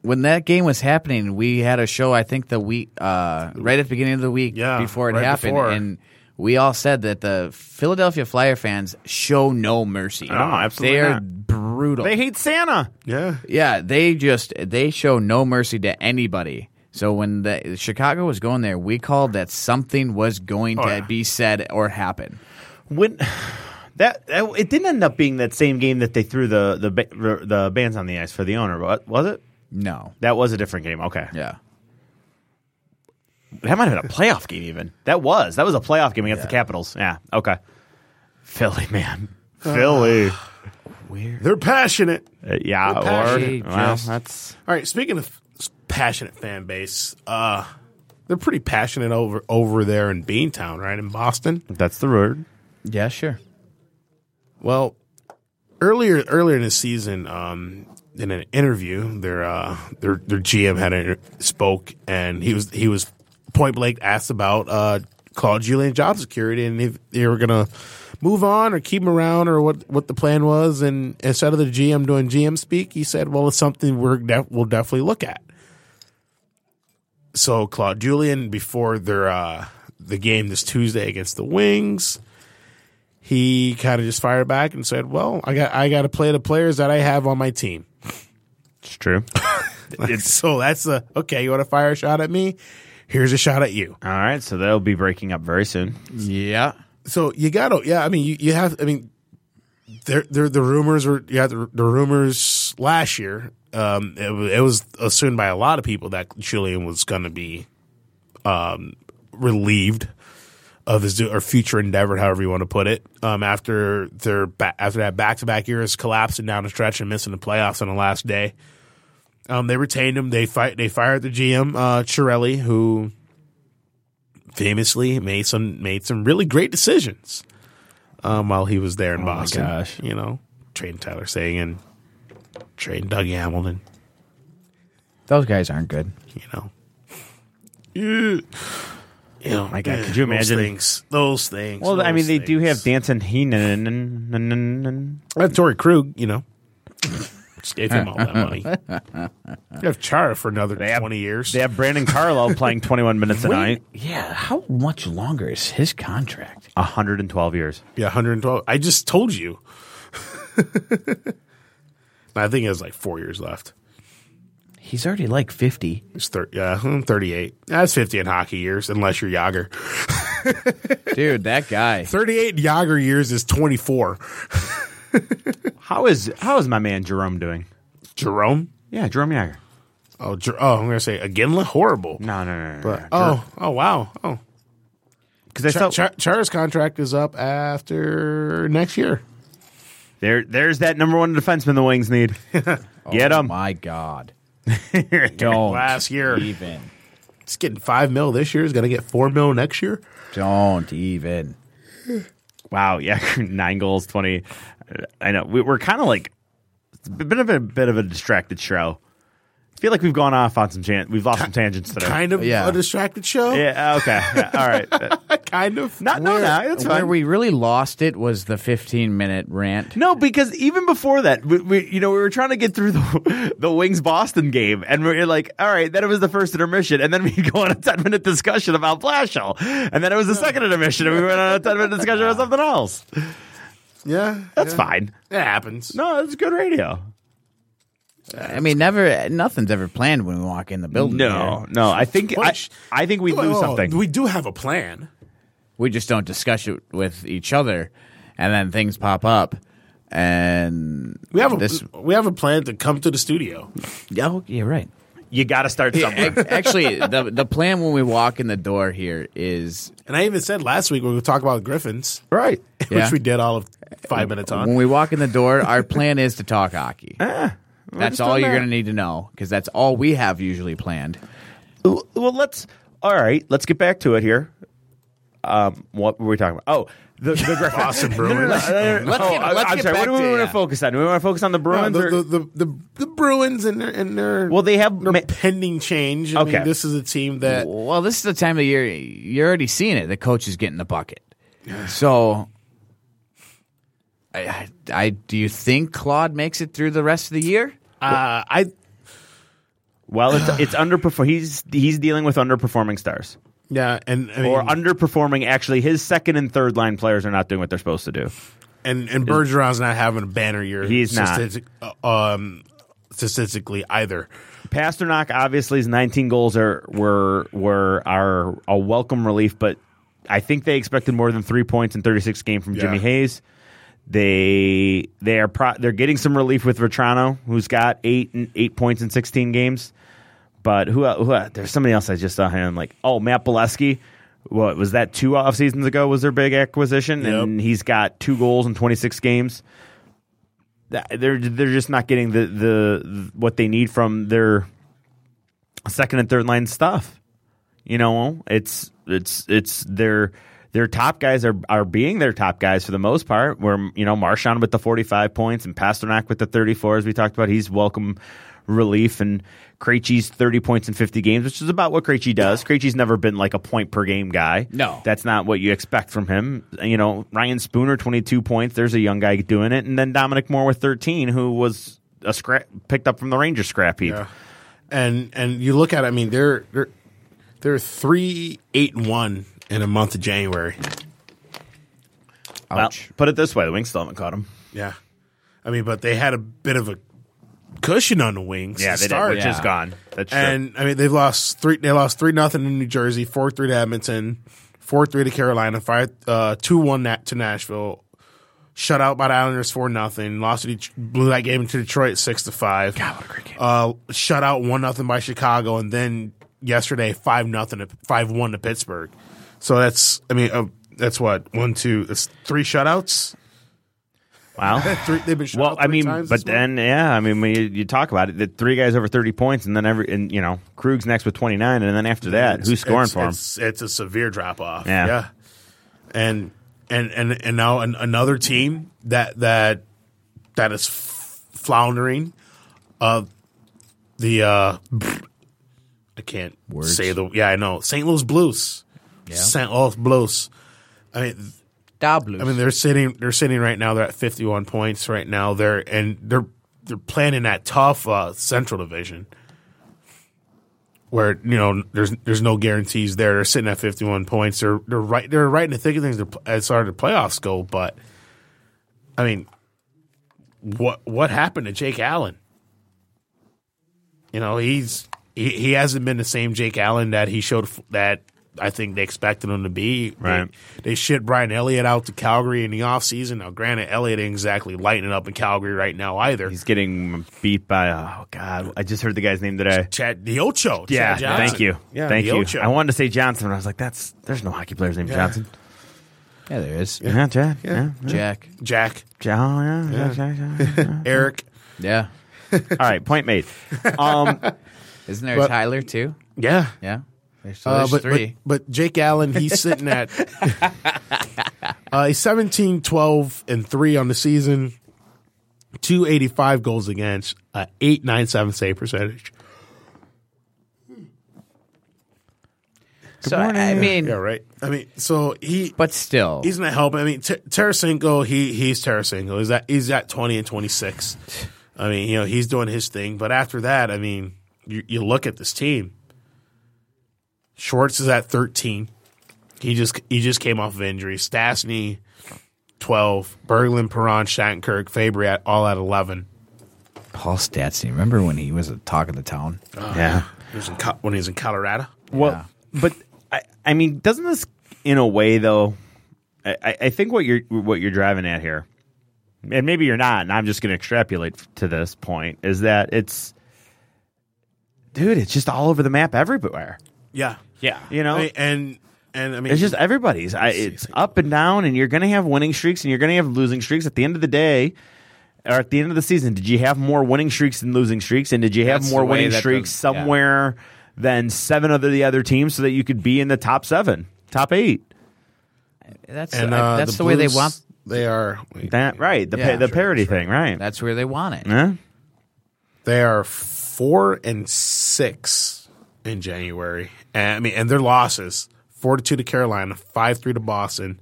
Speaker 3: when that game was happening, we had a show. I think the week uh, right at the beginning of the week
Speaker 2: Yeah,
Speaker 3: before it
Speaker 2: right
Speaker 3: happened,
Speaker 2: before.
Speaker 3: and we all said that the Philadelphia Flyer fans show no mercy.
Speaker 4: No, absolutely
Speaker 3: They are
Speaker 4: not.
Speaker 3: brutal.
Speaker 4: They hate Santa.
Speaker 2: Yeah.
Speaker 3: yeah, they just they show no mercy to anybody. So when the Chicago was going there, we called that something was going to
Speaker 2: yeah.
Speaker 3: be said or happen.
Speaker 4: When that, that it didn't end up being that same game that they threw the the ba- the bands on the ice for the owner, but was it?
Speaker 3: No.
Speaker 4: That was a different game. Okay.
Speaker 3: Yeah.
Speaker 4: That might have been a playoff game even. That was. That was a playoff game against the Capitals. Yeah. Okay. Philly, man. Philly.
Speaker 2: They're passionate.
Speaker 4: Uh, yeah,
Speaker 2: They're
Speaker 4: or
Speaker 2: passionate,
Speaker 4: well,
Speaker 2: just-
Speaker 4: that's
Speaker 2: All right, speaking of s- passionate fan base, uh, they're pretty passionate over over there in Beantown, right in Boston.
Speaker 4: that's the word.
Speaker 3: Yeah, sure.
Speaker 2: Well, earlier earlier in the season, um, in an interview, their uh, their their GM had a, spoke, and he was he was point blank asked about uh, Claude Julian job security and if they were gonna move on or keep him around or what, what the plan was. And instead of the GM doing GM speak, he said, "Well, it's something we're def- we'll definitely look at." So Claude Julian before their uh, the game this Tuesday against the Wings he kind of just fired back and said, "Well, I got I got to play the players that I have on my team."
Speaker 4: It's true.
Speaker 2: so that's a okay. You want to fire a shot at me? Here's a shot at you.
Speaker 4: All right, so they'll be breaking up very soon.
Speaker 3: Yeah.
Speaker 2: So you got to yeah. I mean, you, you have. I mean, there there the rumors were yeah the, the rumors last year. Um, it, wa- it was assumed by a lot of people that Julian was going to be, um, relieved of his or future endeavor, however you want to put it. Um, after their ba- after that back to back years collapsing down the stretch and missing the playoffs on the last day, um, they retained him. They fight. They fired the GM uh, Chirelli, who famously made some made some really great decisions um, while he was there in Boston.
Speaker 4: gosh.
Speaker 2: You know, trading Tyler Sagan, trading Doug Hamilton.
Speaker 3: Those guys aren't good.
Speaker 2: You know. You know, my
Speaker 4: God, could you imagine?
Speaker 2: those things? Those things.
Speaker 4: Well, I mean,
Speaker 2: those
Speaker 4: they do
Speaker 2: things.
Speaker 4: have Danton Heenan.
Speaker 2: I have Tory Krug, you know. Just gave him all that money. You have Chara for another
Speaker 4: have-
Speaker 2: 20 years.
Speaker 4: They have Brandon Carlo playing 21 minutes a night.
Speaker 3: Yeah. How much longer is his contract?
Speaker 4: 112 years.
Speaker 2: yeah, 112. I just told you. I think it was like four years left.
Speaker 3: He's already like 50.
Speaker 2: He's thir- yeah, I'm 38. That's 50 in hockey years, unless you're Yager.
Speaker 3: Dude, that guy.
Speaker 2: 38 in Yager years is 24.
Speaker 4: How is how is my man Jerome doing?
Speaker 2: Jerome?
Speaker 4: Yeah, Jerome Yager.
Speaker 2: Oh, Jer- oh, I'm gonna say Aginla, horrible.
Speaker 4: No, no, no, no.
Speaker 2: But oh, oh wow, oh.
Speaker 4: because I
Speaker 2: Char-
Speaker 4: saw
Speaker 2: Char- Char's contract is up after next year.
Speaker 4: there. There's that number one defenseman the Wings need.
Speaker 2: Oh
Speaker 4: Get him.
Speaker 3: My God.
Speaker 4: Oh,
Speaker 3: Don't.
Speaker 2: Last year.
Speaker 3: Even.
Speaker 2: He's getting five mil this year. He's gonna get four mil next year.
Speaker 3: Don't even.
Speaker 4: Wow, yeah, nine goals, twenty. uh, I know we, we're kind of like it's been a bit, a bit of a distracted show. I feel like we've gone off on some chan We've lost some tangents today.
Speaker 2: Kind of
Speaker 3: Yeah.
Speaker 2: a distracted show.
Speaker 4: Yeah. Okay. Yeah, all right. Uh,
Speaker 2: Kind of.
Speaker 4: Not no, no. That's
Speaker 3: Where
Speaker 4: fine.
Speaker 3: we really lost it was the 15 minute rant.
Speaker 4: No, because even before that, we, we you know we were trying to get through the the Wings Boston game, and we are like, all right, then it was the first intermission, and then we go on a ten minute discussion about Blashill, and then it was the second intermission, and we went on a ten minute discussion about something else.
Speaker 2: Yeah,
Speaker 4: That's
Speaker 2: yeah.
Speaker 4: fine.
Speaker 2: It happens.
Speaker 4: No, it's good radio.
Speaker 3: I mean, never, nothing's ever planned when we walk in the building.
Speaker 4: No,
Speaker 3: here.
Speaker 4: no, I think I,
Speaker 2: Which-
Speaker 4: I think we
Speaker 2: Whoa,
Speaker 4: lose
Speaker 2: whoa,
Speaker 4: something.
Speaker 2: We do have a plan.
Speaker 3: We just don't discuss it with each other. And then things pop up. And
Speaker 2: We have a
Speaker 3: this.
Speaker 2: we have a plan to come to the studio.
Speaker 3: Oh, you're right.
Speaker 4: you got to start somewhere.
Speaker 3: Ac- Actually, the the plan when we walk in the door here is
Speaker 2: And I even said last week we would talk about Griffins,
Speaker 4: right.
Speaker 3: Yeah.
Speaker 2: which we did all of five minutes on. Ah,
Speaker 3: when we walk in the door, our plan is to talk hockey. that's all you're
Speaker 4: that.
Speaker 3: going to need to know because that's all we have usually planned.
Speaker 4: Well, let's. All right, let's get back to it here. Um, what were we talking about? Oh, the, the Griffins.
Speaker 2: Boston
Speaker 4: No, no, no, no.
Speaker 3: Let's
Speaker 4: Oh,
Speaker 3: get-
Speaker 4: I-
Speaker 3: let's
Speaker 4: I'm
Speaker 3: get
Speaker 4: sorry.
Speaker 3: back
Speaker 4: What do we
Speaker 3: to-
Speaker 4: want
Speaker 3: yeah.
Speaker 4: to focus on? Do we want to focus on the
Speaker 2: No,
Speaker 4: Bruins?
Speaker 2: the,
Speaker 4: or-
Speaker 2: the, the, the, the Bruins and their, and their
Speaker 4: well, they have.
Speaker 2: their
Speaker 4: ma-
Speaker 2: pending change. I
Speaker 4: Okay.
Speaker 2: mean, this is a team that
Speaker 3: Well, this is the time of year you're already seeing it. The coach is getting the bucket. So, I, I, I do you think Claude makes it through the rest of the year?
Speaker 2: uh, I
Speaker 4: well, it's it's underperform. He's he's dealing with underperforming stars
Speaker 2: yeah, and I mean,
Speaker 4: or underperforming. Actually, his second and third line players are not doing what they're supposed to do.
Speaker 2: and and Bergeron's not having a banner year.
Speaker 4: He's not.
Speaker 2: statistic- uh, um, statistically either.
Speaker 4: Pasternak obviously his 19 goals are were were are a welcome relief, but I think they expected more than three points in 36 game from Jimmy
Speaker 2: Yeah.
Speaker 4: Hayes. They they are pro- they're getting some relief with Vetrano, who's got eight and eight points in 16 games. But who, el- who el- there's somebody else I just saw here. I'm like, oh, Matt Bolesky. What was that? Two off seasons ago was their big acquisition, and he's got two goals in 26 games. That- They're they're just not getting the, the what they need from their second and third line stuff. You know, it's it's it's their their top guys are are being their top guys for the most part. Where you know Marshawn with the forty five points and Pasternak with the thirty four, as we talked about, he's welcome relief and Krejci's thirty points in fifty games, which is about what Krejci does. Krejci's never been like a point per game guy.
Speaker 3: No.
Speaker 4: that's not what you expect from him. You know, Ryan Spooner twenty two points. There's a young guy doing it, and then Dominic Moore with thirteen, who was a scrap picked up from the Rangers scrap heap.
Speaker 2: And and you look at, it, I mean, they're they're they're three eight and one in a month of January.
Speaker 4: Well,
Speaker 3: Ouch.
Speaker 4: put it this way, the Wings still haven't caught him.
Speaker 2: Yeah, I mean, but they had a bit of a cushion on the wings.
Speaker 4: Yeah,
Speaker 2: to
Speaker 4: they
Speaker 2: start.
Speaker 4: did, which is
Speaker 3: Yeah.
Speaker 4: gone. That's true.
Speaker 2: And I mean, they've lost three. They lost three nothing to New Jersey, four three to Edmonton, four three to Carolina, five uh, two one nat- to Nashville. Shut out by the Islanders four nothing. Lost to Det- blew that game to Detroit six to five. God, what a great game! Uh, shut out one nothing by Chicago, and then yesterday five nothing five one to Pittsburgh. So that's I mean uh, that's what one two it's three shutouts.
Speaker 4: wow.
Speaker 2: Three they've been shut
Speaker 4: well,
Speaker 2: out
Speaker 4: I
Speaker 2: three
Speaker 4: mean,
Speaker 2: times
Speaker 4: but
Speaker 2: this month.
Speaker 4: then yeah, I mean, when you, you talk about it, the three guys over thirty points, and then every and you know Krug's next with twenty nine, and then after that, who's scoring
Speaker 2: it's,
Speaker 4: for him?
Speaker 2: It's, it's a severe drop off.
Speaker 4: Yeah.
Speaker 2: Yeah. And and and and now an, another team that that that is f- floundering. Uh, the uh, I can't say the yeah I know St. Louis Blues. St. Louis Blues. I mean,
Speaker 3: Dablu.
Speaker 2: I mean they're sitting they're sitting right now. They're at fifty one points right now. They're and they're they're playing in that tough uh, Central Division where you know there's there's no guarantees there. They're sitting at 51 points. They're they're right they're right in the thick of things they're pl- as far as the playoffs go. But I mean, what what happened to Jake Allen? You know, he's he, he hasn't been the same Jake Allen that he showed f- that I think they expected him to be.
Speaker 4: Right.
Speaker 2: They, they shit Brian Elliott out to Calgary in the offseason. Now, granted, Elliott ain't exactly lighting up in Calgary right now either.
Speaker 4: He's getting beat by oh god! I just heard the guy's name today.
Speaker 2: Chad the Ocho. Chad
Speaker 4: Yeah,
Speaker 2: Johnson.
Speaker 4: thank you,
Speaker 2: Yeah,
Speaker 4: thank
Speaker 2: the
Speaker 4: you.
Speaker 2: Ocho.
Speaker 4: I wanted to say Johnson, but I was like, that's there's no hockey player's named Johnson.
Speaker 3: Yeah, there is.
Speaker 4: Yeah, Chad. Yeah,
Speaker 3: Jack.
Speaker 2: Jack,
Speaker 4: John. Yeah, yeah. yeah, yeah.
Speaker 2: Eric.
Speaker 3: Yeah.
Speaker 4: All right, point made. Um,
Speaker 3: Isn't there
Speaker 2: But-
Speaker 3: a Tyler too?
Speaker 2: Yeah.
Speaker 3: Yeah. There's, so
Speaker 2: Uh,
Speaker 3: there's
Speaker 2: but, but
Speaker 3: three.
Speaker 2: but Jake Allen, he's sitting at uh, he's 17, 12, and three on the season, two eighty five goals against, uh, eight nine seven save percentage.
Speaker 3: so I I mean,
Speaker 2: Yeah, right. I mean, so he
Speaker 3: but still,
Speaker 2: he's not helping. I mean, Ter- Tarasenko, he he's Tarasenko. He's at he's at twenty and twenty six. I mean, you know, he's doing his thing. But after that, I mean, you, you look at this team. Schwartz is at thirteen. He just he just came off of injury. Stastny, twelve. Berglund, Perron, Shattenkirk, Fabry at all at eleven.
Speaker 3: Paul Statsny. Remember when he was a talk of the town?
Speaker 4: yeah.
Speaker 2: He was in, Co- when he was in Colorado.
Speaker 4: Well, but I, I mean, doesn't this, in a way, though? I- I, I think what you're what you're driving at here, and maybe you're not, and I'm just going to extrapolate to this point is that it's, dude, it's just all over the map everywhere.
Speaker 2: Yeah,
Speaker 4: Yeah, you know,
Speaker 2: I mean, and and I mean,
Speaker 4: it's just everybody's. I, it's up and down, and you're going to have winning streaks and you're going to have losing streaks. At the end of the day, or at the end of the season, did you have more winning streaks than losing streaks? And did you have
Speaker 3: That's
Speaker 4: more
Speaker 3: the way
Speaker 4: winning
Speaker 3: that the-
Speaker 4: streaks
Speaker 3: yeah.
Speaker 4: somewhere than seven other the other teams so that you could be in the top seven, top eight?
Speaker 3: That's
Speaker 2: and,
Speaker 3: I-
Speaker 2: uh,
Speaker 3: that's the, way they
Speaker 2: Blues,
Speaker 3: want.
Speaker 2: They are wait,
Speaker 4: That right, the
Speaker 3: Yeah,
Speaker 4: pa- the
Speaker 3: sure,
Speaker 4: parity thing, right?
Speaker 3: That's where they want it.
Speaker 4: Huh?
Speaker 2: They are four and six in January. And, I mean, and their losses four to two to Carolina, five three to Boston,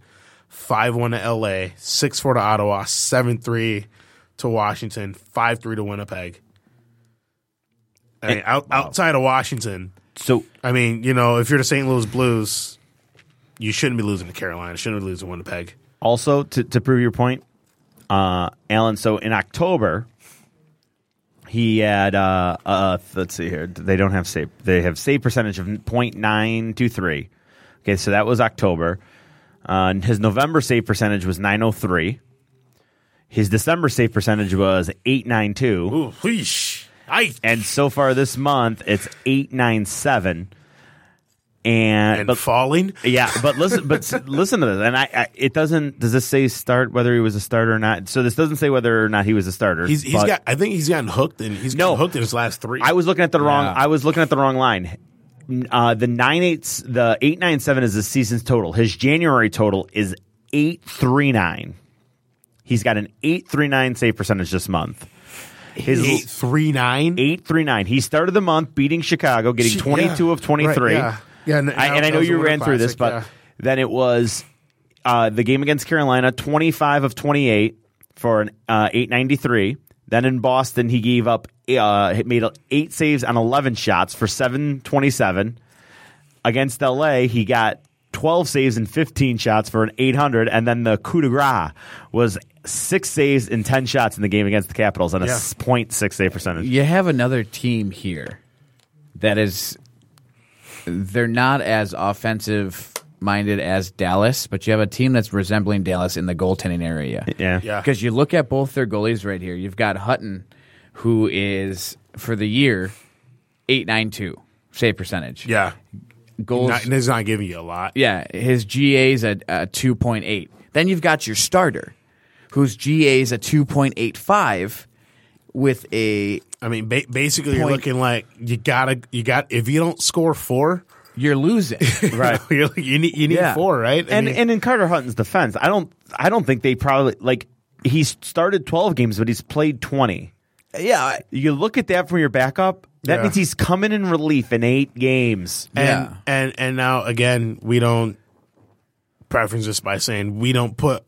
Speaker 2: five one to LA, six four to Ottawa, seven three to Washington, five three to Winnipeg. I mean, out, outside of Washington,
Speaker 4: So
Speaker 2: I mean, you know, if you're the St. Louis Blues, you shouldn't be losing to Carolina, shouldn't be losing to Winnipeg.
Speaker 4: also to to prove your point, uh, Alan. So in October, he had uh, uh, let's see here. They don't have save. They have save percentage of .923. Okay, so that was October. Uh, and his November save percentage was 903. His December save percentage was 892.
Speaker 2: Ooh, wheesh. I,
Speaker 4: And so far this month, it's 897. And,
Speaker 2: and
Speaker 4: but-
Speaker 2: falling.
Speaker 4: yeah, but listen, but s- listen to this, and I, I, it doesn't. Does this say start whether he was a starter or not? So this doesn't say whether or not he was a starter.
Speaker 2: He's, he's
Speaker 4: but
Speaker 2: got. I think he's gotten hooked, and he's
Speaker 4: No.
Speaker 2: gotten hooked in his last three.
Speaker 4: I was looking at the wrong.
Speaker 3: Yeah.
Speaker 4: I was looking at the wrong line. N- Uh, the nine eights, the eight nine seven is the season's total. His January total is eight three nine. He's got an eight three nine save percentage this month. His
Speaker 2: eight three nine.
Speaker 4: eight three nine. He started the month beating Chicago, getting
Speaker 2: Gee,
Speaker 4: twenty two
Speaker 2: Mm-hmm. yeah.
Speaker 4: of twenty three.
Speaker 2: Right, yeah. Yeah, and-
Speaker 4: I, and I
Speaker 2: that
Speaker 4: know
Speaker 2: was
Speaker 4: you
Speaker 2: the Winter
Speaker 4: ran through this,
Speaker 2: Classic,
Speaker 4: but
Speaker 2: yeah.
Speaker 4: then it was uh, the game against Carolina, twenty five of twenty eight for an uh, eight ninety three. Then in Boston, he gave up uh, he made eight saves on eleven shots for seven twenty seven. Against LA, he got. 12 saves and 15 shots for an 800, and then the coup de grace was six saves and 10 shots in the game against the Capitals on a
Speaker 2: Yeah.
Speaker 4: s- .6 save percentage.
Speaker 3: You have another team here that is. They're not as offensive minded as Dallas, but you have a team that's resembling Dallas in the goaltending area.
Speaker 4: Yeah.
Speaker 2: Yeah.
Speaker 3: Because you look at both their goalies right here. You've got Hutton, who is for the year eight nine two save percentage.
Speaker 2: yeah,
Speaker 3: goals.
Speaker 2: not, it's not giving you a lot.
Speaker 3: yeah, his GA's a, a uh, two point eight. Then you've got your starter, whose GA's a two point eight five, with a
Speaker 2: I mean, ba- basically, you're
Speaker 3: Point.
Speaker 2: looking like you gotta, you got. If you don't score four,
Speaker 3: you're losing.
Speaker 4: Right.
Speaker 2: you're like, you need, you need
Speaker 3: Yeah.
Speaker 2: four, right? I
Speaker 4: and
Speaker 2: mean,
Speaker 4: and in Carter Hutton's defense, I don't I don't think they probably like he's started twelve games, but he's played twenty.
Speaker 3: yeah, I-
Speaker 4: You look at that from your backup. That
Speaker 2: Yeah.
Speaker 4: means he's coming in relief in eight games.
Speaker 2: and,
Speaker 3: yeah.
Speaker 2: and and now again, we don't preference this by saying we don't put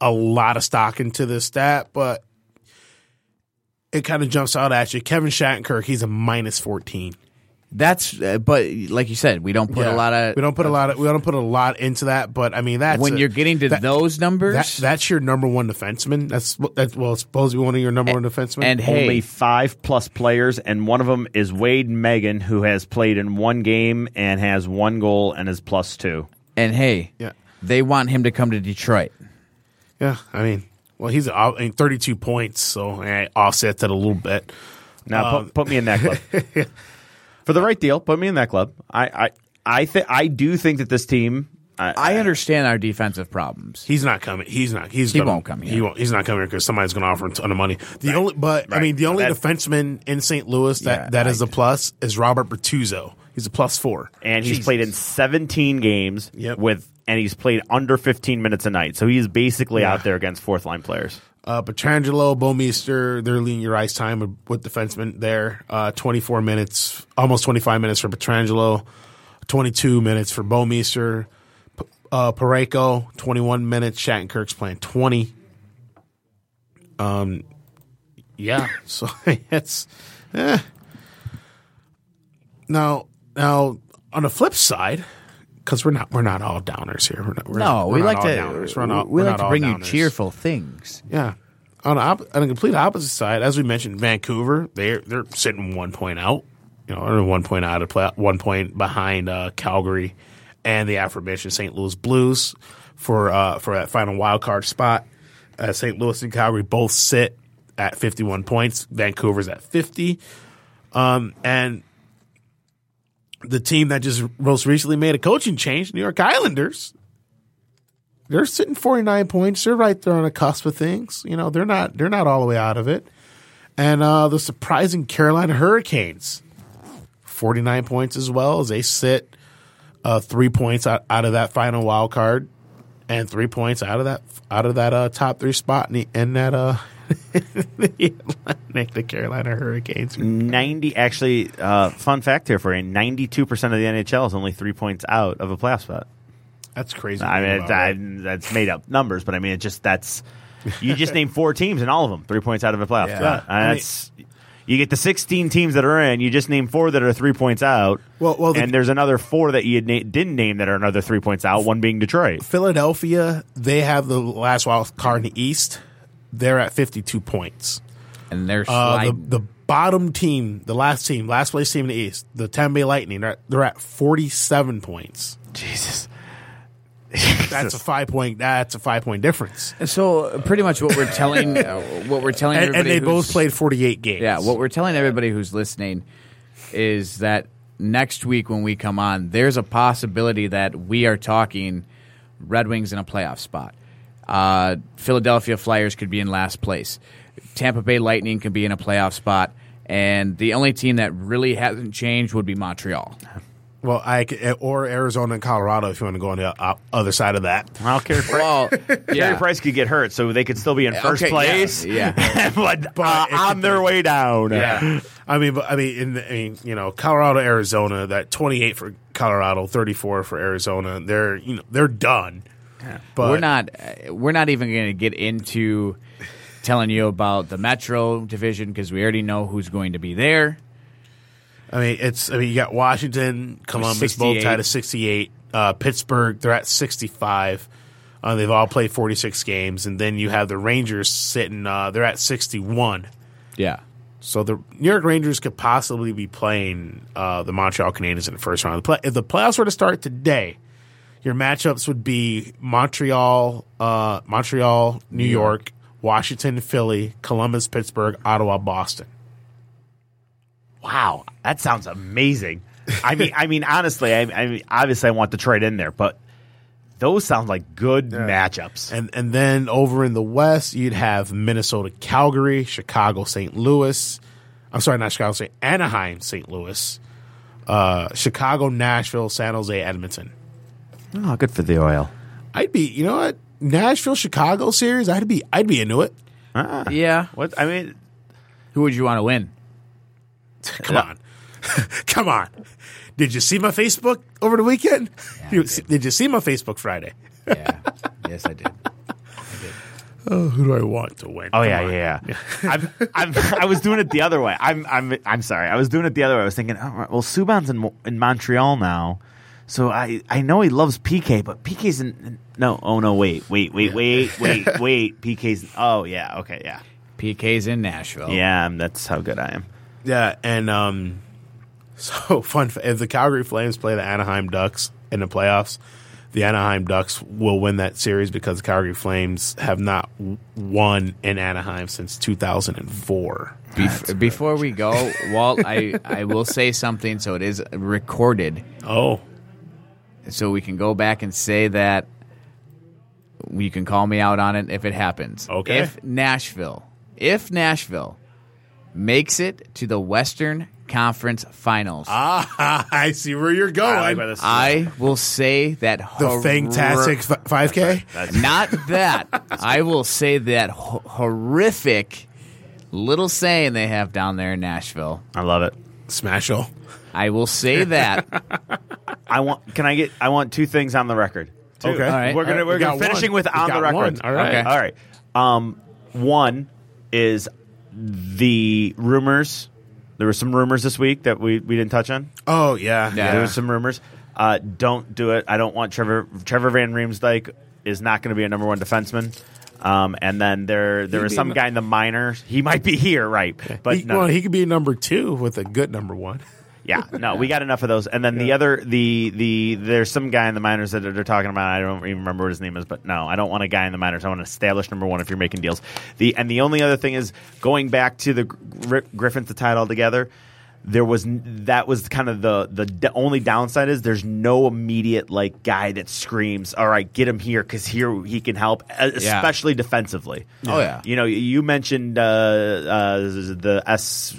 Speaker 2: a lot of stock into this stat, but it kind of jumps out at you. Kevin Shattenkirk, he's a minus fourteen.
Speaker 3: That's uh, but like you said, we don't put
Speaker 2: Yeah.
Speaker 3: a lot of
Speaker 2: we don't put a lot of we don't put a lot into that, but I mean that's
Speaker 3: when
Speaker 2: a-
Speaker 3: you're getting to
Speaker 2: that-
Speaker 3: those numbers.
Speaker 2: that, that's your number one defenseman. That's what- that's well, it's supposed to be one of your number one defensemen.
Speaker 3: and hey,
Speaker 4: Only five plus players, and one of them is Wade Megan, who has played in one game and has one goal and is plus two.
Speaker 3: and hey,
Speaker 2: Yeah.
Speaker 3: they want him to come to Detroit.
Speaker 2: yeah, I mean, well, he's I mean, thirty-two points, so eh, offset that a little bit.
Speaker 4: Now
Speaker 2: Um,
Speaker 4: put, put me in that club for the right deal. Put me in that club. I I I think I do think that this team. I,
Speaker 3: I understand our defensive problems.
Speaker 2: He's not coming. He's not. He's
Speaker 3: He
Speaker 2: gonna-
Speaker 3: won't come here.
Speaker 2: He won't. He's not coming here because somebody's going to offer him a ton of money. The only, but I
Speaker 4: Right.
Speaker 2: mean, the only
Speaker 4: That-
Speaker 2: defenseman in St. Louis that
Speaker 3: Yeah,
Speaker 2: that is
Speaker 3: I-
Speaker 2: a plus is Robert Bertuzzo. He's a plus four.
Speaker 4: and he's played in 17 games
Speaker 2: Yep.
Speaker 4: with, and he's played under 15 minutes a night. So he's basically out there against fourth line players.
Speaker 2: Uh, Petrangelo, Bomeister, they're leading your ice time with, with defensemen there. Uh, 24 minutes, almost 25 minutes for Petrangelo, 22 minutes for Bomeister. P- Uh, Pareko, 21 minutes. Shattenkirk's playing 20. Um, yeah, so it's. eh. Now, now on the flip side, because we're not we're not all downers here. We're not, we're
Speaker 3: No,
Speaker 2: not- we're
Speaker 3: we
Speaker 2: not
Speaker 3: like
Speaker 2: all
Speaker 3: to
Speaker 2: downers. We're not,
Speaker 3: we
Speaker 2: we're
Speaker 3: like
Speaker 2: not
Speaker 3: to
Speaker 2: all
Speaker 3: bring you
Speaker 2: downers.
Speaker 3: cheerful things.
Speaker 2: Yeah. On, op- on a complete opposite side, as we mentioned, Vancouver, they're they're sitting one point out. You know, they're one point out of play, one point behind uh, Calgary and the aforementioned St. Louis Blues for uh, for that final wild card spot. Uh, St. Louis and Calgary both sit at 51 points. Vancouver's at 50. Um, and the team that just most recently made a coaching change, New York Islanders, they're sitting 49 points. They're right there on the cusp of things. You know, they're not they're not all the way out of it. And uh, the surprising Carolina Hurricanes, 49 points as well as they sit uh, three points out, out of that final wild card and three points out of that out of that uh, top three spot in, the, in that uh, the Atlantic, the Carolina Hurricanes.
Speaker 4: 90, actually, uh, fun fact here for you 92% of the NHL is only three points out of a playoff spot.
Speaker 2: That's crazy.
Speaker 4: I mean,
Speaker 2: to
Speaker 4: it,
Speaker 2: think about,
Speaker 4: I,
Speaker 2: right?
Speaker 4: that's made up numbers, but I mean, it just that's you just named four teams and all of them three points out of a playoff
Speaker 3: Yeah.
Speaker 4: spot.
Speaker 2: I mean-
Speaker 4: And that's you get the 16 teams that are in. You just name four that are three points out.
Speaker 2: Well- well, the-
Speaker 4: and there's another four that you na- didn't name that are another three points out. One being Detroit.
Speaker 2: Philadelphia, they have the last wild card in the East. They're at 52 points.
Speaker 3: And
Speaker 2: Uh,
Speaker 3: they're
Speaker 2: the,
Speaker 3: sliding.
Speaker 2: the bottom team, the last team, last place team in the East, the Tampa Bay Lightning, they're at, they're at 47 points.
Speaker 4: Jesus,
Speaker 2: That's a five point. That's a five point difference.
Speaker 3: so pretty much what we're telling uh, what we're telling
Speaker 2: And, and
Speaker 3: everybody
Speaker 2: they both
Speaker 3: who's-
Speaker 2: played 48 games.
Speaker 3: Yeah, what we're telling everybody who's listening is that next week when we come on, there's a possibility that we are talking Red Wings in a playoff spot. Uh, Philadelphia Flyers could be in last place. Tampa Bay Lightning could be in a playoff spot. And the only team that really hasn't changed would be Montreal.
Speaker 2: well, I c- or Arizona and Colorado if you want to go on the o- other side of that.
Speaker 4: I don't care. if Carey
Speaker 3: Well, yeah.
Speaker 4: Price could get hurt, so they could still be in first
Speaker 3: Okay, yeah,
Speaker 4: place.
Speaker 3: yeah.
Speaker 4: but, uh,
Speaker 2: But it
Speaker 4: on
Speaker 2: could
Speaker 4: their
Speaker 2: be-
Speaker 4: way down.
Speaker 2: Yeah. I mean, but I mean, in the, I mean, you know, Colorado, Arizona, that 28 for Colorado, 34 for Arizona. They're you know they're done. But
Speaker 3: we're not uh, we're not even going to get into telling you about the Metro division because we already know who's going to be there.
Speaker 2: I mean, it's. I mean, you got Washington, Columbus, both
Speaker 3: 68.
Speaker 2: tied at sixty-eight. Uh, Pittsburgh, they're at sixty-five. Uh, they've all played forty-six games, and then you have the Rangers sitting. Uh, they're at sixty-one.
Speaker 3: Yeah.
Speaker 2: So the New York Rangers could possibly be playing uh, the Montreal Canadiens in the first round. The play- if the playoffs were to start today, your matchups would be Montreal, uh, Montreal, New York, Washington, Philly, Columbus, Pittsburgh, Ottawa, Boston.
Speaker 4: Wow, that sounds amazing. I mean, I mean, honestly, I, I mean, obviously, I want Detroit in there, but those sound like good matchups.
Speaker 2: And and then over in the West, you'd have Minnesota, Calgary, Chicago, St. Louis. I'm sorry, not Chicago, St. Anaheim, St. Louis, uh, Chicago, Nashville, San Jose, Edmonton.
Speaker 4: oh, good for the oil.
Speaker 2: I'd be, you know what, Nashville, Chicago series. I'd be, I'd be into it.
Speaker 3: Yeah.
Speaker 4: What I mean,
Speaker 3: Who would you want to win?
Speaker 2: Come on, come on. Did you see my Facebook over the weekend? You- did. you see my Facebook Friday?
Speaker 3: Yeah. yes, I did.
Speaker 2: oh, who do I want to win?
Speaker 4: Oh
Speaker 2: Come
Speaker 4: yeah,
Speaker 2: on.
Speaker 4: yeah, yeah. I'm, I'm, I was doing it the other way. I'm, I'm, I'm sorry. I was doing it the other way. I was thinking, oh, well, Subban's in Mo- in Montreal now, so I, I know he loves PK, but PK's in, in- no. Oh no, wait, wait, wait, wait, wait, wait. PK's. Oh yeah, okay, yeah,
Speaker 3: PK's in Nashville.
Speaker 2: Oh.
Speaker 4: yeah. um, That's how good I am.
Speaker 2: Yeah, and um, so fun. fa- If the Calgary Flames play the Anaheim Ducks in the playoffs, the Anaheim Ducks will win that series because the Calgary Flames have not w- won in Anaheim since 2004.
Speaker 3: Bef- before we go, Walt, I, I will say something so it is recorded,
Speaker 2: Oh,
Speaker 3: so we can go back and say that you can call me out on it if it happens.
Speaker 2: Okay.
Speaker 3: If Nashville, if Nashville makes it to the Western Conference Finals,
Speaker 2: ah, I see where you're going.
Speaker 4: By the-
Speaker 3: I will say that
Speaker 2: the fantastic f- 5K.
Speaker 3: Not that. I will say that ho- horrific little saying they have down there in Nashville.
Speaker 4: I love it.
Speaker 2: Smash all.
Speaker 3: I will say that.
Speaker 4: I want. Can I get? I want two things on the record. Two.
Speaker 2: Okay. All
Speaker 3: right.
Speaker 4: We're gonna.
Speaker 3: We
Speaker 4: We're
Speaker 2: got
Speaker 4: gonna finishing
Speaker 2: one.
Speaker 4: with
Speaker 2: We
Speaker 4: on the
Speaker 2: got
Speaker 4: record.
Speaker 2: one. All right.
Speaker 3: Okay.
Speaker 4: All right. Um, one is the rumors. There were some rumors this week that we, we didn't touch on.
Speaker 2: Oh, yeah.
Speaker 3: Yeah.
Speaker 4: There were some rumors. Uh, don't do it. I don't want Trevor Trevor Van Riemsdyk is not going to be a number one defenseman. Um, and then there there was some guy in the minors. He might be here, right? But
Speaker 2: He-
Speaker 4: no,
Speaker 2: well, he could be number two with a good number one.
Speaker 4: yeah, no, we got enough of those. And then the other, the the there's some guy in the minors that they're talking about. I don't even remember what his name is, but no, I don't want a guy in the minors. I want an established number one if you're making deals. The and the only other thing is going back to the Gr- Griffins to tie it all together. There was n- that was kind of the the d- only downside is there's no immediate like guy that screams, all right, get him here because here he can help, e-
Speaker 3: Yeah.
Speaker 4: especially defensively.
Speaker 3: Oh, yeah.
Speaker 4: You know, you mentioned uh, uh, the S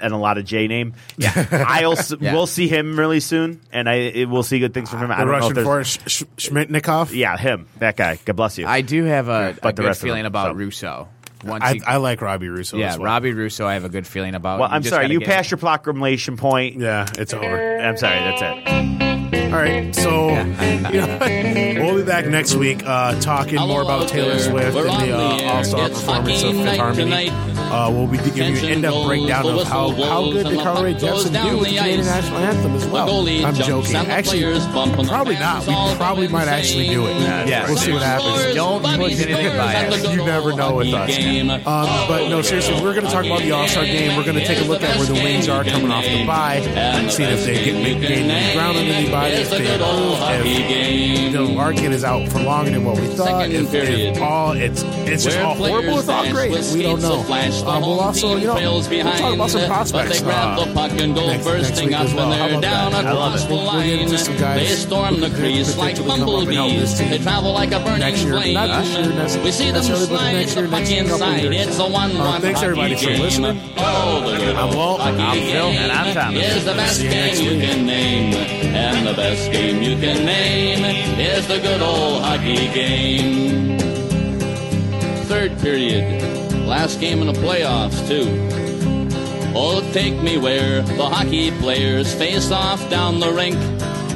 Speaker 4: and a lot of J name. Yeah, I'll s
Speaker 3: Yeah.
Speaker 4: we'll see him really soon, and I it, we'll see good things from him. I
Speaker 2: The
Speaker 4: don't know
Speaker 2: Russian
Speaker 4: if there's,
Speaker 2: for Sh- Sh- Schmitnikov.
Speaker 4: yeah, him, that guy. God bless you.
Speaker 3: I do have a, a
Speaker 4: But the
Speaker 3: good
Speaker 4: rest of them,
Speaker 3: feeling about
Speaker 4: so.
Speaker 3: Russo. Once
Speaker 2: I,
Speaker 3: he,
Speaker 2: I like Robbie Russo.
Speaker 3: yeah,
Speaker 2: as well.
Speaker 3: Robbie Russo, I have a good feeling about.
Speaker 4: well, I'm
Speaker 3: just
Speaker 4: sorry,
Speaker 3: gotta
Speaker 4: you
Speaker 3: get-
Speaker 4: passed your proclamation point.
Speaker 2: Yeah, it's over.
Speaker 4: I'm sorry, that's it.
Speaker 2: All right, so you know, we'll be back next week uh, talking more about Taylor Swift and the uh, all-star performance of Fifth Harmony. Uh, we'll be giving you an in-depth breakdown of how, how good did Carly Jepsen do with the Canadian national anthem as well. I'm joking. Actually, probably not. We probably might actually do it.
Speaker 3: Yeah,
Speaker 2: we'll see what happens.
Speaker 3: Don't push anything by us.
Speaker 2: You never know with us. Um, but no, seriously, we're going to talk about the All Star game. We're going to take a look at where the wings are coming off the bye, seeing if they get make gain any ground under the bye, if they if Dylan Larkin is out for longer than what we thought. If, if all it's it's just all horrible, it's all great. We don't know. Um, we'll also, you know, we'll talk about some prospects. Uh, next, next week as well. How about that? I love it. We'll, we'll get into some guys. They storm the crease like bumblebees. They travel like a burning next year. Not this year, necessarily, we see them necessarily, but next year, next couple of years. It's a one uh, Thanks everybody for listening. I'm Walt. I'm Phil.
Speaker 4: And I'm Thomas.
Speaker 8: is the best
Speaker 2: See you next
Speaker 8: game you
Speaker 2: week.
Speaker 8: can name. And the best game you can name is the good old hockey game. Third period. Last game in the playoffs, too. Oh, take me where the hockey players face off down the rink.